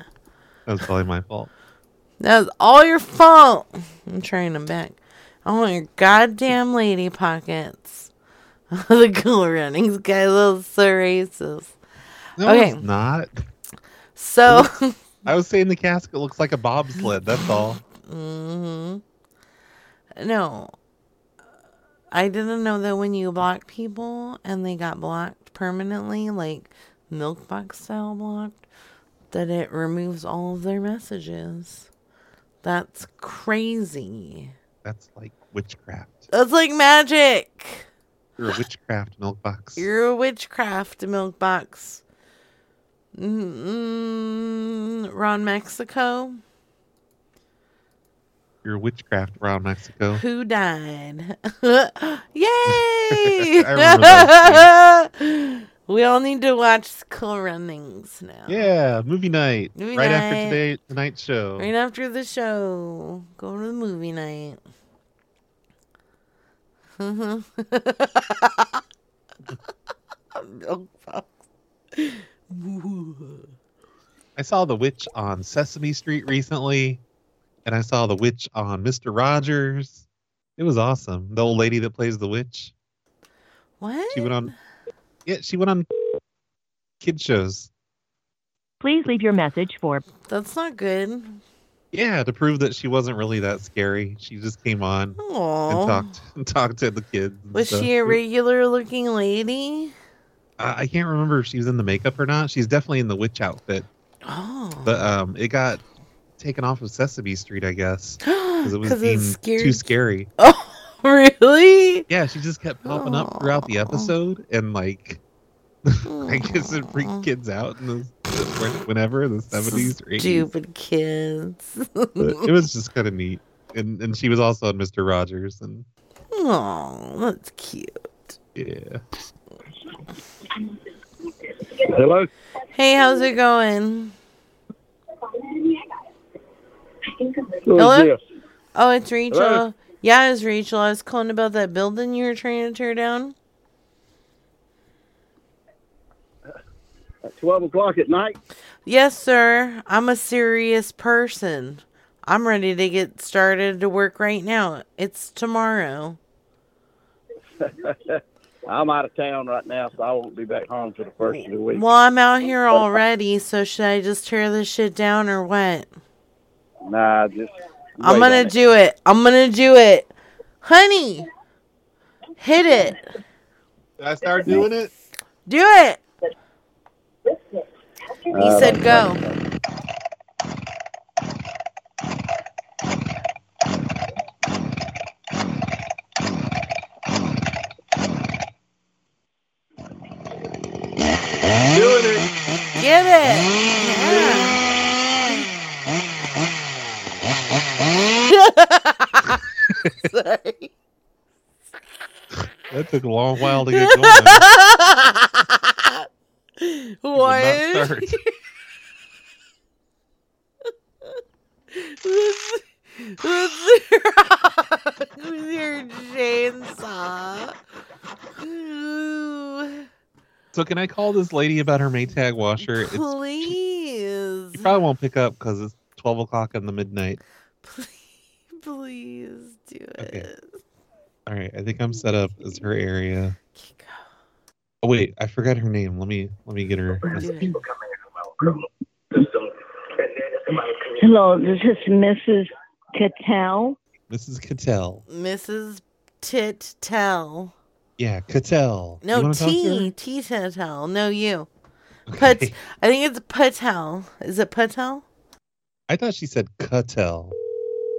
S4: That was probably my fault.
S3: That's all your fault. I'm trying them back. I want your goddamn lady pockets. the cool runnings guys are so racist.
S4: No,
S3: okay,
S4: it's not.
S3: so
S4: I was saying the casket looks like a bobsled. That's all.
S3: hmm no, I didn't know that when you block people and they got blocked permanently, like Milkbox style blocked, that it removes all of their messages. That's crazy.
S4: That's like witchcraft.
S3: That's like magic.
S4: You're a witchcraft milkbox.
S3: You're a witchcraft milk box. Mm-mm, Mm-hmm. Ron Mexico,
S4: You're a witchcraft around Mexico.
S3: who died?
S4: remember that
S3: Yay! we all need to watch Cool Runnings now.
S4: Yeah, movie night.
S3: Movie
S4: right
S3: night.
S4: after today tonight's show.
S3: Right after the show, go to the movie night. Milk box.
S4: I saw the witch on Sesame Street recently, and I saw the witch on Mr. Rogers. It was awesome. The old lady that plays the witch.
S3: What?
S4: She went on Yeah, she went on kid shows.
S5: Please leave your message for.
S3: That's not good.
S4: Yeah, to prove that she wasn't really that scary. She just came on
S3: Aw.
S4: and talked and talked to the kids. and
S3: Was
S4: stuff.
S3: she a regular looking lady?
S4: I I can't remember if she was in the makeup or not. She's definitely in the witch outfit.
S3: Oh.
S4: But um, it got taken off of Sesame Street, I guess, because it was
S3: 'Cause it's
S4: deemed
S3: scary.
S4: too scary.
S3: Oh, really? Oh.
S4: Yeah, she just kept popping up throughout the episode, and like, I guess it freaked kids out in the when- whenever the seventies or eighties.
S3: Stupid kids.
S4: It was just kind of neat, and and she was also on Mister Rogers, and
S3: Aw, that's cute.
S4: yeah,
S12: Hello.
S3: Hey, how's it going?
S4: Oh,
S12: Who is
S3: Hello?
S12: this?
S3: Oh, it's Rachel.
S12: Hello?
S3: Yeah, it's Rachel. I was calling about that building you were trying to tear down.
S12: At twelve o'clock at night.
S3: Yes, sir. I'm a serious person. I'm ready to get started to work right now. It's tomorrow.
S12: I'm out of town right now, so I won't be back home till the first of the week.
S3: Well, I'm out here already, so should I just tear this shit down or what?
S12: Nah, just.
S3: I'm
S12: wait on
S3: gonna
S12: it.
S3: do it. I'm gonna do it. Honey, hit it.
S4: Did I start doing it?
S3: Do it. He
S12: Uh,
S3: said go.
S12: Doing it.
S3: Get it. Yeah. Sorry.
S4: that took a long while to get going.
S3: Why?
S4: start.
S3: This- this rock with your chainsaw. Ooh,
S4: So can I call this lady about her Maytag washer? It's, you
S3: please,
S4: probably won't pick up because it's twelve o'clock in the midnight.
S3: please do it.
S4: Okay. All right, I think I'm set up as her area. Oh wait, I forgot her name. Let me let me get her.
S16: Hello, this is Mrs. Cattell.
S4: Mrs. Cattell.
S3: Mrs. Tit Tell.
S4: Yeah, Cattell. You
S3: No
S4: wanna talk to
S3: T
S4: her?
S3: T Tell. No you. Pat. I think it's Patel. Is it Patel?
S4: I thought she said Cattell,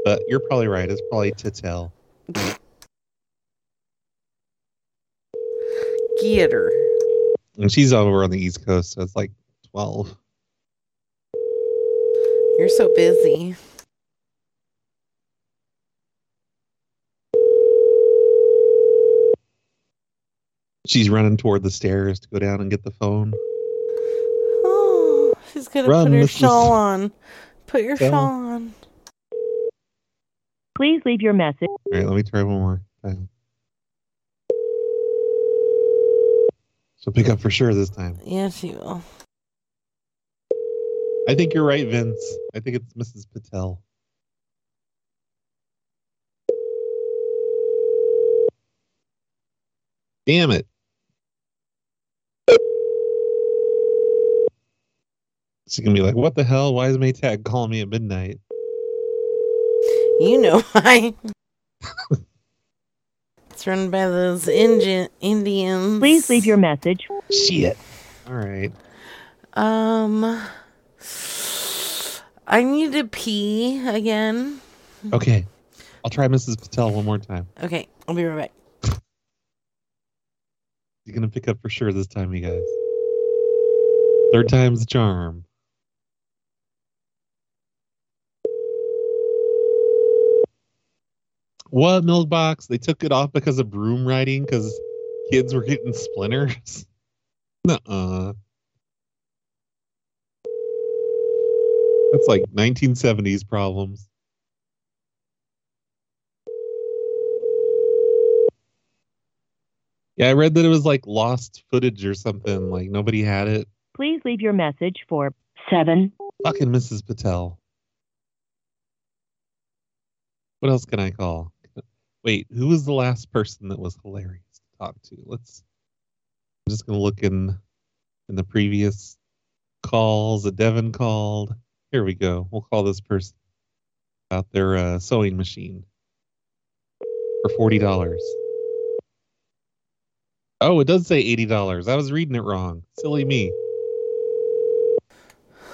S4: but you're probably right. It's probably Tattell.
S3: Get her.
S4: And she's over on the East Coast, so it's like twelve.
S3: You're so busy.
S4: She's running toward the stairs to go down and get the phone.
S3: She's gonna
S4: Run,
S3: put her
S4: Mrs.
S3: shawl on. Put your
S4: Tell.
S3: shawl on.
S5: Please leave your message.
S4: All right, let me try one more time. So pick up for sure this time.
S3: Yes, you will.
S4: I think you're right, Vince. I think it's Mrs. Patel. Damn it. She's gonna be like, what the hell? Why is Maytag calling me at midnight?
S3: You know why. it's run by those Indian Indians.
S5: Please leave your message.
S4: Shit. All right.
S3: Um, I need to pee again.
S4: Okay. I'll try Mrs. Patel one more time.
S3: Okay, I'll be right back.
S4: You're gonna pick up for sure this time, you guys. Third time's the charm. What milk box? They took it off because of broom riding because kids were getting splinters. Nuh-uh. That's like 1970s problems. Yeah, I read that it was like lost footage or something. Like nobody had it.
S5: Please leave your message for seven.
S4: Fucking Mrs. Patel. What else can I call? Wait, who was the last person that was hilarious to talk to? Let's. I'm just gonna look in, in the previous calls. A Devin called. Here we go. We'll call this person about their uh, sewing machine for forty dollars. Oh, it does say eighty dollars. I was reading it wrong. Silly me.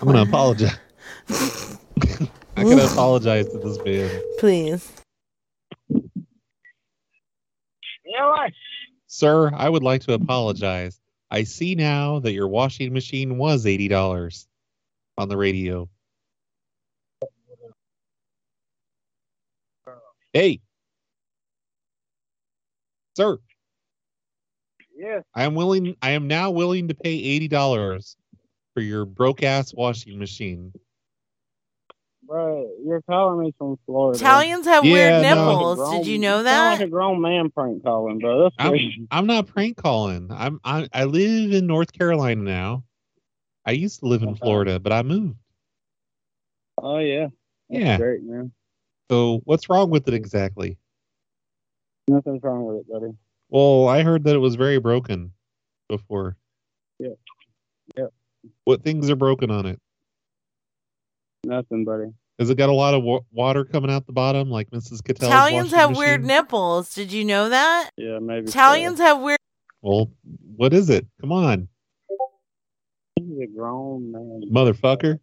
S4: I'm gonna apologize. I'm gonna apologize to this man.
S3: Please.
S13: You know what?
S4: Sir, I would like to apologize. I see now that your washing machine was eighty dollars on the radio. Hey, sir,
S13: Yes.
S4: I am willing. I am now willing to pay eighty dollars for your broke ass washing machine.
S12: Bro, you're calling me from Florida.
S3: Italians have weird nipples. Did you know
S12: Sound
S3: that?
S12: like a grown man prank calling, bro. That's
S4: I'm,
S12: crazy.
S4: I'm not prank calling. I'm I, I live in North Carolina now. I used to live in Florida, but I moved.
S12: Oh yeah. That's
S4: Yeah.
S12: Great man.
S4: So what's wrong with it exactly?
S12: Nothing's wrong with it, buddy.
S4: Well, I heard that it was very broken before.
S12: Yeah. Yeah.
S4: What things are broken on it?
S12: Nothing, buddy.
S4: Has it got a lot of wa- water coming out the bottom, like Mrs. Cattell's
S3: Italians
S4: washing
S3: have
S4: machine?
S3: weird nipples. Did you know that?
S12: Yeah, maybe.
S3: Italians have weird.
S4: Well, what is it? Come on,
S12: He's a grown man.
S4: motherfucker!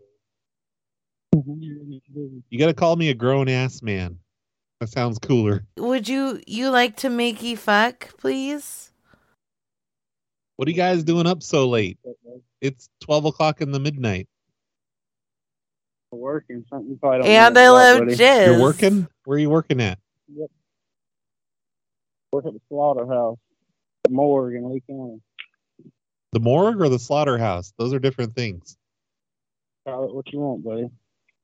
S4: You gotta call me a grown ass man. That sounds cooler.
S3: Would you you like to makey fuck, please?
S4: What are you guys doing up so late? It's twelve o'clock in the midnight.
S12: Working something you probably don't.
S3: And
S12: know
S3: I
S12: about,
S3: love
S12: buddy.
S3: jizz.
S4: You're working? Where are you working at?
S12: Yep. Work at the slaughterhouse, the morgue in Lee County.
S4: The morgue or the slaughterhouse? Those are different things.
S12: Call it what you want, buddy.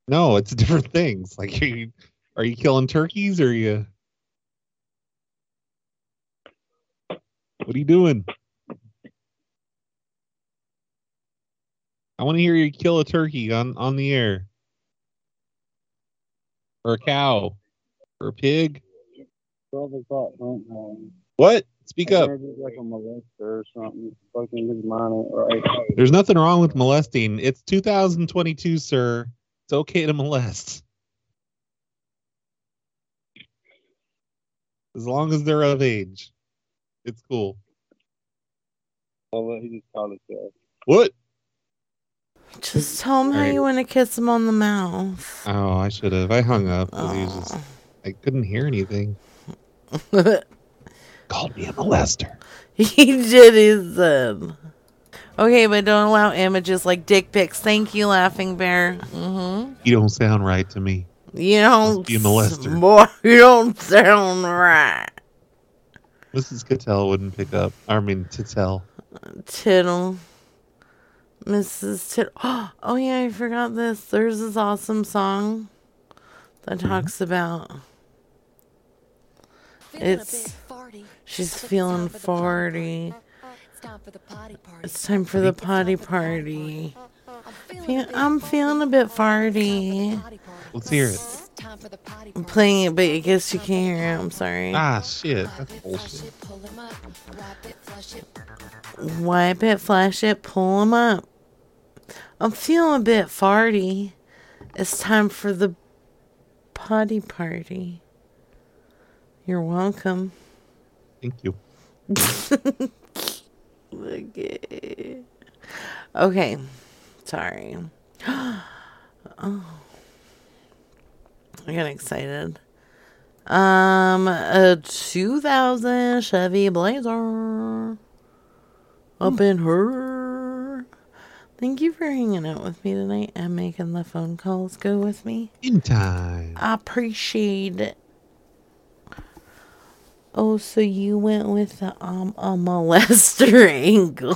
S4: No, it's different things. Like, are you, are you killing turkeys or are you? What are you doing? I want to hear you kill a turkey on on the air, or a cow, or a pig.
S12: Twelve o'clock. Hunt man.
S4: What? Speak up.
S12: Maybe he's like a molester or something. Fucking his mind ain't right.
S4: There's nothing wrong with molesting. It's 2022, sir. It's okay to molest. As long as they're of age, it's cool.
S12: So
S17: Oh,
S12: what he just called himself.
S4: What?
S3: Just tell him how
S4: Alright.
S3: you want to kiss him on the mouth.
S4: Oh, I should have. I hung up 'cause he was just.
S3: Oh.
S4: I couldn't hear anything. Called me a molester.
S3: he did his um. Okay, but don't allow images like dick pics. Thank you, Laughing Bear. Mm-hmm.
S4: You don't sound right to me.
S3: You don't.
S4: be a molester.
S3: Boy, you don't sound right.
S4: Mrs. Cattell wouldn't pick up. I mean, Tittell.
S3: Tittle. Mrs. Tittle. Oh, yeah, I forgot this. There's this awesome song that talks about. It's. She's feeling 40. Uh, It's time for the potty party. Fe- I'm feeling a bit farty.
S4: Let's hear it.
S3: I'm playing it, but I guess you can't hear it. I'm sorry.
S4: Ah, shit. That's bullshit.
S3: Wipe it, flash it, pull 'em up. I'm feeling a bit farty. It's time for the potty party. You're welcome.
S4: Thank you.
S3: Okay. Okay. Sorry. oh. I got excited. Um, a 2000 Chevy Blazer. Up in her. Thank you for hanging out with me tonight and making the phone calls go with me.
S4: In time.
S3: I appreciate it. Oh, so you went with the um a molester angle.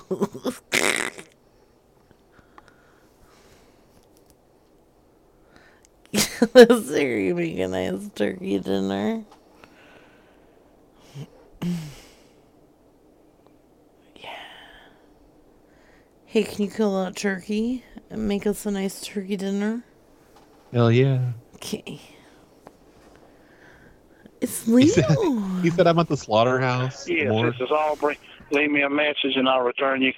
S3: Let's hear you make a nice turkey dinner. Hey, can you kill a turkey and make us a nice turkey dinner?
S4: Hell yeah.
S3: Okay. It's
S4: He said,
S3: Leo.
S4: he said I'm at the slaughterhouse.
S13: Yes,
S4: Morgue.
S13: this is Aubrey. Leave me a message and I'll return you.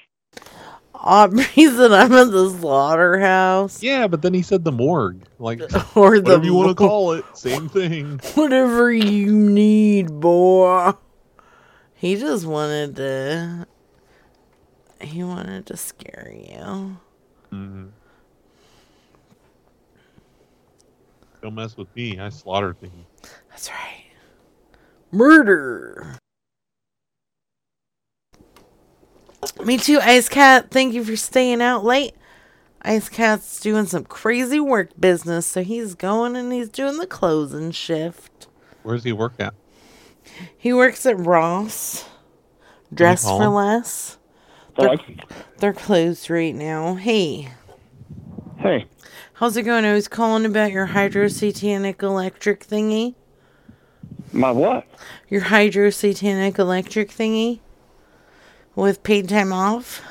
S3: Aubrey said I'm at the slaughterhouse.
S4: Yeah, but then he said the morgue, like
S3: Or the
S4: whatever you want to
S3: mor-
S4: call it, same thing.
S3: Whatever you need, boy. He just wanted to. He wanted to scare you.
S4: Mm-hmm. Don't mess with me. I slaughter things.
S3: That's right. Murder. Me too, Ice Cat. Thank you for staying out late. Ice Cat's doing some crazy work business, so he's going and he's doing the closing shift.
S4: Where does he work at?
S3: He works at Ross. Dress
S4: call
S3: for
S4: him?
S3: less.
S4: Hello?
S3: They're, they're closed right now. Hey.
S12: Hey.
S3: How's it going? I was calling about your hydrosatanic electric thingy.
S12: My what?
S3: Your hydrosatanic electric thingy with paid time off.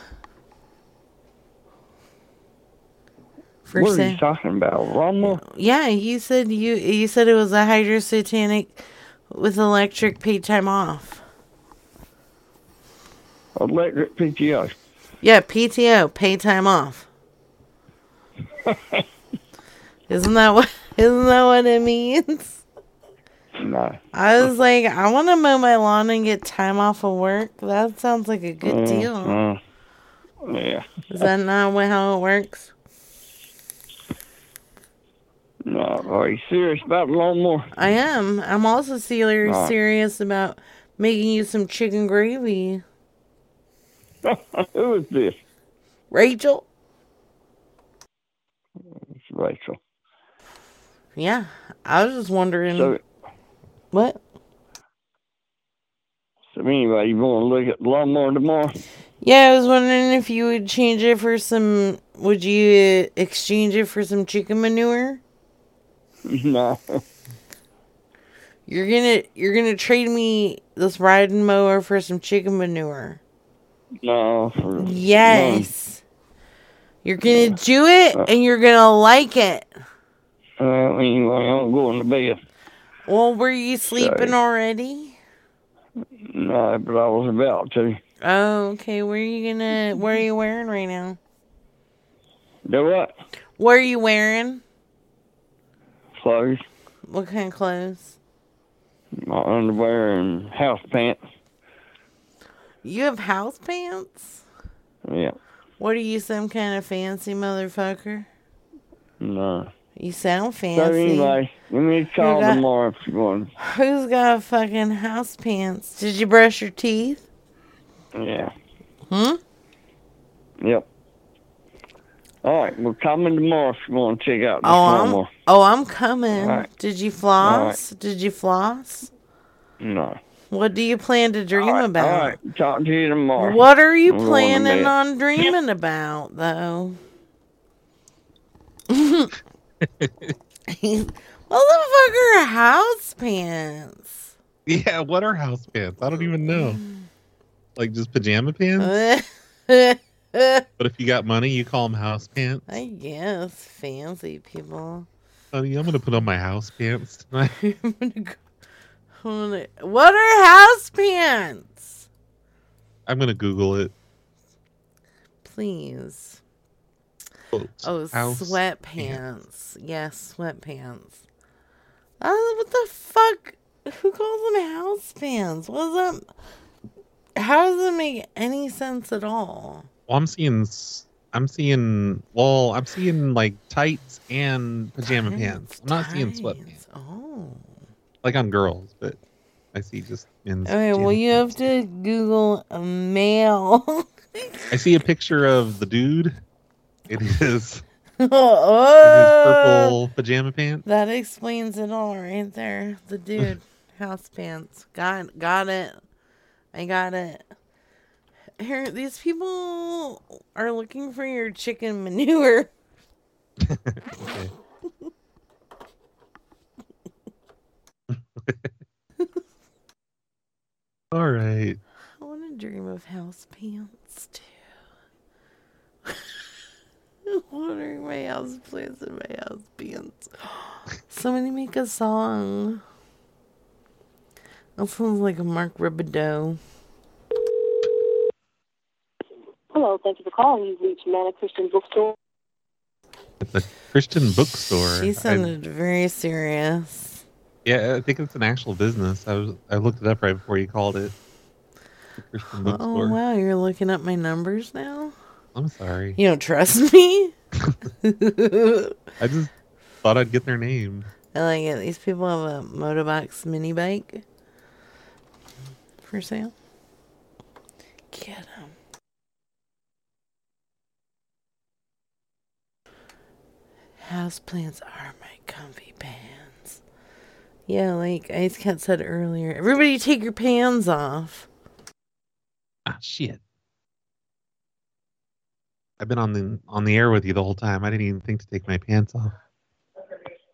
S3: For
S12: what are
S3: sale.
S12: you talking about? Rama?
S3: Yeah, you said you you said it was a hydrosatanic with electric paid time off.
S12: Electric PTO.
S3: Yeah, PTO, pay time off. isn't that what isn't that what it means?
S12: No.
S3: I was like, I want to mow my lawn and get time off of work. That sounds like a good
S12: Mm,
S3: deal.
S12: mm. Yeah.
S3: Is that not wha- how it works?
S12: No. Are you serious about lawnmower?
S3: I am. I'm also serious,
S12: Right.
S3: serious about making you some chicken gravy,
S12: Who is this?
S3: Rachel.
S12: It's Rachel.
S3: Yeah, I was just wondering.
S12: So-
S3: what?
S12: So anyway, you want to look at lawnmower tomorrow?
S3: Yeah, I was wondering if you would change it for some. Would you exchange it for some chicken manure?
S12: no.
S3: You're gonna you're gonna trade me this riding mower for some chicken manure.
S12: No. For
S3: Yes. You're gonna do it and you're gonna like it.
S12: none. Uh, anyway, I'm going to bed.
S3: Well, were you sleeping already?
S12: No, but I was about to.
S3: Oh, okay. Where are you gonna what are you wearing right now?
S12: Do what?
S3: What are you wearing?
S12: Clothes,
S3: What kind of clothes?
S12: my underwear, and house pants.
S3: You have house pants?
S12: Yeah.
S3: What are you, some kind of fancy motherfucker?
S12: No.
S3: You sound fancy.
S12: So anyway, give me a call
S3: got-
S12: tomorrow if you want.
S3: Who's got fucking house pants? Did you brush your teeth?
S12: Yeah.
S3: Hmm?
S12: Yep. All right. Well, call me tomorrow if you want to check out the
S3: Oh, I'm
S12: lawnmower.
S3: oh, I'm coming.
S12: Alright.
S3: Did you floss? Did you floss?
S12: No.
S3: What do you plan to dream about?
S12: All right. Talk to you tomorrow.
S3: What are you
S12: I'm going to
S3: planning
S12: bed.
S3: on dreaming about, though? Motherfucker, house pants.
S4: Yeah, what are house pants? I don't even know. Like just pajama pants?
S3: I
S4: But if you got money, you call them house pants.
S3: guess fancy people.
S4: Honey, I'm gonna put on my house pants tonight.
S3: What are house pants?
S4: I'm gonna Google it.
S3: Please.
S4: Quote,
S3: Oh,
S4: house
S3: sweatpants. Yes, sweatpants. Uh, what the fuck? Who calls them house pants? What is that? How does it make any sense at all?
S4: Well, I'm seeing, s- I'm seeing, well, I'm seeing like tights and pajama pants. I'm not seeing sweatpants
S3: Oh.
S4: like on girls, but I see just in.
S3: Okay, well, you have to Google a male.
S4: I see a picture of the dude. It is
S3: oh,
S4: purple pajama pants.
S3: that explains it all right there. The dude, house pants. Got, got it. I got it. Here, these people are looking for your chicken manure.
S4: Okay. All right.
S3: I want to dream of house pants too. Wondering my house plants and my house pants. Somebody make a song. That sounds like a Mark Ribideau.
S18: Hello, thank you for calling. You've reached Manic Christian Bookstore.
S4: It's a Christian bookstore.
S3: She
S4: I-
S3: sounded very serious.
S4: yeah, I think it's an actual business. I was I looked it up right before you called it. The Christian bookstore.
S3: Oh wow, you're looking up my numbers now.
S4: I'm sorry.
S3: You don't trust me.
S4: I just thought I'd get their name.
S3: I like it. These people have a motobox mini bike for sale. Get them. Houseplants are my comfy pants. Yeah, like Ice Cat said earlier, everybody take your pants off.
S4: Ah, shit. I've been on the on the air with you the whole time. I didn't even think to take my pants off.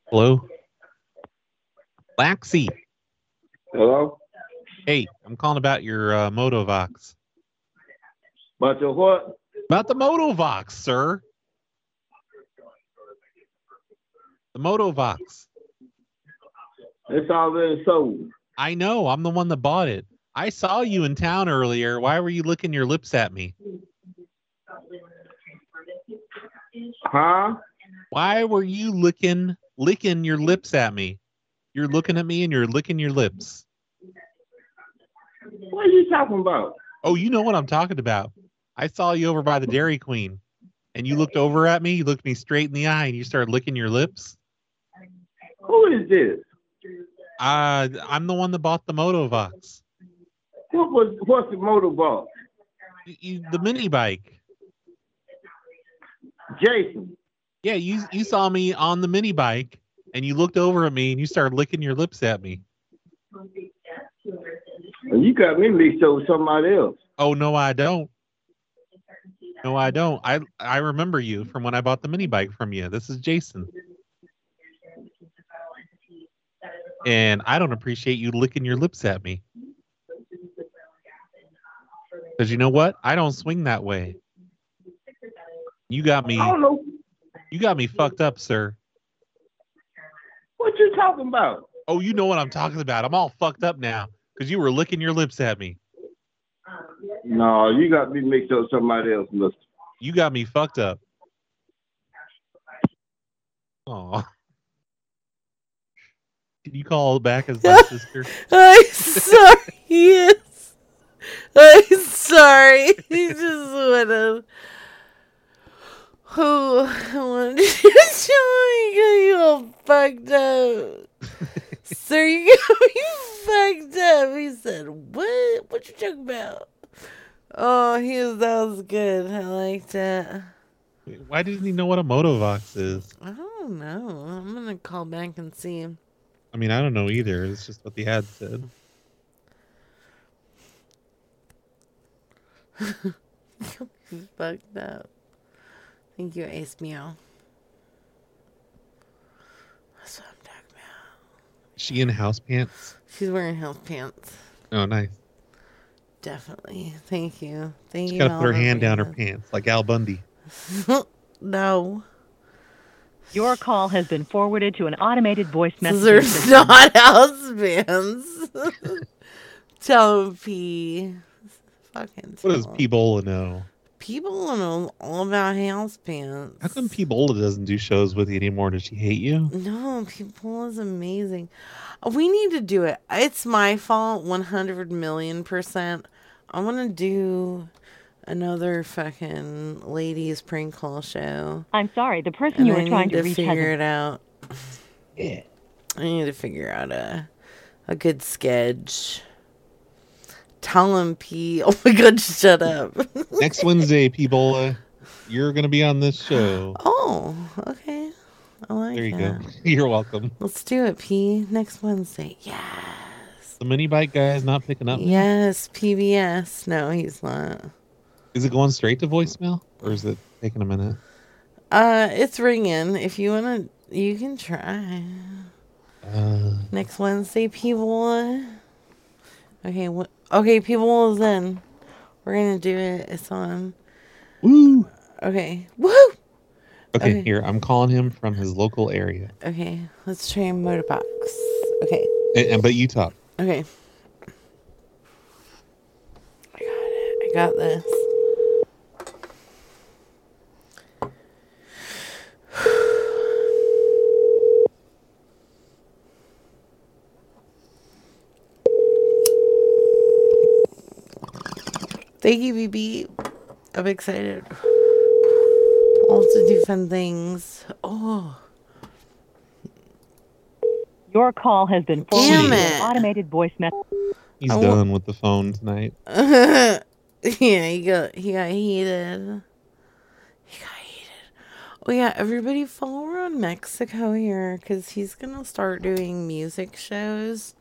S4: Hello, Laxy.
S19: Hello?
S4: Hey, I'm calling about your uh, Motovox.
S19: About your what?
S4: About the Motovox, sir. The Motovox.
S19: It's already sold.
S4: I know. I'm the one that bought it. I saw you in town earlier. Why were you licking your lips at me?
S19: Huh?
S4: Why were you licking licking your lips at me? You're looking at me and you're licking your lips.
S19: What are you talking about?
S4: Oh, you know what I'm talking about. I saw you over by the Dairy Queen and you looked over at me, you looked me straight in the eye and you started licking your lips.
S19: Who is this?
S4: Uh, I'm the one that bought the Motovox,
S19: What was what's the motor ball?
S4: the mini bike.
S19: Jason.
S4: Yeah, you you saw me on the mini bike and you looked over at me and you started licking your lips at me.
S19: You got me mixed up with somebody else.
S4: Oh no, I don't. No, I don't. I I remember you from when I bought the mini bike from you. This is Jason. And I don't appreciate you licking your lips at me. Because you know what? I don't swing that way. You got me
S19: I don't know
S4: you got me fucked up, sir.
S19: what you talking about.
S4: Oh, you know what I'm talking about. I'm all fucked up now because you were licking your lips at me.
S19: No, you got me mixed up with somebody else, mister.
S4: You got me fucked up. Aw. Can you call back as my sister?
S3: I'm sorry. yes. I'm sorry. He just would have. Oh, I wanted to show you you all fucked up. Sir, you got me fucked up. He said, What? What you talking about? Oh, he was, that was good. I liked that.
S4: Why doesn't he know what a Motovox is?
S3: I don't know. I'm going to call back and see him.
S4: I mean, I don't know either. It's just what the ad said.
S3: He's fucked up. Thank you, Ace Meow. That's what I'm talking
S4: Is she in house pants?
S3: She's wearing house pants.
S4: Oh, nice.
S3: Definitely. Thank you. Thank
S4: She
S3: you.
S4: got to put her
S3: Melvin
S4: hand down her
S3: Reagan.
S4: pants like Al Bundy.
S3: no.
S5: Your call has been forwarded to an automated voice message.
S3: There's not house pants. tell him P. Fucking
S4: What does
S3: tell him.
S4: Pebola know?
S3: People know all about house pants.
S4: How come Pebola doesn't do shows with you anymore? Does she hate you?
S3: No, people is amazing. We need to do it. It's my fault, 100 million percent. I want to do another fucking ladies prank call show.
S5: I'm sorry, the person
S3: And
S5: you were
S3: I
S5: trying
S3: need
S5: to reach has a-
S3: figure it out.
S5: Yeah.
S3: I need to figure out a a good sketch. Tell him P. Oh my god, shut up.
S4: Next Wednesday, Pebola, you're going to be on this show.
S3: Oh, okay. I like
S4: There you go.
S3: that.
S4: You're welcome.
S3: Let's do it, P. Next Wednesday. Yeah.
S4: The mini bike guy is not picking up. now?
S3: Yes, PBS. No, he's not.
S4: Is it going straight to voicemail or is it taking a minute?
S3: Uh, it's ringing. If you wanna, you can try.
S4: Uh,
S3: Next Wednesday, people. Okay, what? Okay, people is in. We're gonna do it. It's on.
S4: Woo.
S3: Okay. Woo.
S4: okay,
S3: Okay.
S4: here. I'm calling him from his local area.
S3: Okay. Let's try motorbox. Okay.
S4: And, and- but Utah.
S3: Okay. I got it. I got this. Thank you, BB. I'm excited. Also do fun things. Oh,
S20: Your call has been forwarded
S3: Damn
S20: to
S3: it.
S20: an automated voice message.
S4: He's
S3: I wa-
S4: done with the phone tonight.
S3: yeah, he got he got heated. He got heated. Oh yeah, everybody follow around Mexico here because he's gonna start doing music shows.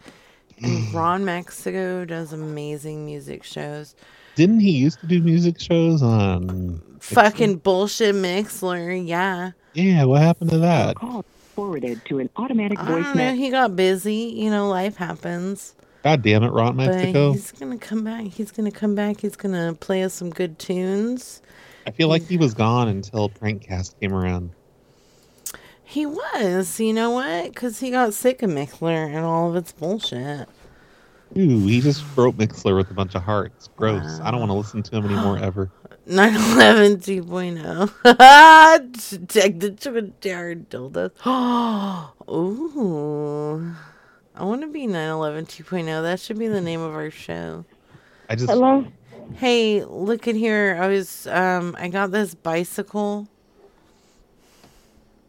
S3: And Ron Mexico does amazing music shows.
S4: Didn't he used to do music shows on?
S3: Fucking bullshit Mixler, yeah.
S4: Yeah, what happened to that?
S3: Oh,
S20: Call forwarded to an automatic
S3: I
S20: voice
S3: don't know.
S20: message.
S3: He got busy. You know, life happens.
S4: God damn it, Ron
S3: But
S4: Mexico.
S3: he's gonna come back. He's gonna come back. He's gonna play us some good tunes.
S4: I feel like he was gone until Prankcast came around.
S3: He was. You know what? Because he got sick of Mickler and all of its bullshit.
S4: Ooh, he just wrote Mixler with a bunch of hearts. Gross. I don't want to listen to him anymore
S3: Ah.
S4: ever.
S3: 911 oh. 2.0. Detected to a darn dildo. Ooh. I want to be 911 2.0. oh. That should be the name of our show.
S4: I just
S3: Hello? Hey, look at here. I was, um, I got this bicycle.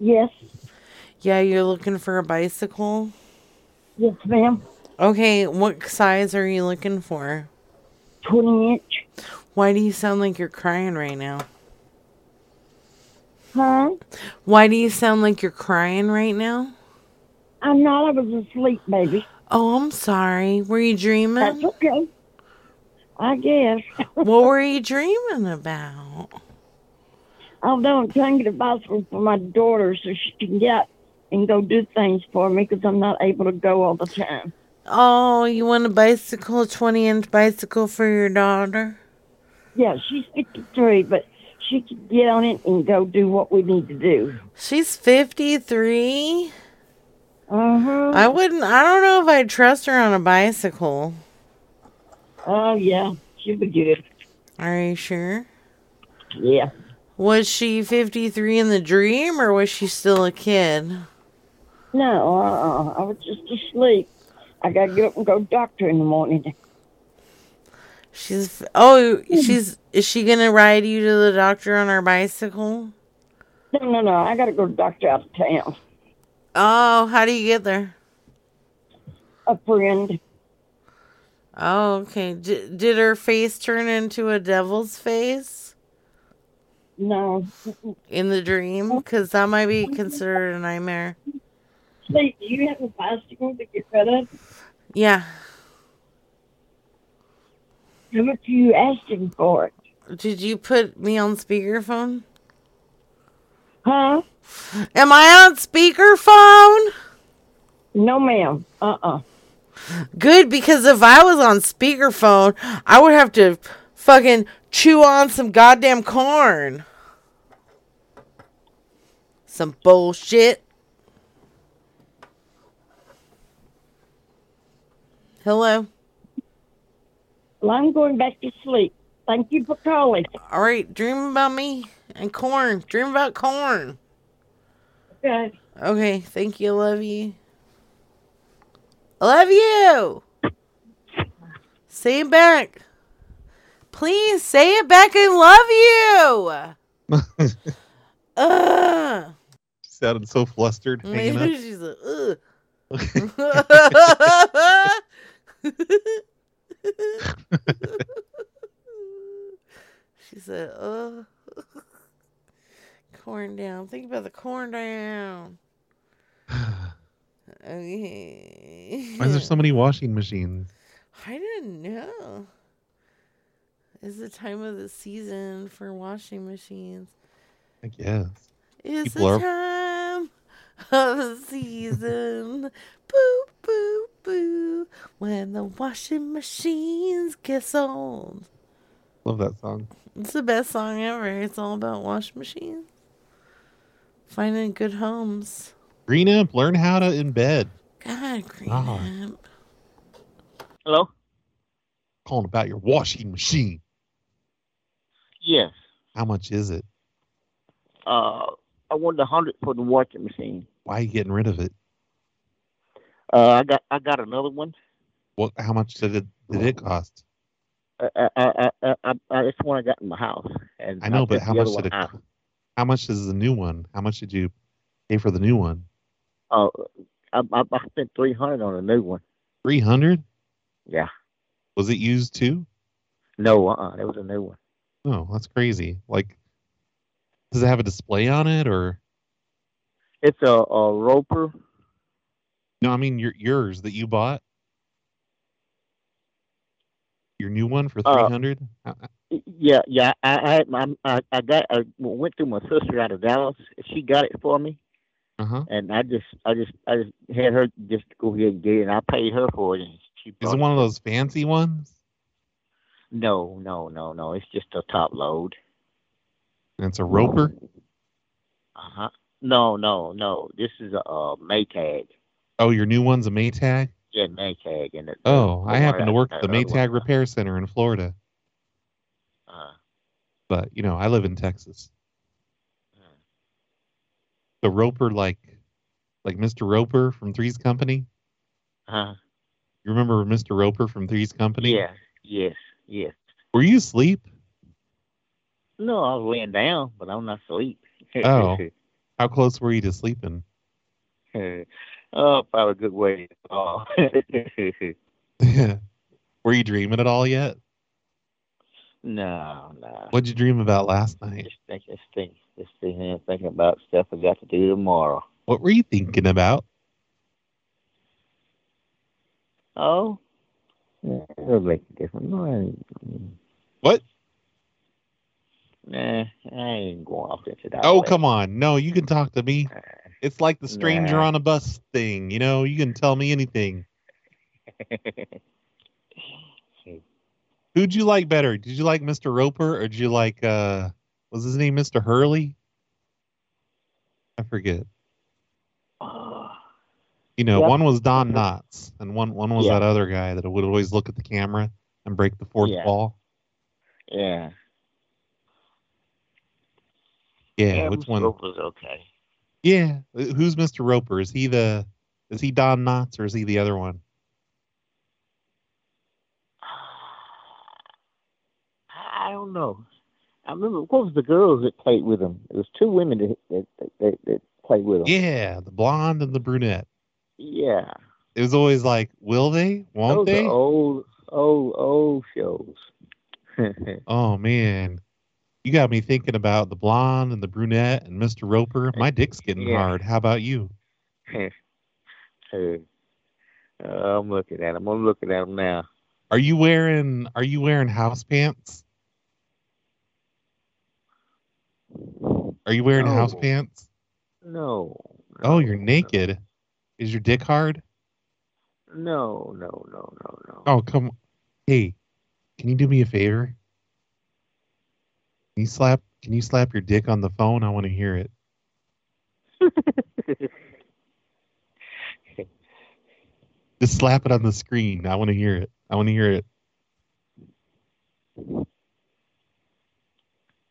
S16: Yes.
S3: Yeah, you're looking for a bicycle?
S16: Yes, ma'am.
S3: Okay, what size are you looking for?
S16: 20 inch.
S3: Why do you sound like you're crying right now?
S16: Huh?
S3: Why do you sound like you're crying right now?
S16: I'm not. I was asleep, baby.
S3: Oh, I'm sorry. Were you dreaming?
S16: That's okay. I guess.
S3: what were you dreaming about?
S16: Oh, no, I'm trying to get a bicycle for my daughter so she can get out and go do things for me because I'm not able to go all the time.
S3: Oh, you want a bicycle, a 20 inch bicycle for your daughter?
S16: Yeah, she's 53, but she can get on it and go do what we need to do.
S3: She's 53?
S16: Uh huh.
S3: I wouldn't, I don't know if I'd trust her on a bicycle.
S16: Oh, yeah. She'll be good.
S3: Are you sure?
S16: Yeah.
S3: Was she 53 in the dream or was she still a kid?
S16: No, uh-uh. I was just asleep. I got to get up and go doctor in the morning.
S3: She's, oh, she's, is she gonna ride you to the doctor on her bicycle?
S16: No, no, no. I got to go to doctor out of town.
S3: Oh, how do you get there?
S16: A friend.
S3: Oh, okay. D- did her face turn into a devil's face
S16: No.
S3: in the dream? Because that might be considered a nightmare.
S16: Sleep, do you have a bicycle to get rid of?
S3: Yeah.
S16: How much are you asking for it?
S3: Did you put me on speakerphone?
S16: Huh?
S3: Am I on speakerphone?
S16: No, ma'am. Uh uh
S3: Good, because if I was on speakerphone, I would have to fucking chew on some goddamn corn. Some bullshit. Hello.
S16: Well, I'm going back to sleep. Thank you for calling.
S3: All right, dream about me and corn. Dream about corn.
S16: Okay.
S3: Okay, thank you. Love you. I love you. Say it back. Please say it back. I love you. Ugh.
S4: She sounded so flustered. Hanging up.
S3: She's like, ugh. she said, "Uh, corn down. Think about the corn down." Okay.
S4: Why is there so many washing machines?
S3: I didn't know. It's the time of the season for washing machines.
S4: I guess.
S3: It's
S4: People
S3: the
S4: are-
S3: time of the season. boo, boo, boo. When the washing machines get sold.
S4: Love that song.
S3: It's the best song ever. It's all about washing machines. Finding good homes.
S4: Green up, learn how to embed.
S3: God, Green
S4: Ah.
S3: Amp.
S21: Hello?
S4: Calling about your washing machine.
S21: Yes.
S4: How much is it?
S21: Uh, I wanted a hundred for the washing machine.
S4: Why are you getting rid of it?
S21: Uh, I got I got another one.
S4: What? How much did it did it cost?
S21: I, I, uh, I, I, I, it's the one I got in my house. And
S4: I know, but
S21: think
S4: how
S21: the
S4: much
S21: other
S4: did it?
S21: one I-
S4: co- How much is the new one? How much did you pay for the new one?
S21: Oh, I, I, I spent three hundred on a new one.
S4: Three hundred.
S21: Yeah.
S4: Was it used too?
S21: No, uh, uh it was a new one.
S4: Oh, that's crazy. Like, does it have a display on it or?
S21: It's a, a Roper.
S4: No, I mean your yours that you bought. Your new one for
S21: Uh,
S4: three hundred.
S21: Yeah, yeah. I I had my- I, I got I went through my sister out of Dallas. She got it for me,
S4: Uh huh.
S21: and I just I just I just had her just go ahead and get it. And I paid her for it. And she
S4: Is
S21: bought
S4: it one of those fancy ones?
S21: No, no, no, no. It's just a top load.
S4: And it's a roper.
S21: Uh huh. No, no, no. This is a, uh Maytag.
S4: Oh, your new one's a Maytag.
S21: Yeah, Maytag. And it,
S4: Oh,
S21: the
S4: I
S21: one
S4: happen
S21: that-
S4: to work at the
S21: that other one.
S4: Maytag Repair Center in Florida,
S21: Uh,
S4: but you know I live in Texas.
S21: Hmm.
S4: The Roper, like, like Mr. Roper from Three's Company.
S21: Huh?
S4: You remember Mr. Roper from Three's Company?
S21: Uh-huh. Yeah. Yes. Yes.
S4: Were you asleep?
S21: No, I was laying down, but I'm not asleep.
S4: Oh, how close were you to sleeping?
S21: oh, probably a good way. Oh.
S4: were you dreaming at all yet?
S21: no, no.
S4: What'd you dream about last night?
S21: Just think, just think, just sitting here thinking about stuff I got to do tomorrow.
S4: What were you thinking about?
S21: Oh, yeah, it'll make a difference. No, I ain't-
S4: What?
S21: Nah, I ain't going off into that.
S4: Oh, come on. No, you can talk to me. It's like the stranger
S21: Nah.
S4: on a bus thing. You know, you can tell me anything. Who'd you like better? Did you like Mr. Roper or did you like, uh, was his name Mr. Hurley? I forget.
S21: Ah.
S4: You know,
S11: Yep.
S4: one was Don Knotts and one, one was
S11: Yeah.
S4: that other guy that would always look at the camera and break the fourth
S21: Yeah.
S4: wall.
S21: Yeah.
S4: Yeah, which
S21: Mr.
S4: one?
S21: Roper's okay.
S4: Yeah. Who's Mr. Roper? Is he the, is he Don Knotts or is he the other one?
S21: I I don't know. I remember what was the girls that played with him? It was two women that that that, that, that played with him.
S4: Yeah, the blonde and the brunette.
S21: Yeah.
S4: It was always like, will they? Won't
S21: Those
S4: they?
S21: are old old old shows.
S4: Oh man, you got me thinking about the blonde and the brunette and Mr. Roper. My dick's getting
S21: Yeah.
S4: hard. How about you?
S21: Hey, uh, I'm looking at him. I'm looking at him now.
S4: Are you wearing Are you wearing house pants? Are you wearing house
S21: No.
S4: pants?
S21: No,
S4: Oh, you're naked. Is your dick hard?
S21: no, Oh, no, no, no, no.
S4: Oh come, hey, can you do me a favor? Can you slap Can you slap your dick on the phone? I want to hear it. Just slap it on the screen. I want to hear it. I want to hear it.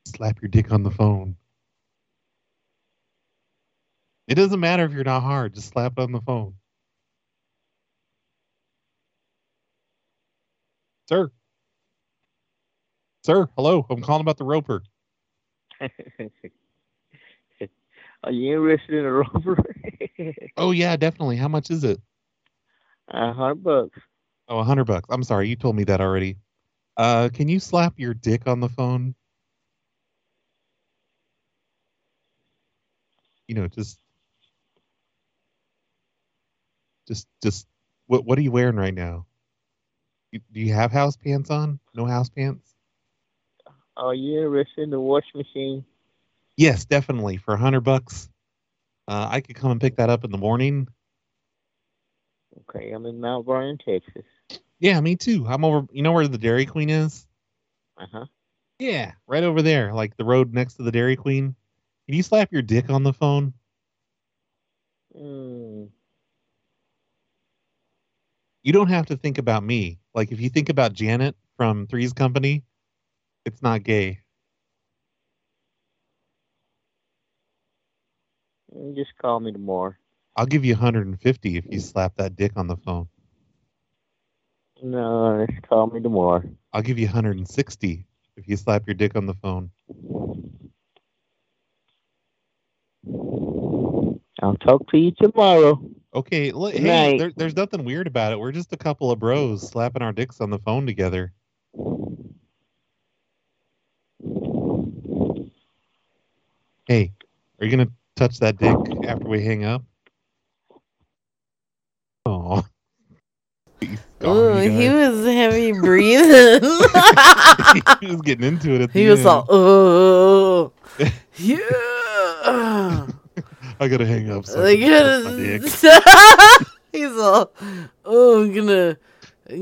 S4: Slap your dick on the phone. It doesn't matter if you're not hard. Just slap it on the phone. Sir. Sir, hello. I'm calling about the roper.
S21: Are you interested in a rover?
S4: Oh yeah, definitely. How much is it?
S21: A hundred bucks.
S4: Oh, a hundred bucks. I'm sorry, you told me that already. Uh, can you slap your dick on the phone? You know, just, just, just. What What are you wearing right now? You, do you have house pants on? No house pants?
S21: Are you interested in the wash machine?
S4: Yes, definitely. For a hundred bucks, uh, I could come and pick that up in the morning.
S21: Okay, I'm in Mount Vernon, Texas.
S4: Yeah, me too. I'm over. You know where the Dairy Queen is?
S21: Uh huh.
S4: Yeah, right over there, like the road next to the Dairy Queen. Can you slap your dick on the phone?
S21: Mm,
S4: you don't have to think about me. Like if you think about Janet from Three's Company, it's not gay.
S21: you just call me tomorrow.
S4: I'll give you 150 if you slap that dick on the phone.
S21: No, just call me tomorrow.
S4: I'll give you 160 if you slap your dick on the phone.
S21: I'll talk to you tomorrow.
S4: Okay, l-
S21: Good
S4: hey,
S21: night.
S4: there, there's nothing weird about it. We're just a couple of bros slapping our dicks on the phone together. Hey, are you gonna touch that dick after we hang up? Oh,
S3: Ooh, he was heavy breathing.
S4: he was getting into it. At the
S3: he was
S4: end.
S3: all, oh, yeah.
S4: I gotta hang up. So I
S3: Like,
S4: can touch my dick.
S3: he's all, oh, I'm gonna, I'm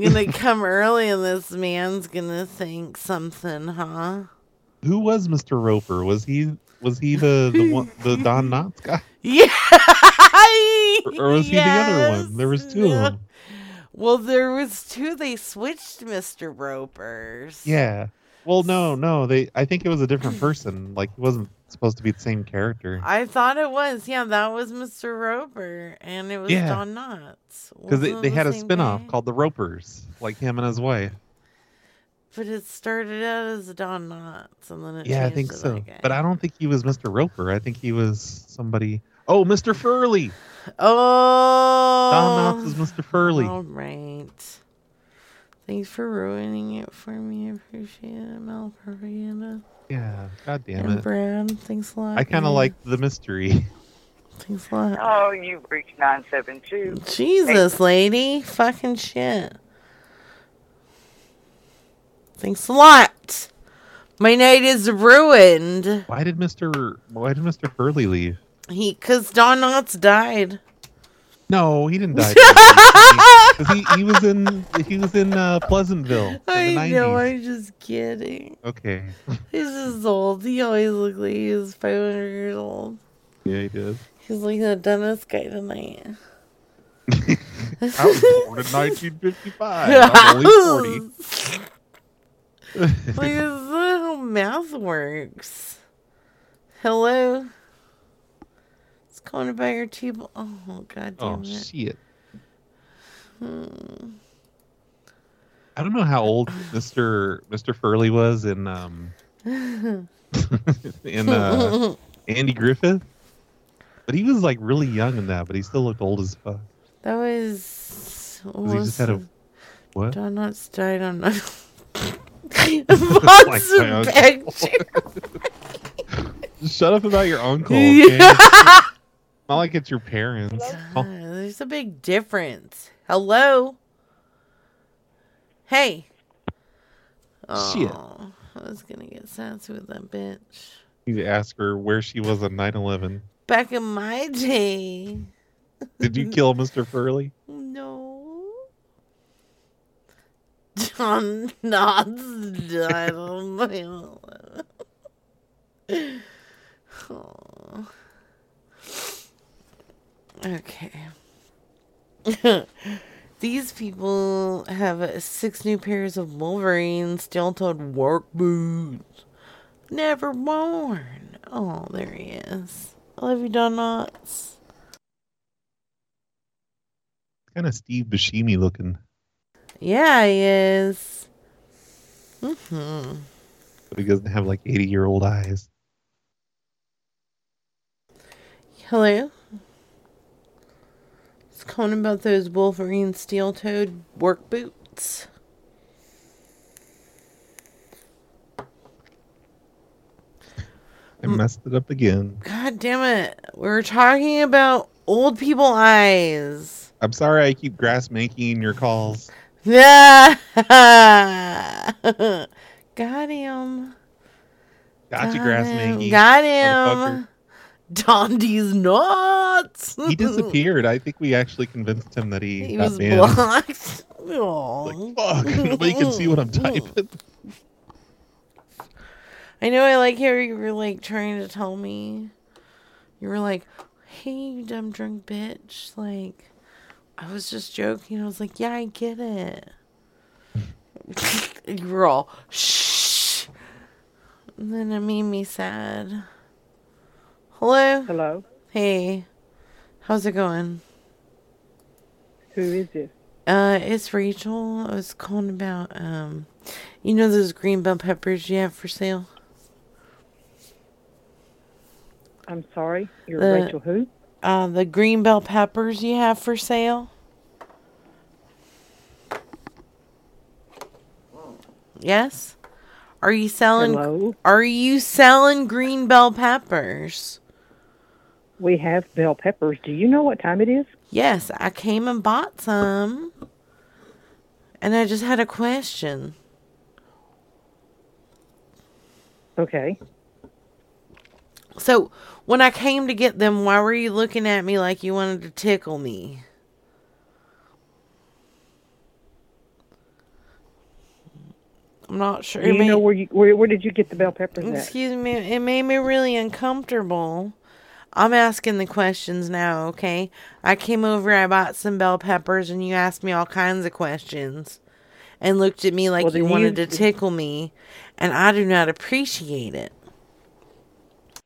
S3: gonna come early, and this man's gonna think something, huh?
S4: Who was Mr. Roper? Was he was he the the one, the Don Knotts guy,
S3: Yeah.
S4: or was he the other one? There was two of them.
S3: Well, there was two. They switched Mr. Ropers.
S4: Yeah. Well, no, no. They. I think it was a different person. Like it wasn't supposed to be the same character.
S3: I thought it was. Yeah, that was Mr. Roper, and it was
S4: Yeah.
S3: Don Knotts.
S4: Because they,
S3: Wasn't it
S4: they
S3: the
S4: had a
S3: same
S4: spin-off
S3: guy?
S4: called The Ropers, like him and his wife.
S3: But it started out as Don Knotts, and then it
S4: Yeah, I
S3: changed
S4: think
S3: to
S4: so.
S3: that guy.
S4: But I don't think he was Mr. Roper. I think he was somebody. Oh, Mr. Furley.
S3: Oh,
S4: Don Knotts was Mr. Furley.
S3: All right. Thanks for ruining it for me. I appreciate it, Malpropaganda.
S4: Yeah. God damn
S3: And
S4: it.
S3: Brad, thanks a lot.
S4: I kind of
S3: man.
S4: like the mystery.
S3: Thanks a lot.
S22: Oh, you've reached 972.
S3: Jesus, lady. Fucking shit. Thanks a lot. My night is ruined.
S4: Why did Mr. Why did Mr. Furley leave?
S3: He, cause Don Knotts died.
S4: No, he didn't die. 'Cause he, he was in he was in uh, Pleasantville.
S3: I
S4: the
S3: know,
S4: 90s.
S3: I'm just kidding.
S4: Okay.
S3: He's just old. He always looks like he's 500 years old.
S4: Yeah, he did.
S3: He's like the dentist guy tonight.
S11: I was born in 1955. I'm only 40.
S3: like, is that how math works? Hello? It's calling about your table. Oh, god
S4: Oh
S3: damn it.
S4: shit!
S3: Hmm.
S4: I don't know how old Mister Mister Furley was in um in uh, Andy Griffith, but he was like really young in that. But he still looked old as fuck.
S3: that was.
S4: 'Cause He just had a
S3: almost-
S4: what?
S3: Don Knotts died on
S4: my
S3: Fox
S4: God.
S3: and Badger.
S4: Shut up about your uncle.
S3: Yeah.
S4: okay? Not like it's your parents.
S3: God, there's a big difference. Hello? Hey.
S4: Shit.
S3: Oh, I was gonna get sassy with that bitch.
S4: You need to ask her where she was on 9/11.
S3: Back in my day.
S4: Did you kill Mister Furley?
S3: No. John Knotts died on my own. Aw. Okay. These people have six new pairs of Wolverine steel toed work boots. Never worn. Oh, there he is. I love you, Don Knotts.
S4: Kind of Steve Buscemi looking,
S3: Yeah, he is. hmm
S4: but he doesn't have like 80 year old eyes.
S3: Hello? It's calling about those Wolverine steel toed work boots.
S4: I
S3: Mm.
S4: messed it up again.
S3: God damn it. We were talking about old people eyes.
S4: I'm sorry I keep grass making your calls.
S3: Yeah. Got him.
S4: Gotcha, grass
S3: him.
S4: mangy.
S3: Got him. Dondi's nuts.
S4: He disappeared. I think we actually convinced him that he,
S3: He
S4: got
S3: was
S4: banned.
S3: blocked. Aw.
S4: Fuck, nobody can see what I'm typing.
S3: I know I like how you were like trying to tell me. You were like, hey, you dumb drunk bitch. Like, I was just joking. I was like, yeah, I get it. and you were all, shh. And then it made me sad. Hello?
S17: Hello?
S3: Hey. How's it going?
S17: Who is this?
S3: Uh, it's Rachel. I was calling about um, you know those green bell peppers you have for sale.
S1: I'm sorry, you're
S3: The-
S1: Rachel who?
S3: Uh, the green bell peppers you have for sale. Yes. Are you selling?
S1: Hello?
S3: Are you selling green bell peppers?
S1: We have bell peppers. Do you know what time it is?
S3: Yes, I came and bought some. And I just had a question.
S1: Okay.
S3: So, when I came to get them, why were you looking at me like you wanted to tickle me? I'm not sure.
S1: Do you
S3: It made-
S1: know where you where, where did you get the bell peppers at?
S3: Excuse me, it made me really uncomfortable. I'm asking the questions now, okay? I came over, I bought some bell peppers, and you asked me all kinds of questions and looked at me like
S1: Well,
S3: you
S1: then
S3: wanted
S1: you-
S3: to tickle me, and I do not appreciate it.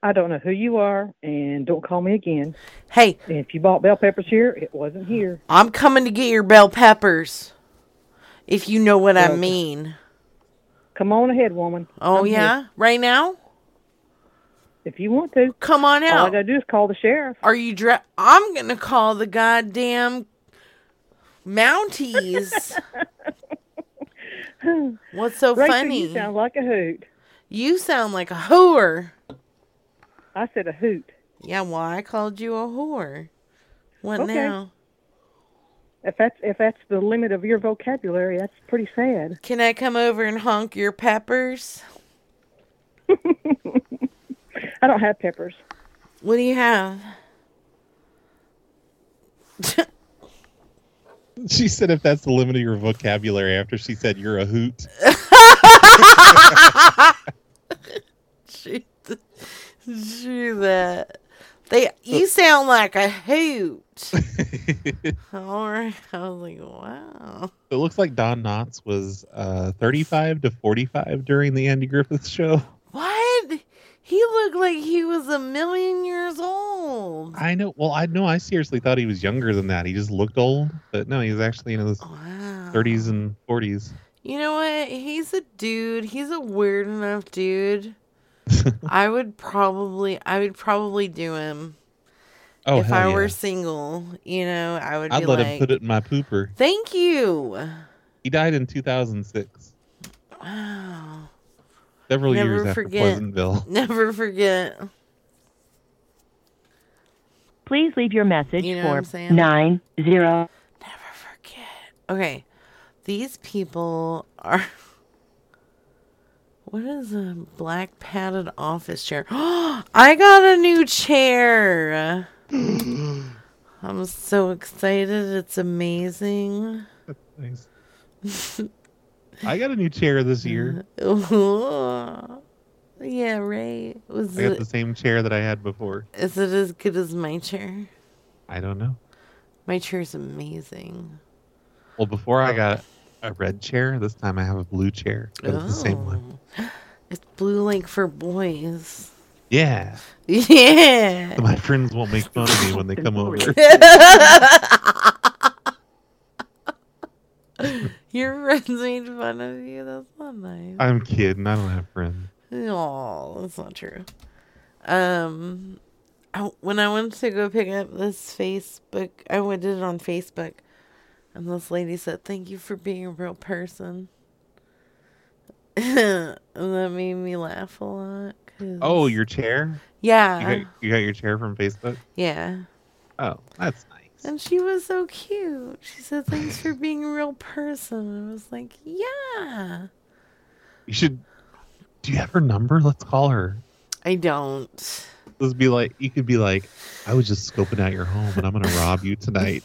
S1: I don't know who you are, and don't call me again.
S3: Hey,
S1: if you bought bell peppers here, it wasn't here.
S3: I'm coming to get your bell peppers, if you know what I
S1: Well,
S3: mean.
S1: Come on ahead, woman.
S3: Oh,
S1: I'm here.
S3: yeah? Right now?
S1: If you want to.
S3: Come on out.
S1: All I gotta do is call the sheriff.
S3: Are you dre- I'm gonna call the goddamn Mounties. What's so
S1: Rachel,
S3: funny?
S1: You sound like a hoot.
S3: You sound like a whore.
S1: I said a hoot.
S3: Yeah, well, I called you a whore. What
S1: Okay.
S3: now?
S1: If that's if that's the limit of your vocabulary, that's pretty sad.
S3: Can I come over and honk your peppers?
S1: I don't have peppers.
S3: What do you have?
S4: She said if that's the limit of your vocabulary after she said you're a hoot.
S3: Shoot, th- shoot that. They, you sound like a hoot. All right, I was like, wow.
S4: It looks like Don Knotts was uh, 35 to 45 during the Andy Griffith show.
S3: What? He looked like he was a million years old.
S4: I know. Well, I know. I seriously thought he was younger than that. He just looked old, but no, he was actually in his 30s and 40s.
S3: You know what? He's a dude. He's a weird enough dude. I would probably, I would probably do him.
S4: Oh,
S3: if
S4: hell
S3: I
S4: yeah.
S3: were single, you know, I would
S4: I'd
S3: be
S4: let
S3: like,
S4: him put it in my pooper.
S3: "Thank you."
S4: He died in 2006,
S3: Wow.
S4: several
S3: Never
S4: years after
S3: forget.
S4: Pleasantville.
S3: Never forget.
S5: Please leave your message
S3: You know what
S5: for
S3: I'm saying?
S5: nine zero.
S3: Okay. These people are. What is a black padded office chair? I got a new chair. I'm so excited. It's amazing.
S4: Nice. I got a new chair this year.
S3: yeah, right. Was
S4: I got
S3: it,
S4: the same chair that I had before.
S3: is it as good as my chair?
S4: I don't know.
S3: My chair's amazing.
S4: Well, before I got a red chair, this time I have a blue chair. But it's the
S3: Oh.
S4: same one.
S3: It's blue like for boys.
S4: Yeah.
S3: Yeah.
S4: So my friends won't make fun of me when they come over.
S3: Your friends made fun of you. That's not nice.
S4: I'm kidding. I don't have friends.
S3: Oh, that's not true. Um, I, when I went to go pick up this Facebook, I went did it on Facebook, and this lady said, "Thank you for being a real person," and that made me laugh a lot. 'cause-
S4: Oh, your chair? You
S3: yeah,
S4: got, you got your chair from Facebook?
S3: yeah.
S4: Oh, that's nice.
S3: And she was so cute. She said, "Thanks for being a real person." I was like, "Yeah."
S4: You should. Do you have her number? Let's call her.
S3: I don't.
S4: Let's be like, you could be like, I was just scoping out your home and I'm going to rob you tonight.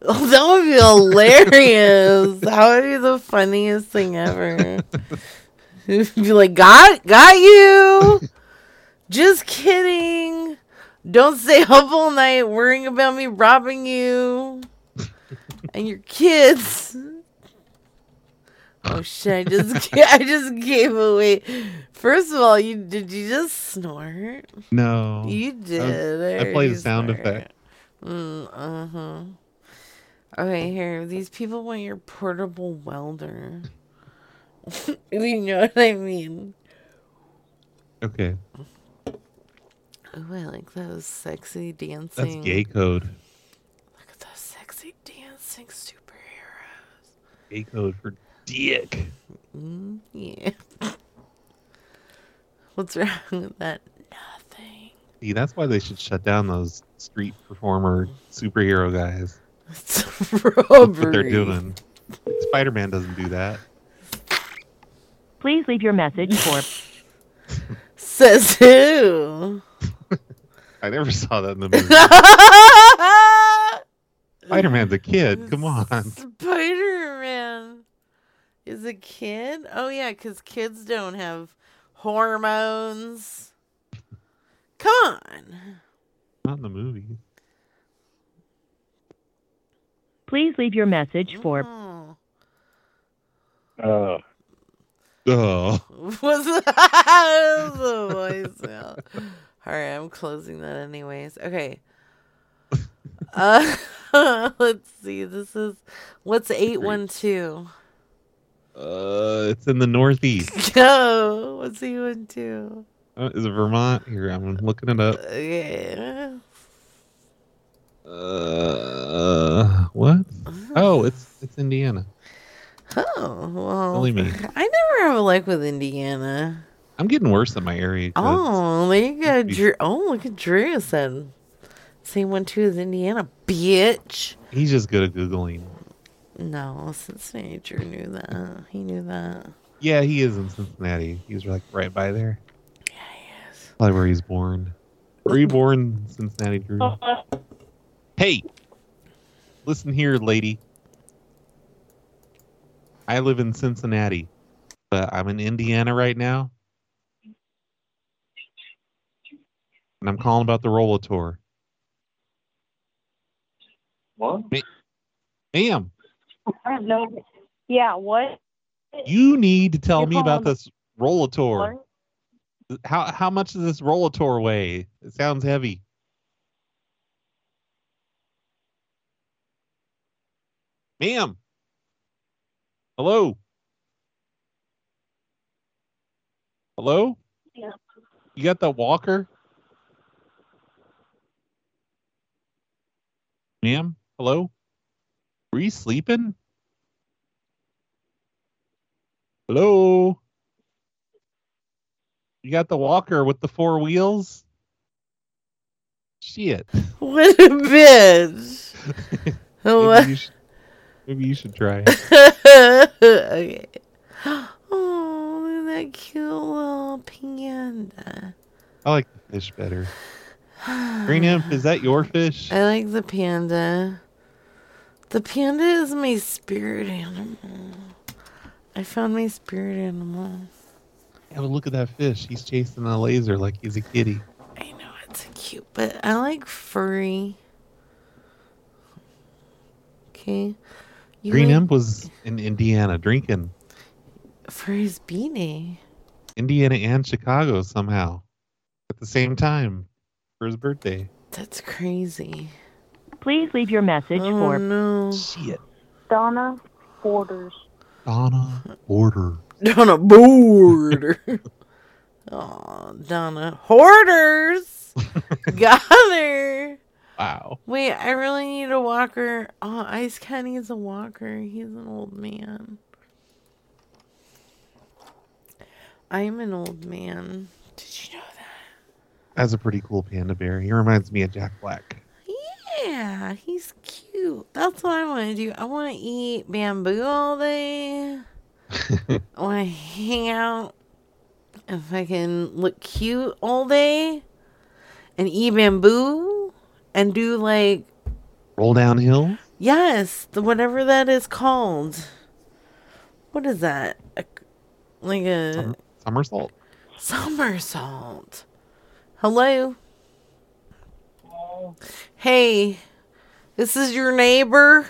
S3: Oh, that would be hilarious. that would be the funniest thing ever. be like, got got you. Just kidding. Don't stay up all night worrying about me robbing you and your kids. Oh shit! I just ga- I just gave away. First of all, you did you just snort?
S4: No.
S3: you
S4: I was-
S3: did.
S4: I played a
S3: heard you
S4: sound
S3: snort.
S4: effect.
S3: Mm, uh huh. Mm, uh-huh. Okay, here. These people want your portable welder. you know what I mean?
S4: Okay,
S3: Oh, I like those sexy
S4: that's
S3: dancing.
S4: gay code.
S3: Look at those sexy dancing superheroes.
S4: Gay code for dick.
S3: Mm, yeah. What's wrong with that? Nothing.
S4: See, that's why they should shut down those street performer superhero guys. That's what they're
S5: Robbery.
S4: doing. Spider Man doesn't do that.
S5: Please leave your message for.
S3: Says who?
S4: I never saw that in the movie. Spider Man's a kid. Come on.
S3: Spider Man is a kid? Oh, yeah, because kids don't have hormones. Come on.
S4: Not in the movie.
S5: Please leave your message for.
S3: Mm.
S4: Oh. Oh.
S3: Was that the voicemail? All right, I'm closing that anyways. Okay. Uh, let's see. This is what's eight one two.
S4: Uh, it's in the Northeast.
S3: Go. What's eight one two?
S4: Uh, Is it Vermont? Here, I'm looking it up.
S3: Okay.
S4: Uh, what? Oh, it's it's Indiana.
S3: uh. Oh well.
S4: Silly me.
S3: I never have a luck with Indiana.
S4: I'm getting worse at my area. code.
S3: Oh, there you go, Drew. Oh, look at Drew said, "Same one too as Indiana, bitch."
S4: He's just good at googling.
S3: No, Cincinnati Drew knew that. He knew that.
S4: Yeah, he is in Cincinnati. He's like right by there. Yeah, he is. Probably where he's born. Were you born in Cincinnati, Drew? Hey, listen here, lady. I live in Cincinnati, but I'm in Indiana right now. And I'm calling about the Rollator.
S19: What?
S4: Ma- ma'am,
S2: I don't know. Yeah, what?
S4: you need to tell
S2: You're
S4: me
S2: calling-
S4: about this Rollator. How how much does this Rollator weigh? It sounds heavy. Ma'am. Hello. Hello? You got that walker? Ma'am? Hello? Were you sleeping? Hello? You got the walker with the four wheels? Shit.
S3: What a bitch.
S4: Maybe you should, maybe you should try.
S3: okay. Oh, look at that cute little panda.
S4: I like the fish better. Green imp, is that your fish?
S3: I like the panda. The panda is my spirit animal. I found my spirit animal.
S4: Have a look at that fish. He's chasing a laser like he's a kitty.
S3: It's cute, but I like furry. Okay. You
S4: Green
S3: like
S4: imp was in Indiana drinking.
S3: for his beanie.
S4: Indiana and Chicago somehow at the same time for his birthday.
S3: That's crazy.
S5: Please leave your message
S3: Oh,
S5: for.
S3: No.
S4: Shit.
S2: Donna Porters.
S4: Donna Order.
S3: Donna Border. oh, Donna Hoarders. Got her.
S4: Wow.
S3: Wait, I really need a walker. Oh, Ice Cat needs a walker. He's an old man. I'm an old man. Did you know
S4: That's a pretty cool panda bear. He reminds me of Jack Black.
S3: Yeah, he's cute. That's what I want to do. I want to eat bamboo all day. I want to hang out if I can look cute all day and eat bamboo and do like,
S4: Roll downhill.
S3: yes, the, whatever that is called. What is that? A, like a
S4: Som- somersault.
S3: somersault. Hello. Hey, this is your neighbor.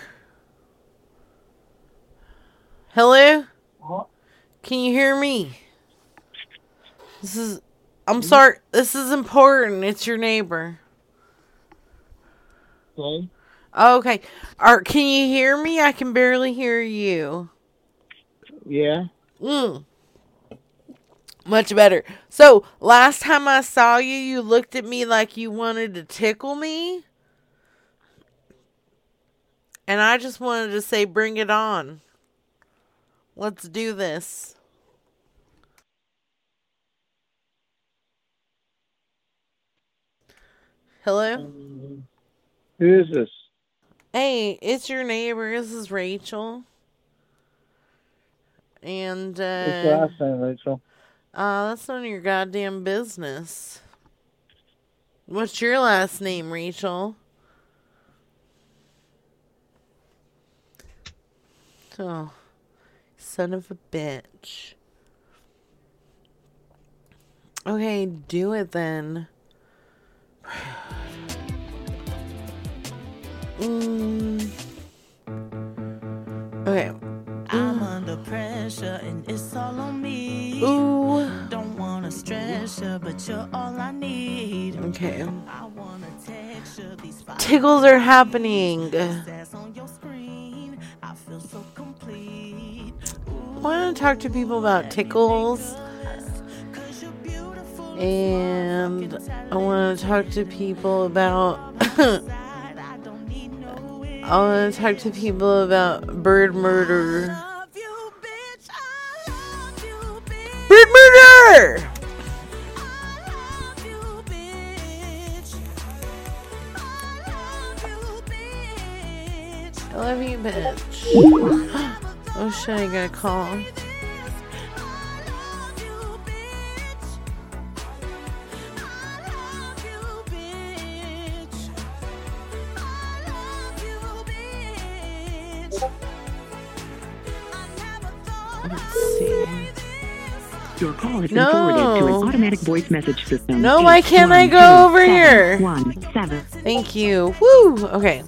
S3: Hello? Can you hear me? This is. I'm sorry. This is important. It's your neighbor. Okay. Art, can you hear me? I can barely hear you.
S21: Yeah.
S3: Mm. Much better. So, last time I saw you, you looked at me like you wanted to tickle me. And I just wanted to say, bring it on. Let's do this. Hello?
S12: Who is this?
S3: Hey, it's your neighbor. This is Rachel. And,
S21: What's
S3: uh.
S21: your last name, Rachel?
S3: Uh, that's none of your goddamn business. What's your last name, Rachel? Oh, son of a bitch. Okay, do it then. Mm. Okay.
S6: I'm under pressure and it's all on me.
S3: Ooh.
S6: Don't wanna stress you, but you're all I need.
S3: Okay.
S6: I wanna text you these five
S3: Tickles are happening.
S6: ass on your screen. I feel so complete.
S3: want to talk to people about tickles and i want to talk to people about i want to talk to people about bird murder bird murder I love you, bitch. Oh shit, I got a call. Let's see.
S20: Your call has
S3: No.
S20: been forwarded to an automatic voice message system.
S3: No,
S20: Eight,
S3: why can't I
S20: one,
S3: go
S20: two,
S3: over
S20: seven,
S3: here?
S20: One seven.
S3: Thank you. Woo! Okay.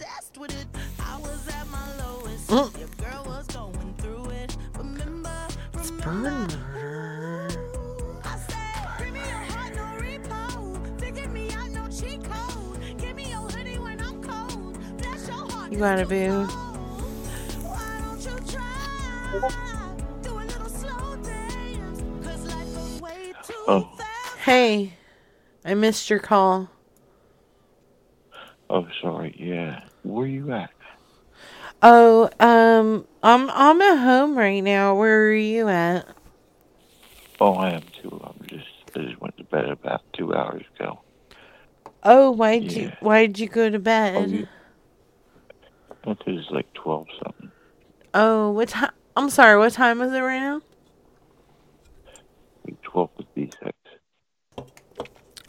S3: Mm. It's bird murder. You gotta boo.
S17: Oh,
S3: Hey, I missed your call.
S17: oh, sorry. Yeah. Where you at?
S3: Oh, um, I'm I'm at home right now. Where are you at?
S17: Oh, I am too. I'm just. I just went to bed about two hours ago.
S3: Oh, why'd you
S17: Yeah.
S3: why'd you go to bed?
S17: Oh, you. I think it's like twelve something.
S3: Oh, what time? I'm sorry. What time is it right now?
S17: Like twelve fifty six.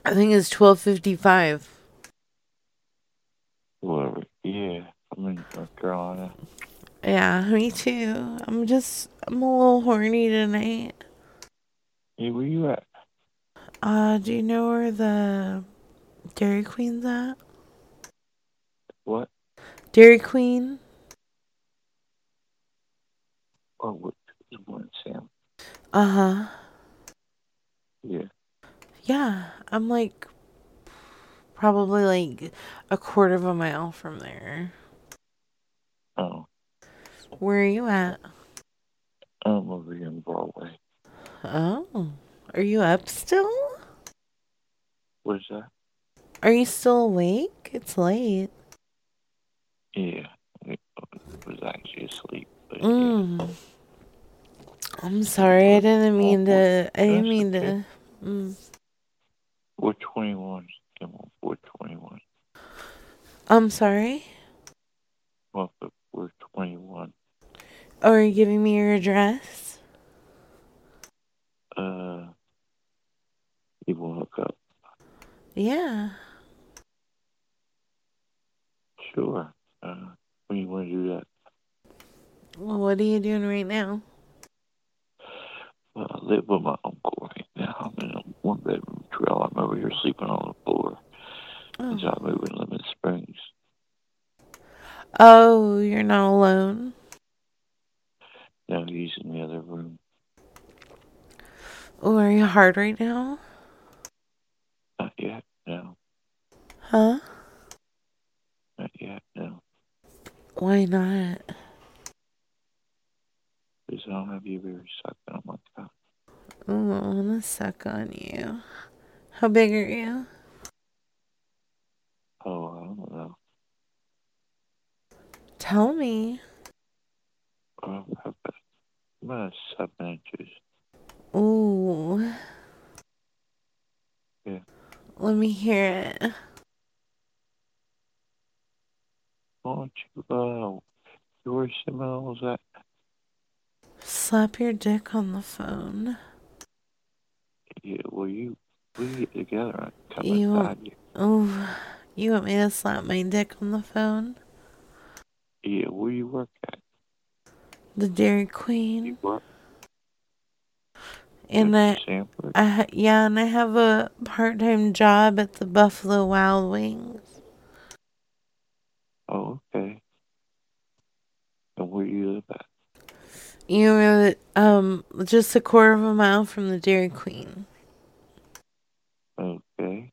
S3: I think it's twelve fifty five.
S17: Whatever. Yeah. I'm in North Carolina.
S3: Yeah, me too. I'm just I'm a little horny tonight.
S17: Hey, where you at?
S3: Uh, do you know where the Dairy Queen's at?
S17: What?
S3: Dairy Queen.
S17: Oh, what? Good morning, Sam.
S3: Uh huh.
S17: Yeah.
S3: Yeah, I'm like probably like a quarter of a mile from there.
S17: Oh,
S3: Where are you at?
S17: I'm over here in Broadway.
S3: Oh, are you up still?
S17: What's that?
S3: Are you still awake? It's late.
S17: Yeah. It was actually asleep. But
S3: Mm. I'm sorry. I didn't mean to. I didn't
S17: That's
S3: mean
S17: okay.
S3: to. Mm.
S17: We're 21. Come on, we're 21.
S3: I'm sorry.
S17: Well, but we're 21.
S3: Oh, are you giving me your address?
S17: Uh, you will hook up.
S3: Yeah.
S17: Sure. Uh, when you want to do that.
S3: Well, what are you doing right now?
S17: Well, I live with my uncle right now. I'm in a one bedroom trailer. I'm over here sleeping on the floor.
S3: Oh.
S17: So I move in Lemon Springs.
S3: Oh, you're not alone.
S17: Now he's in the other room.
S3: Oh, are you hard right now?
S17: Not yet. No.
S3: Huh?
S17: Not yet. No.
S3: Why not?
S17: Because I don't um, have you very suck on my cock.
S3: Oh, I want to suck on you. How big are you?
S17: Oh, I don't know.
S3: Tell me.
S17: Oh, how about about seven inches?
S3: Ooh.
S17: Yeah.
S3: Let me hear it.
S17: Why don't you uh your smells that
S3: Slap your dick on the phone.
S17: yeah, well you we get together and come
S3: You
S17: inside
S3: want, oh, you want me to slap my dick on the phone?
S17: you. Yeah, where you work at?
S3: The Dairy Queen.
S17: Work
S3: And I,
S17: Sanford?
S3: I, ha- yeah, and I have a part-time job at the Buffalo Wild Wings.
S17: Oh, okay. And where you live at?
S3: You were, um, just a quarter of a mile from the Dairy Queen.
S17: Okay.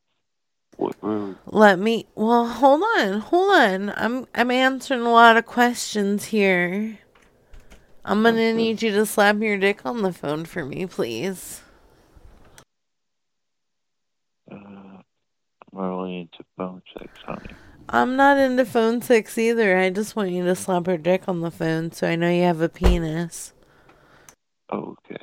S17: What road?
S3: Let me. Well, hold on, hold on. I'm I'm answering a lot of questions here. I'm gonna need you to slap your dick on the phone for me, please.
S17: Uh, I'm really into phone sex, honey.
S3: I'm not into phone sex either. I just want you to slap her dick on the phone so I know you have a penis.
S17: Okay.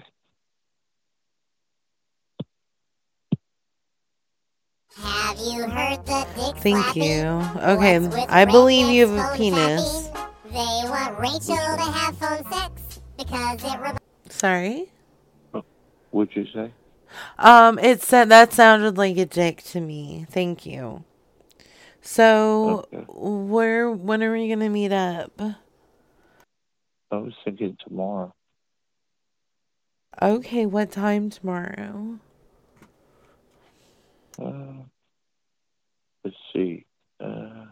S7: Have you heard the dick
S3: Thank
S7: slapping?
S3: you. Okay,
S7: What's with
S3: I believe you
S7: Rachel's
S3: have a
S7: phone
S3: penis.
S7: tapping? They want Rachel to have phone sex because it reminds
S3: Sorry.
S17: What'd you say?
S3: Um, it said that sounded like a dick to me. Thank you. So, where when are we gonna meet up?
S17: I was thinking tomorrow.
S3: Okay, what time tomorrow?
S17: Uh, let's see. Uh,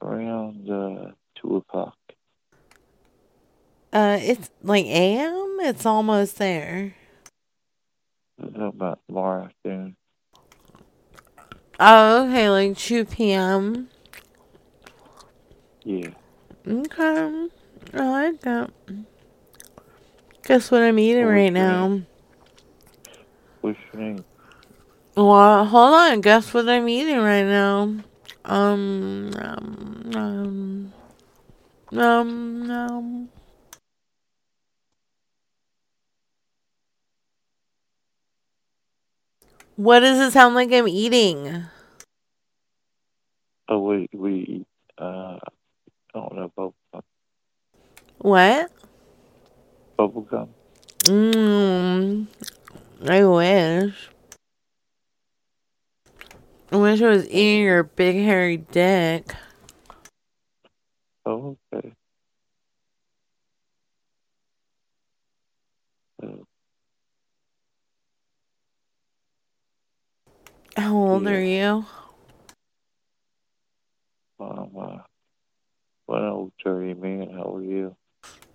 S17: around uh, two o'clock.
S3: Uh, it's like AM. It's almost there.
S17: How about tomorrow afternoon?
S3: Oh, okay, like two p.m.
S17: Yeah.
S3: Okay, I like that. Guess what I'm eating
S17: What was
S3: right
S17: your
S3: now?
S17: What's your name?
S3: Well, hold on. Guess what I'm eating right now? Um, um, um, um, um. What does it sound like I'm eating?
S17: Oh, we we uh, I don't know bubble gum.
S3: What?
S17: Bubble gum.
S3: Mmm. I wish. I wish I was eating your big hairy dick.
S17: Oh, okay. Uh,
S3: How old are you?
S17: well, I'm uh, one old dirty man. How are you?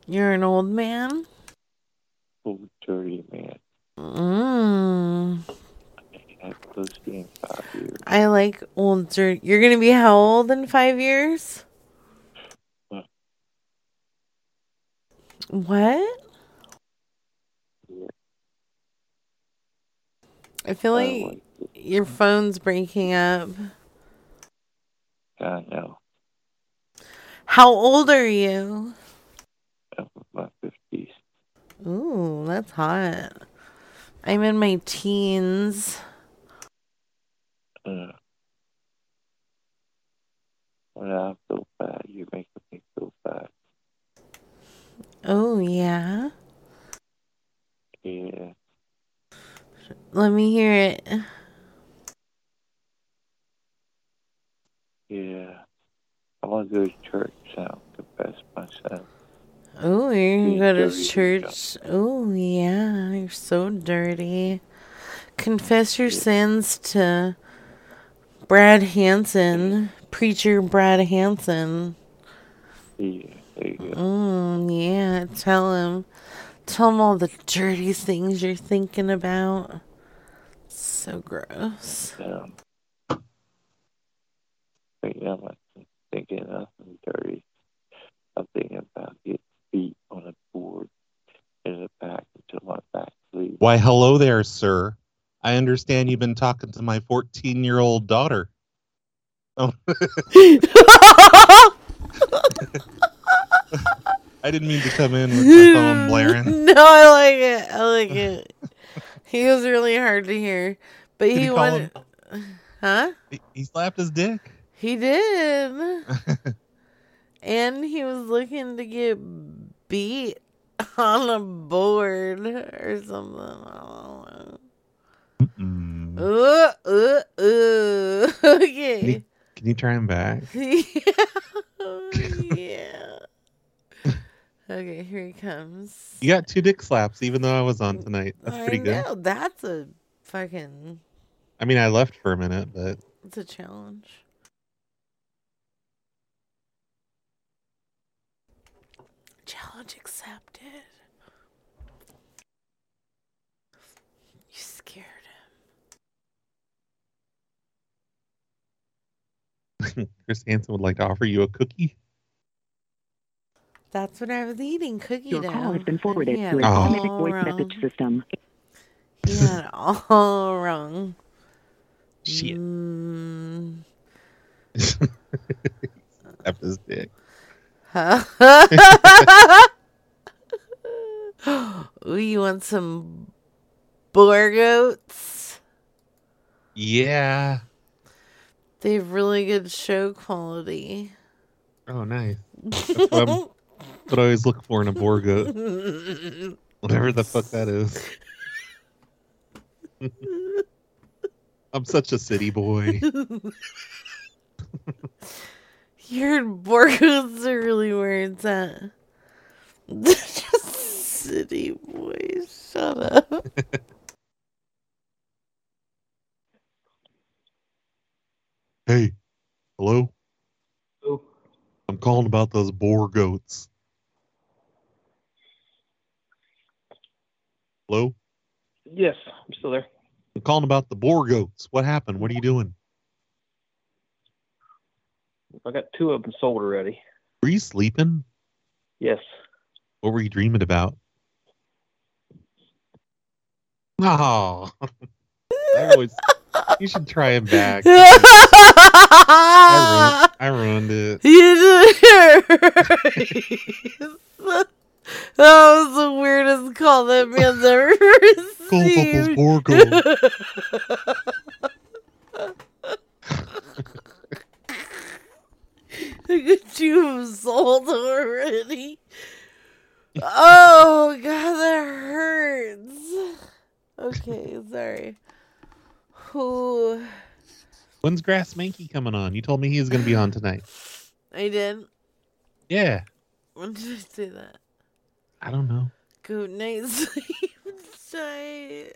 S3: You're an old man?
S17: Old dirty man.
S3: Mmm.
S17: Had pussy in five years.
S3: I like old dirt. You're gonna be how old in five years?
S17: What?
S3: What?
S17: Yeah.
S3: I feel
S17: Uh,
S3: like
S17: mm.
S3: your phone's breaking up.
S17: I know.
S3: How old are you?
S17: My fifties.
S3: Ooh, that's hot. I'm in my teens.
S17: Uh, when I feel bad, you're making me feel bad.
S3: Oh, yeah.
S17: Yeah.
S3: Let me hear it.
S17: Yeah. I want to go to church now. Confess my sin.
S3: Oh, you're gonna
S17: Being
S3: go to
S17: dirty.
S3: church. Oh, yeah. You're so dirty. Confess your sins to Brad Hansen, preacher Brad Hansen.
S17: Yeah. There you go.
S3: Mm, yeah, tell him. Tell him all the dirty things you're thinking about. So gross.
S17: Um, right now, I think and I am dirty. I think I'm about to get beat on a board in the back until my back bleeds.
S4: Why, hello there, sir. I understand you've been talking to my 14 year old daughter. Oh. I didn't mean to come in with my phone blaring.
S3: No, I like it. I like it. he was really hard to hear, but
S4: Did
S3: he,
S4: he call
S3: wanted, huh?
S4: He- He slapped his dick.
S3: He did, and he was looking to get beat on a board or something. I don't know. Uh, uh, uh.
S4: Can
S3: Okay.
S4: you, can you try him back?
S3: yeah. Okay, here he comes.
S4: You got two dick slaps, even though I was on tonight. That's
S3: I
S4: pretty good.
S3: know, that's a fucking
S4: I mean, I left for a minute, but
S3: it's a challenge. Challenge accepted. You scared
S4: Chris Hansen would like to offer you a cookie.
S3: That's when I was eating cookie
S20: Your
S3: dough.
S20: call has been
S3: and
S20: forwarded
S3: he
S20: to
S3: had
S20: an
S3: it
S20: automatic
S3: all
S20: voice
S3: wrong.
S20: message system.
S3: He had it all wrong.
S4: Shit.
S3: Mm.
S4: Slapped his dick.
S3: Huh? Ooh, you want some boar goats?
S4: Yeah.
S3: They have really good show quality.
S4: Oh, nice. That's what, I'm- what I always look for in a boar goat. Whatever the fuck that is. I'm such a city boy.
S3: Your boar goats are really where it's at. They're just city boys. Shut up.
S4: Hey, hello? I'm calling about those boar goats. Hello?
S9: Yes, I'm still there.
S4: I'm calling about the boar goats. What happened? What are you doing?
S9: I got two of them sold already.
S4: Were you sleeping?
S9: Yes.
S4: What were you dreaming about? Oh. I always, you should try him back. I, ruined, I ruined it.
S3: that was the weirdest call that man's ever received.
S4: Call
S3: Look at you sold already. Oh god, that hurts. Okay, sorry. Ooh,
S4: When's Grass Mankey coming on? You told me he was going to be on tonight.
S3: I did.
S4: Yeah.
S3: When did I say that?
S4: I don't know.
S3: Good night, sleep tight.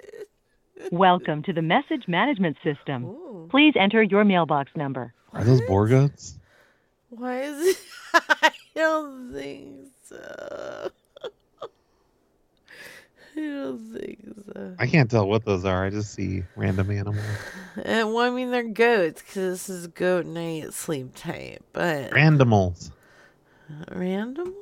S5: Welcome to the message management system. Please enter your mailbox number.
S4: Are those boar goats?
S3: Why is it? I don't think so. I don't think so.
S4: I can't tell what those are. I just see random animals.
S3: And, well, I mean, they're goats because this is goat night sleep type, but
S4: Randomals.
S3: randomals.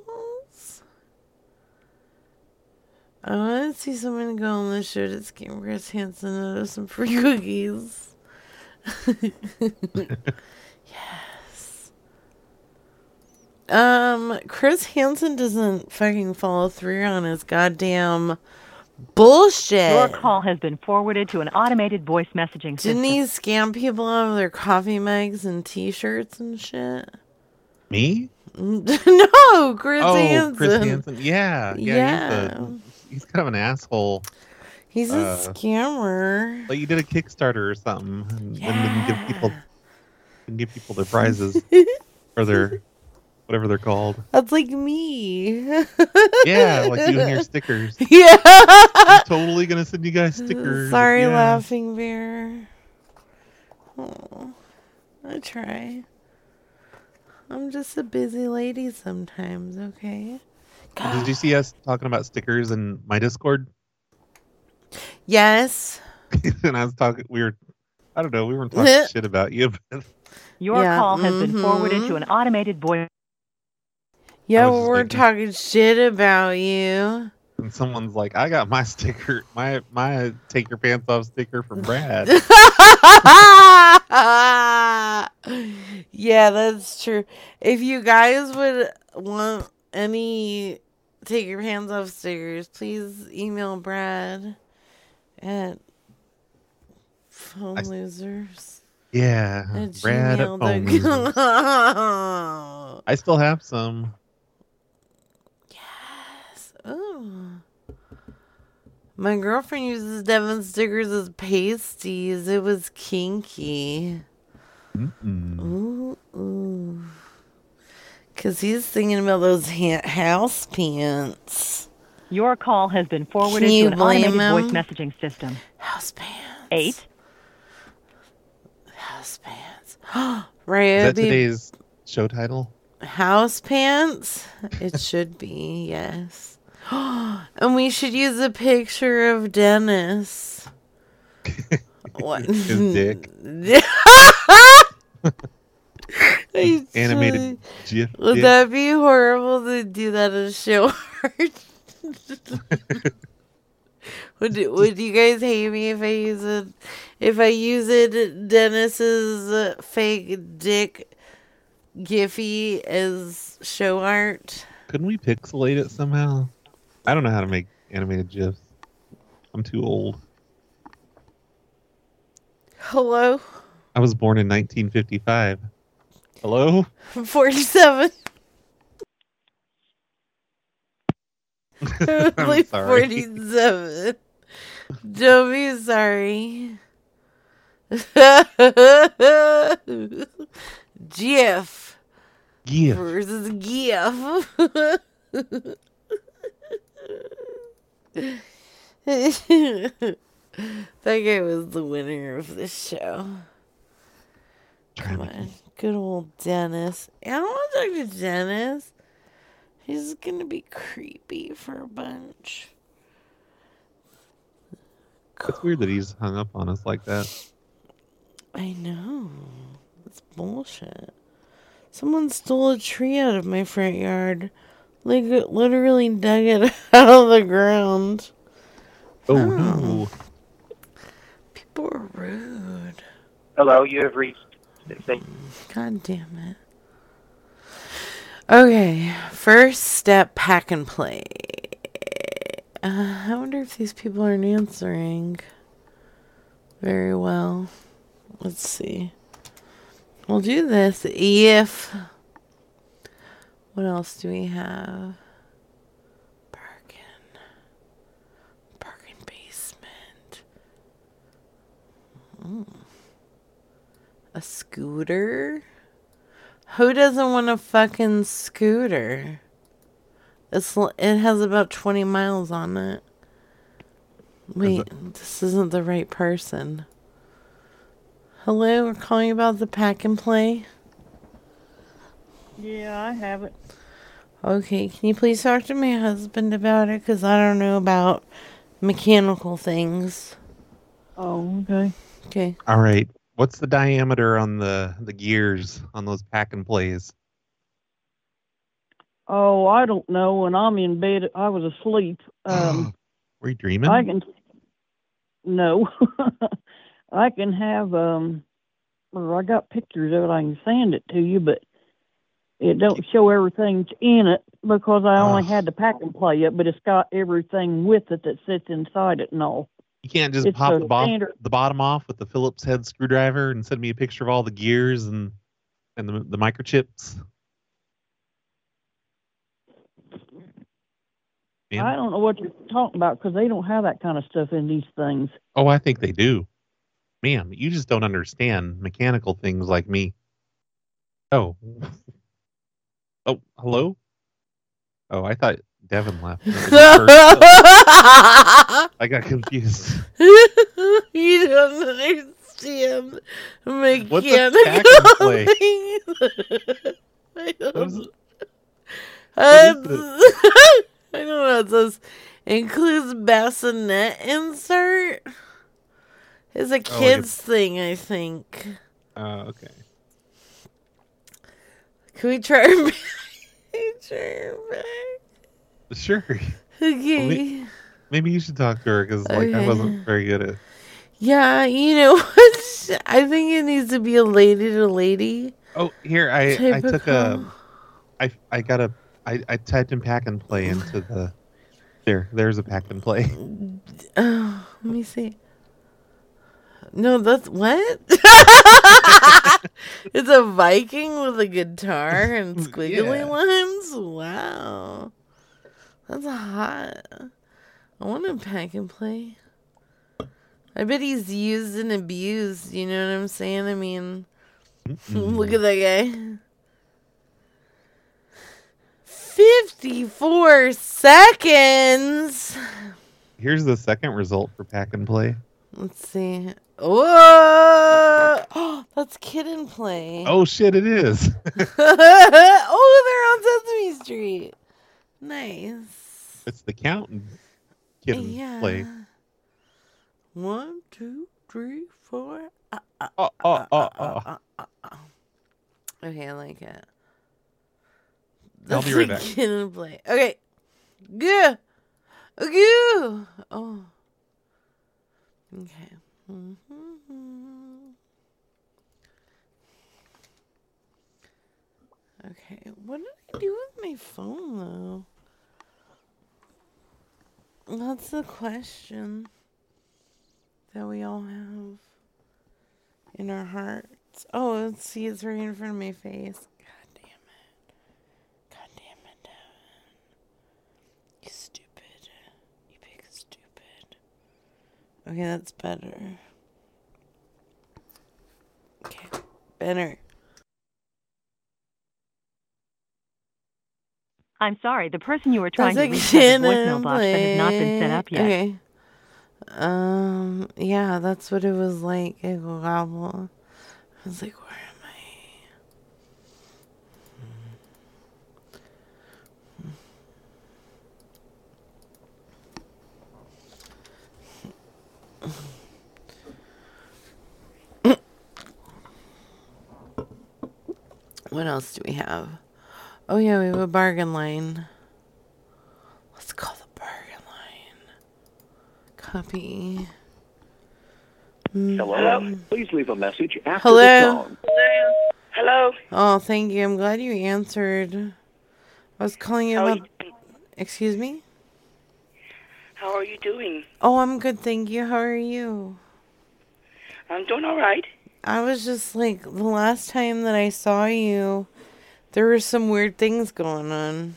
S3: I want to see someone go on the show to Game Chris Hansen and order some free cookies. yes. Um, Chris Hansen doesn't fucking follow through on his goddamn
S5: Your
S3: bullshit.
S5: call has been forwarded to an automated voice messaging system.
S3: Didn't he scam people out of their coffee mugs and T-shirts and shit?
S4: Me?
S3: no, Chris
S4: oh,
S3: Hansen.
S4: Chris Hansen. Yeah, yeah.
S3: Yeah.
S4: He's, a, he's kind of an asshole.
S3: He's a
S4: Uh,
S3: scammer.
S4: Like you did a Kickstarter or something, and, and then give people, and give people their prizes or their whatever they're called.
S3: That's like me.
S4: Yeah, like you and your stickers.
S3: Yeah.
S4: I'm totally gonna send you guys stickers.
S3: Sorry,
S4: yeah.
S3: Laughing Bear. Oh, I try. I'm just a busy lady sometimes, okay?
S4: Did you see us talking about stickers in my Discord?
S3: Yes.
S4: and I was talking. We were I don't know. We weren't talking shit about you. But
S5: Your
S3: Yeah,
S5: call has been forwarded
S3: mhm.
S5: to an automated voice.
S3: Yeah, well, we're talking shit about you.
S4: and someone's like, "I got my sticker, my my take your pants off sticker from Brad."
S3: yeah, that's true. If you guys would want any take your hands off stickers, please email Brad at phone losers.
S4: yeah,
S3: At
S4: Brad at Phone Losers.
S3: gmail.com.
S4: I still have some.
S3: Ooh. Oh. My girlfriend uses Devon stickers as pasties. It was kinky. Ooh, ooh. Cause he's thinking about those ha- house pants.
S5: Your call has been forwarded
S3: Can
S5: to
S3: you
S5: an automated
S3: blame him?
S5: voice messaging system.
S3: House pants.
S5: Eight.
S3: House pants.
S4: Is that
S3: Ryobi
S4: today's show title?
S3: house pants. It should be yes. and we should use a picture of Dennis. what?
S4: His dick.
S3: I
S4: Animated
S3: totally-
S4: GIF
S3: Would
S4: dick.
S3: that be horrible to do that in a show art? would Would you guys hate me if I use it? If I use it, Dennis's uh, fake dick Giphy as show art.
S4: Couldn't we pixelate it somehow? I don't know how to make animated gifs. I'm too old.
S3: Hello,
S4: I was born in 1955. Hello?
S3: forty-seven.
S4: sorry.
S3: Only forty-seven. Don't be sorry. GIF
S4: GIF.
S3: versus GIF. that guy was the winner of this show. Come on. Good old Dennis. I don't want to talk to Dennis. He's going to be creepy for a bunch.
S4: It's weird that he's hung up on us like that.
S3: I know. It's bullshit. Someone stole a tree out of my front yard. Like, literally dug it out of the ground.
S4: Oh, no.
S3: People are rude.
S13: Hello, you have reached.
S3: God damn it. Okay, first step pack and play. Uh, I wonder if these people aren't answering very well. Let's see. We'll do this if. What else do we have? Bargain. Bargain basement. Mm. A scooter? Who doesn't want a fucking scooter? It's l- it has about 20 miles on it. Wait, this isn't the right person. Hello, we're calling about the pack and play.
S1: Yeah, I have it.
S3: Okay, can you please talk to my husband about it? Because I don't know about mechanical things.
S1: Oh, okay.
S3: Okay.
S4: All right. What's the diameter on the, the gears on those pack and plays?
S1: Oh, I don't know. When I'm in bed, I was asleep. Um,
S4: Were you dreaming?
S1: I can. No, I can have. Um, or I got pictures of it. I can send it to you, but it don't show everything's in it because I only had the pack and play it. But it's got everything with it that sits inside it and all.
S4: You can't just
S1: It's
S4: pop
S1: a
S4: the, bo-
S1: standard-
S4: the bottom off with the Phillips head screwdriver and send me a picture of all the gears and and the, the microchips. Yeah.
S1: I don't know what you're talking about because they don't have that kind of stuff in these things.
S4: Oh, I think they do. Ma'am, you just don't understand mechanical things like me. Oh. Oh, hello? Oh, I thought Devin left. I got confused.
S3: you don't understand
S4: What's
S3: mechanical
S4: a pack and play?
S3: things. I
S4: What
S3: don't.
S4: What is
S3: Uh, I don't know what it says. Includes bassinet insert. It's a
S4: Oh, I
S3: kids thing, I think.
S4: Uh, okay.
S3: Can we try her back? Can we try her back?
S4: Sure.
S3: Okay.
S4: Maybe, maybe you should talk to her because like I
S3: Okay.
S4: wasn't very good at.
S3: Yeah, you know what? I think it needs to be a lady to lady.
S4: Oh, here I I
S3: Typical.
S4: took a I I got a I I typed in pack and play into the there there's a pack and play.
S3: Oh, let me see. No, that's what? it's a Viking with a guitar and squiggly
S6: Yeah.
S3: lines? Wow. That's hot. I want to pack and play. I bet he's used and abused. You know what I'm saying? I mean, look at that guy. 54 seconds.
S4: Here's the second result for pack and play.
S3: Let's see. Oh, that's kid and play.
S4: Oh shit, it is.
S3: oh, they're on Sesame Street. Nice.
S4: it's the count and kid and
S3: Yeah.
S4: play.
S3: One, two, three, four. Uh, uh,
S4: Oh, oh, oh, oh.
S3: ah, Okay, I like it.
S4: I'll be right back.
S3: Kid and play. Okay. Good. Good. Oh. Okay. Mhm. Okay. What did I do with my phone though? That's the question that we all have in our hearts. Oh, let's see, it's right in front of my face. You stupid. You big stupid. Okay, that's better. Okay, better.
S5: I'm sorry, the person you were trying to
S3: That's
S5: reach has a
S3: again
S5: voicemail
S3: in
S5: box that has not been set
S3: play.
S5: up yet.
S3: Okay. Um. Yeah, that's what it was like. It gobble. I was like, where am I? What else do we have? Oh yeah, we have a bargain line. Let's call the bargain line. Copy.
S8: Hello. Please leave a message after the
S3: Mm. Um, Hello.
S8: tone. Hello.
S3: Oh, thank you. I'm glad you answered. I was calling you
S8: How are
S3: about. Excuse me?
S8: How are you doing?
S3: Oh, I'm good. Thank you. How are you?
S8: I'm doing all right.
S3: I was just like, the last time that I saw you, there were some weird things going on.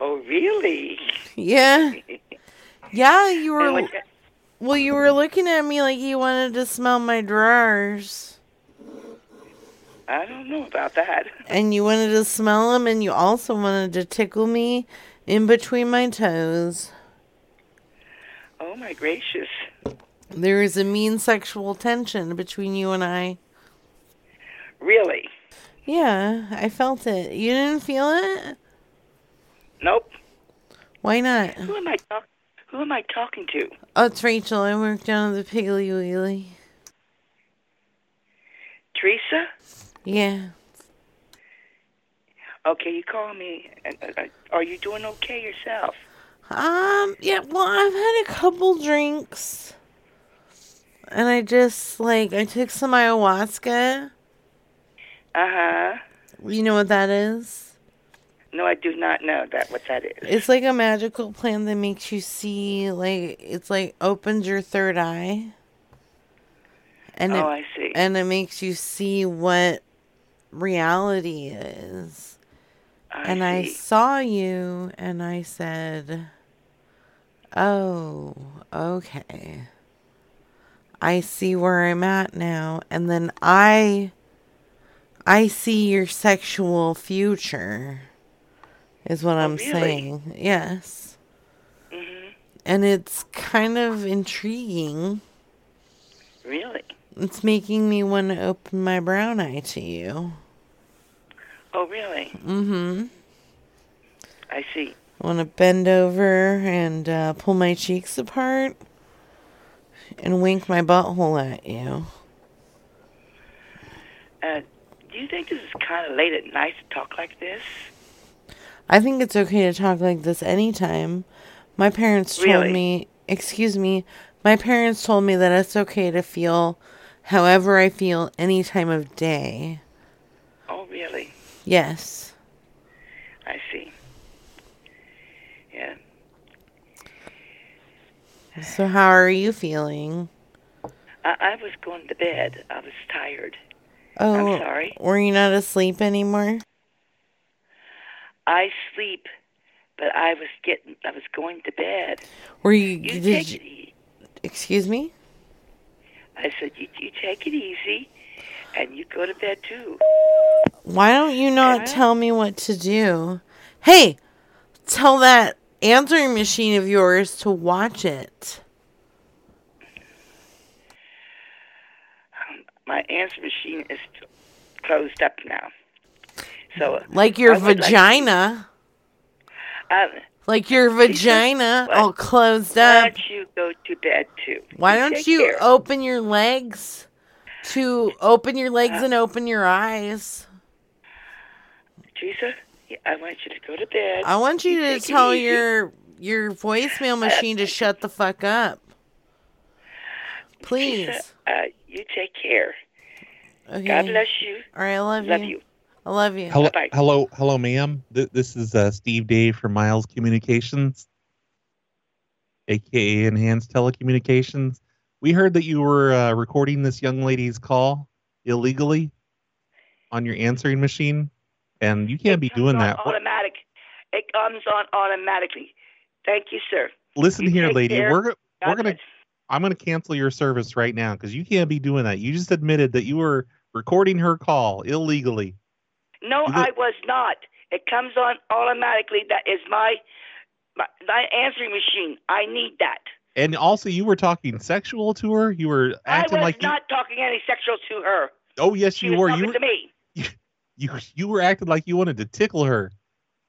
S8: Oh, really?
S3: Yeah. Yeah, you
S8: And
S3: were.
S8: what-
S3: Well, you were looking at me like you wanted to smell my drawers.
S8: I don't know about that.
S3: And you wanted to smell them, and you also wanted to tickle me in between my toes.
S8: Oh my gracious.
S3: There is a mean sexual tension between you and I.
S8: Really?
S3: Yeah, I felt it. You didn't feel it?
S8: Nope.
S3: Why not?
S8: Who am I talk- Who am I talking to?
S3: Oh, it's Rachel. I work down at the Piggly Wiggly.
S8: Teresa?
S3: Yeah.
S8: Okay, you call me. and, uh, uh, Are you doing okay yourself?
S3: Um, yeah, well, I've had a couple drinks. And I just, like, I took some ayahuasca.
S8: Uh
S21: Uh-huh.
S8: huh.
S3: You know what that is?
S8: No, I do not know that what that is.
S3: It's like a magical plant that makes you see, like, it's like opens your third eye. And it,
S8: Oh, I see.
S3: And it makes you see what reality is. and I
S8: see.
S3: saw you and I said, Oh, okay. I see where I'm at now. And then I. I see your sexual future, is what I'm
S8: really?
S3: saying. Yes. And it's kind of intriguing.
S8: Really?
S3: It's making me want to open my brown eye to you.
S8: Oh, really?
S3: Mm hmm.
S8: I see.
S3: I want to bend over and uh, pull my cheeks apart and wink my butthole at you.
S21: Uh, do you think this is kind of late at night to talk like this?
S3: I think it's okay to talk like this anytime. My parents told
S21: Really?
S3: me, excuse me, my parents told me that it's okay to feel however I feel any time of day.
S21: Oh, really?
S3: Yes.
S21: I see. Yeah.
S3: So how are you feeling?
S21: I, I was going to bed. I was tired.
S3: Oh,
S21: I'm sorry.
S3: were you not asleep anymore?
S21: I sleep, but I was getting. I was going to bed.
S3: Were you, did
S21: take e-,
S3: you- Excuse me?
S21: I said, "You, you take it easy, and you go to bed too."
S3: Why don't you not tell me what to do? Hey, tell that answering machine of yours to watch it.
S21: My answer machine is t- closed up now. So,
S3: Like your
S21: I would like-
S3: vagina. Uh,
S21: um,
S3: Like, your vagina all closed
S21: why
S3: up.
S21: don't you go to bed too?
S3: Why don't
S21: take
S3: you
S21: care.
S3: open your legs? To open your
S21: Uh,
S3: legs and open your eyes.
S21: Teresa? yeah, I want you to go to bed.
S3: I want you to
S21: take it
S3: tell
S21: easy.
S3: your your voicemail machine to shut the fuck up.
S21: Teresa,
S3: Please.
S21: uh, you take care.
S3: Okay.
S21: God bless you.
S3: All right, I love,
S21: Love
S3: you.
S21: you.
S3: I love you.
S4: Hello, hello, hello, ma'am. Th- this is uh, Steve Dave from Miles Communications, aka Enhanced Telecommunications. We heard that you were uh, recording this young lady's call illegally on your answering machine, and you can't be doing
S21: on
S4: that. What-
S21: automatic. It comes on automatically. Thank you, sir.
S4: Listen here,
S21: take
S4: lady.
S21: care.
S4: We're go-
S21: God
S4: we're gonna I'm gonna cancel your service right now because you can't be doing that. You just admitted that you were recording her call illegally.
S21: No,
S4: You
S21: I
S4: look-
S21: was not. It comes on automatically. That is my, my my answering machine. I need that.
S4: And also, you were talking sexual to her. You were
S21: I
S4: acting
S21: was
S4: like you.
S21: not talking any sexual to her.
S4: Oh yes,
S21: She
S4: you
S21: was
S4: were.
S21: talking
S4: You were
S21: to me.
S4: you you were acting like you wanted to tickle her,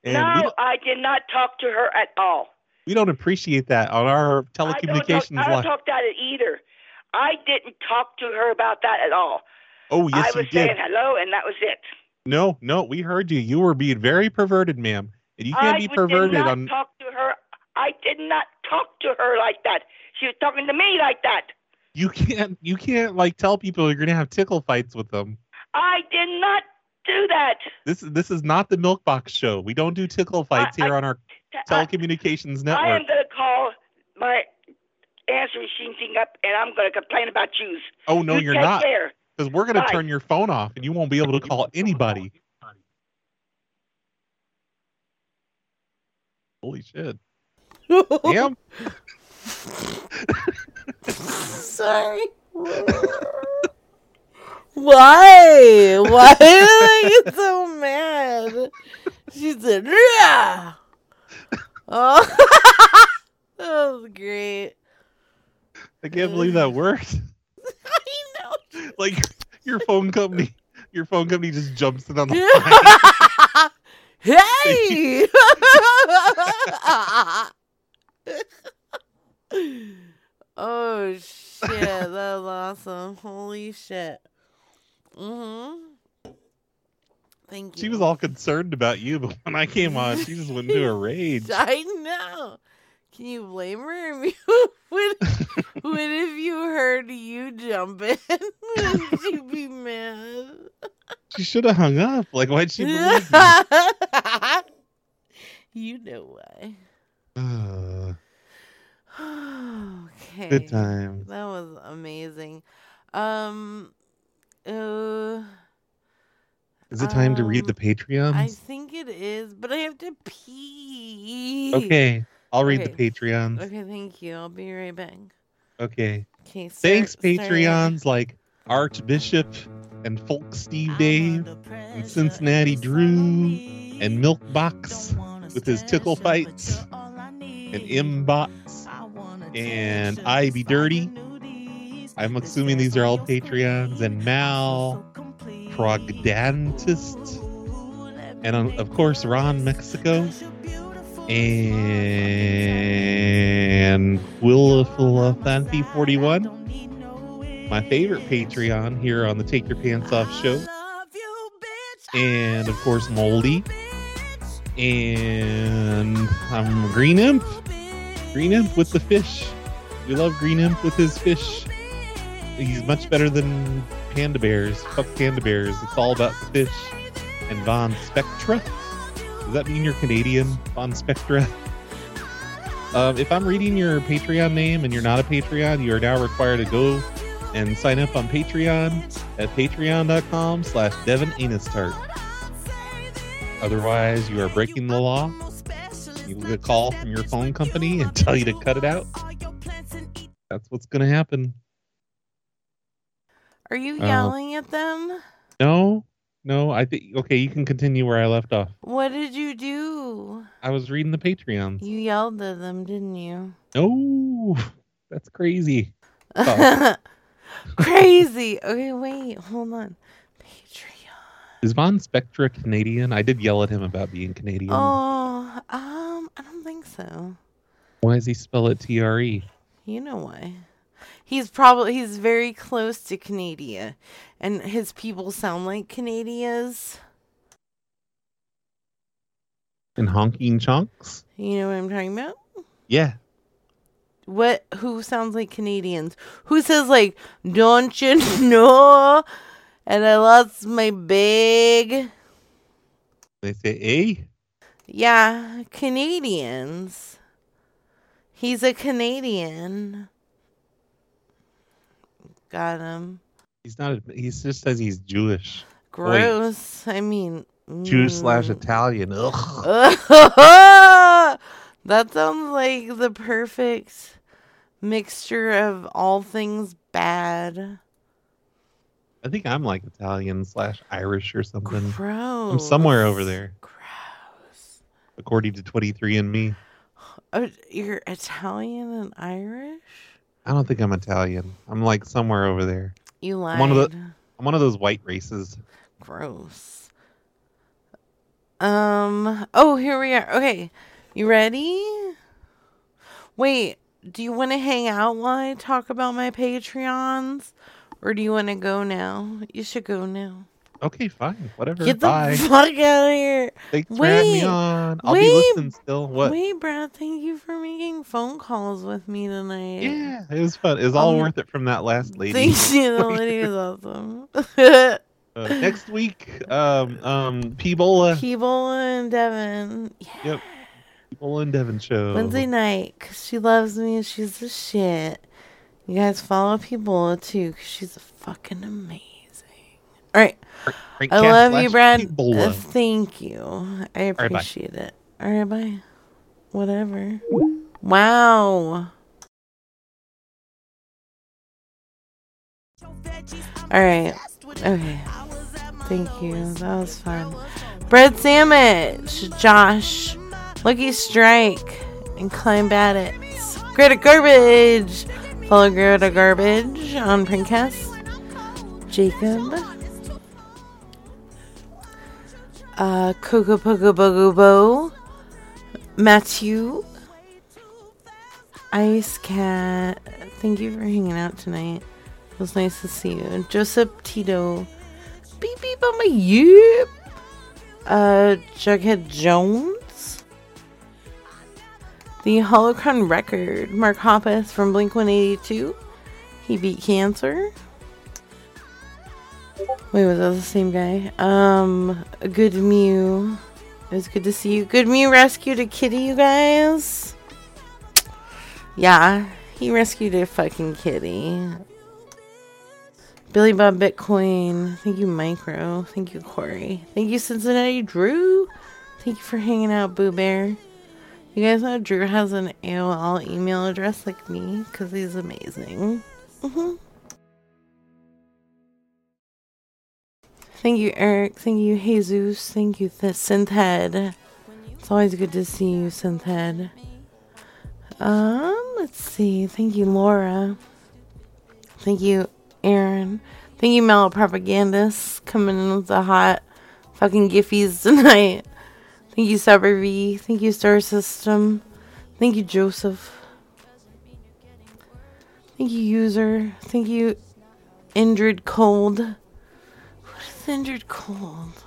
S4: and we,
S21: no,
S4: don't,
S21: I did not talk to her at all.
S4: we don't appreciate that on our
S21: I don't talk,
S4: telecommunications
S21: I don't
S4: line.
S21: talk that either. I didn't talk to her about that at all.
S4: Oh yes,
S21: I was
S4: you did.
S21: saying hello, and that was it.
S4: No, no, we heard you. You were being very perverted, ma'am, and you can't
S21: I
S4: be
S21: would-
S4: perverted
S21: did not
S4: on.
S21: talk to her. I did not talk to her like that. She was talking to me like that.
S4: You can't you can't like tell people you're gonna have tickle fights with them.
S21: I did not do that.
S4: This this is not the Milk Box show. We don't do tickle fights here on our telecommunications network.
S21: I am going to call my answer machine thing up, and I'm going to complain about yous.
S4: oh no,
S21: you
S4: are
S21: take
S4: not.
S21: Care.
S4: Because we're gonna
S21: Bye.
S4: turn your phone off, and you won't be able to call anybody. Holy shit! Damn.
S3: Sorry. Why? Why did I get so mad? She said, "Yeah." Oh, that was great.
S4: I can't believe that worked. I know. Like your phone company, your phone company just jumps in on the line.
S3: hey. oh shit, that was awesome. Holy shit. Mhm. Thank you.
S4: she was all concerned about you, but when I came on, she just went into a rage.
S3: I know. Can you blame her? If would, would if you heard you jumping, would you be mad?
S4: She should have hung up. Like why'd she believe you?
S3: you know why.
S4: Uh,
S3: okay.
S4: times.
S3: That was amazing. Um. Uh,
S4: is it time to read the Patreons?
S3: Um, I think it is, but I have to pee.
S4: Okay, I'll read the
S3: Okay.
S4: Patreons.
S3: Okay, thank you. I'll be right back.
S4: Okay.
S3: Okay, start-
S4: Thanks,
S3: start over.
S4: Patreons like Archbishop and Folk Steve Dave and Cincinnati Drew and Milkbox with his tickle fights and Mbox and I Be Dirty. I'm assuming these are all Patreons and Mal Progdantist and um, of course Ron Mexico and and Quillafilothanty41, my favorite Patreon here on the Take Your Pants Off show. And of course, Moldy. And I'm Green Imp. Green Imp with the fish. We love Green Imp with his fish. He's much better than panda bears. Fuck panda bears. It's all about the fish. And Von Spectra. Does that mean you're Canadian, Von Spectra? Um, if I'm reading your Patreon name and you're not a Patreon, you are now required to go and sign up on Patreon at patreon.com slash Devin Anistart. Otherwise, you are breaking the law. You will get a call from your phone company and tell you to cut it out. That's what's going to happen.
S3: Are you
S4: Oh.
S3: yelling at them?
S4: No, no, I think, okay, you can continue where I left off.
S3: What did you do?
S4: I was reading the Patreon.
S3: You yelled at them, didn't you?
S4: No, that's crazy. Oh.
S3: Crazy. Okay, wait, hold on.
S4: Is Von Spectra Canadian? I did yell at him about being Canadian.
S3: Oh, um, I don't think so.
S4: Why does he spell it T R E?
S3: You know why? He's probably he's very close to Canada, and his people sound like Canadians.
S4: And honking chunks?
S3: You know what I'm talking about?
S4: Yeah.
S3: What? Who sounds like Canadians? Who says like, "Don't you know?" And I lost my big.
S4: They say "Eh, A?
S3: Yeah, Canadians. He's a Canadian. Got him.
S4: He's not. He just says he's Jewish. Boy,
S3: Gross. I mean,
S4: Jewish slash
S3: mm.
S4: Italian. Ugh.
S3: that sounds like the perfect mixture of all things bad.
S4: I think I'm like Italian slash Irish or something. I'm
S3: Gross.
S4: somewhere over there. Gross. According to 23 and Me,
S3: Oh, you're Italian and Irish?
S4: I don't think I'm Italian. I'm like somewhere over there.
S3: You lied.
S4: I'm one of the. I'm one of those white races.
S3: Gross. Um. Oh, here we are. Okay, you ready? Wait. Do you want to hang out while I talk about my Patreons, or do you want to go now? You should go now.
S4: Okay, fine, whatever.
S3: Get the
S4: Bye.
S3: fuck out of here.
S4: Thanks for having me on. I'll be listening still. What?
S3: Wait, Brad, thank you for making phone calls with me tonight.
S4: Yeah. It was fun. It was all
S3: Um,
S4: worth it from that last lady.
S3: Thank you. The lady was awesome.
S4: Uh, next week, um, um, Pebola.
S3: People and Devin. Yeah.
S4: Yep. People in Devon show.
S3: Wednesday night, 'cause she loves me and she's the shit. You guys follow people too, 'cause she's a fucking amazing. All right. I
S4: Frank
S3: love you,
S4: Castle
S3: Brad.
S4: slash Ebola.
S3: Uh, thank you. I
S4: right, bye.
S3: appreciate it. All right, bye. Whatever. Wow. All right. Okay. Thank you. That was fun. Bread sandwich. Josh. Lucky strike. And climb at it. Greta garbage. Follow Greta garbage on Printcast. Jacob. Uh, Coco Poco Bogo Bo. Matthew. Ice Cat, thank you for hanging out tonight. It was nice to see you. Joseph Tito, beep beep on my yip. Uh, Jughead Jones, the Holocron Record, Mark Hoppus from Blink 182. He beat cancer. Wait, was that the same guy? Um, Good Mew. It was good to see you. Good Mew rescued a kitty, you guys. Yeah, he rescued a fucking kitty. Billy Bob Bitcoin. Thank you, Micro. Thank you, Corey. Thank you, Cincinnati Drew. Thank you for hanging out, Boo Bear. You guys know Drew has an AOL email address like me because he's amazing. hmm Thank you, Eric. Thank you, Jesus. Thank you, Th- Synthead. It's always good to see you, Synthead. Um, let's see. Thank you, Laura. Thank you, Aaron. Thank you, Mellow Propagandist, coming in with the hot fucking giffies tonight. Thank you, Cyber V. Thank you, Star System. Thank you, Joseph. Thank you, user. Thank you, Indrid Cold. What is Indrid Cold?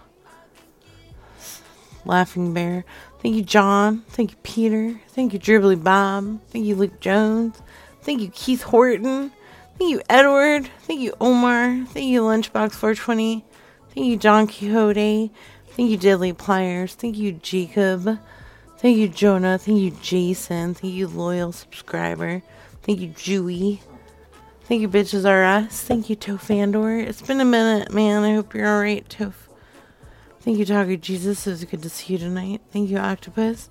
S3: Laughing Bear. Thank you, John. Thank you, Peter. Thank you, Dribbly Bob. Thank you, Luke Jones. Thank you, Keith Horton. Thank you, Edward. Thank you, Omar. Thank you, Lunchbox420. Thank you, Don Quixote. Thank you, Diddley Pliers. Thank you, Jacob. Thank you, Jonah. Thank you, Jason. Thank you, loyal subscriber. Thank you, Jewy. Thank you, bitches are us. Thank you, Tofandor. It's been a minute, man. I hope you're all right, Tof. Thank you, Taco Jesus. It was good to see you tonight. Thank you, Octopus.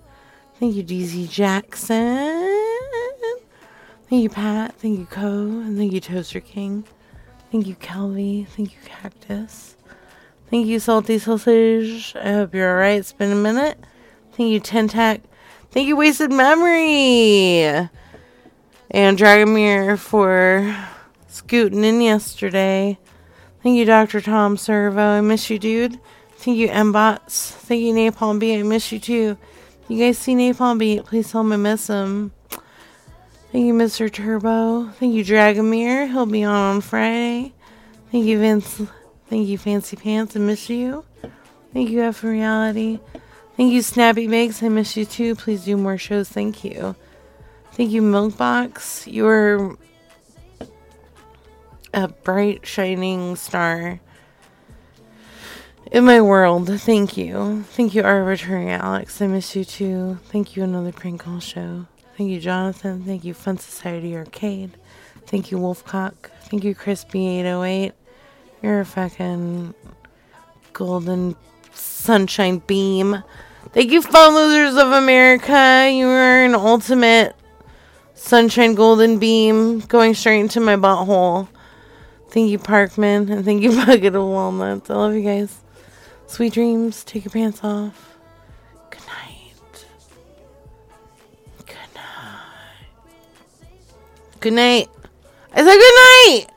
S3: Thank you, DZ Jackson. Thank you, Pat. Thank you, Co. And thank you, Toaster King. Thank you, Kelvy. Thank you, Cactus. Thank you, Salty Sausage. I hope you're alright. It's been a minute. Thank you, Tentac. Thank you, Wasted Memory. And Dragomir for scooting in yesterday. Thank you, Dr. Tom Servo. I miss you, dude. Thank you, Mbots. Thank you, Napalm Beat. I miss you, too. You guys see Napalm Beat? Please tell him I miss him. Thank you, Mr. Turbo. Thank you, Dragomir. He'll be on on Friday. Thank you, Vince. Thank you, Fancy Pants. I miss you. Thank you, F Reality. Thank you, Snappy Bakes. I miss you too. Please do more shows. Thank you. Thank you, Milkbox. You're a bright, shining star in my world. Thank you. Thank you, Arbitrary Alex. I miss you too. Thank you, another prank call show. Thank you, Jonathan. Thank you, Fun Society Arcade. Thank you, Wolfcock. Thank you, Crispy808. You're a fucking golden sunshine beam. Thank you, Fun Losers of America. You are an ultimate sunshine golden beam going straight into my butthole. Thank you, Parkman, and thank you, Bucket of Walnuts. I love you guys. Sweet dreams. Take your pants off. Good night. Good night. I said good night.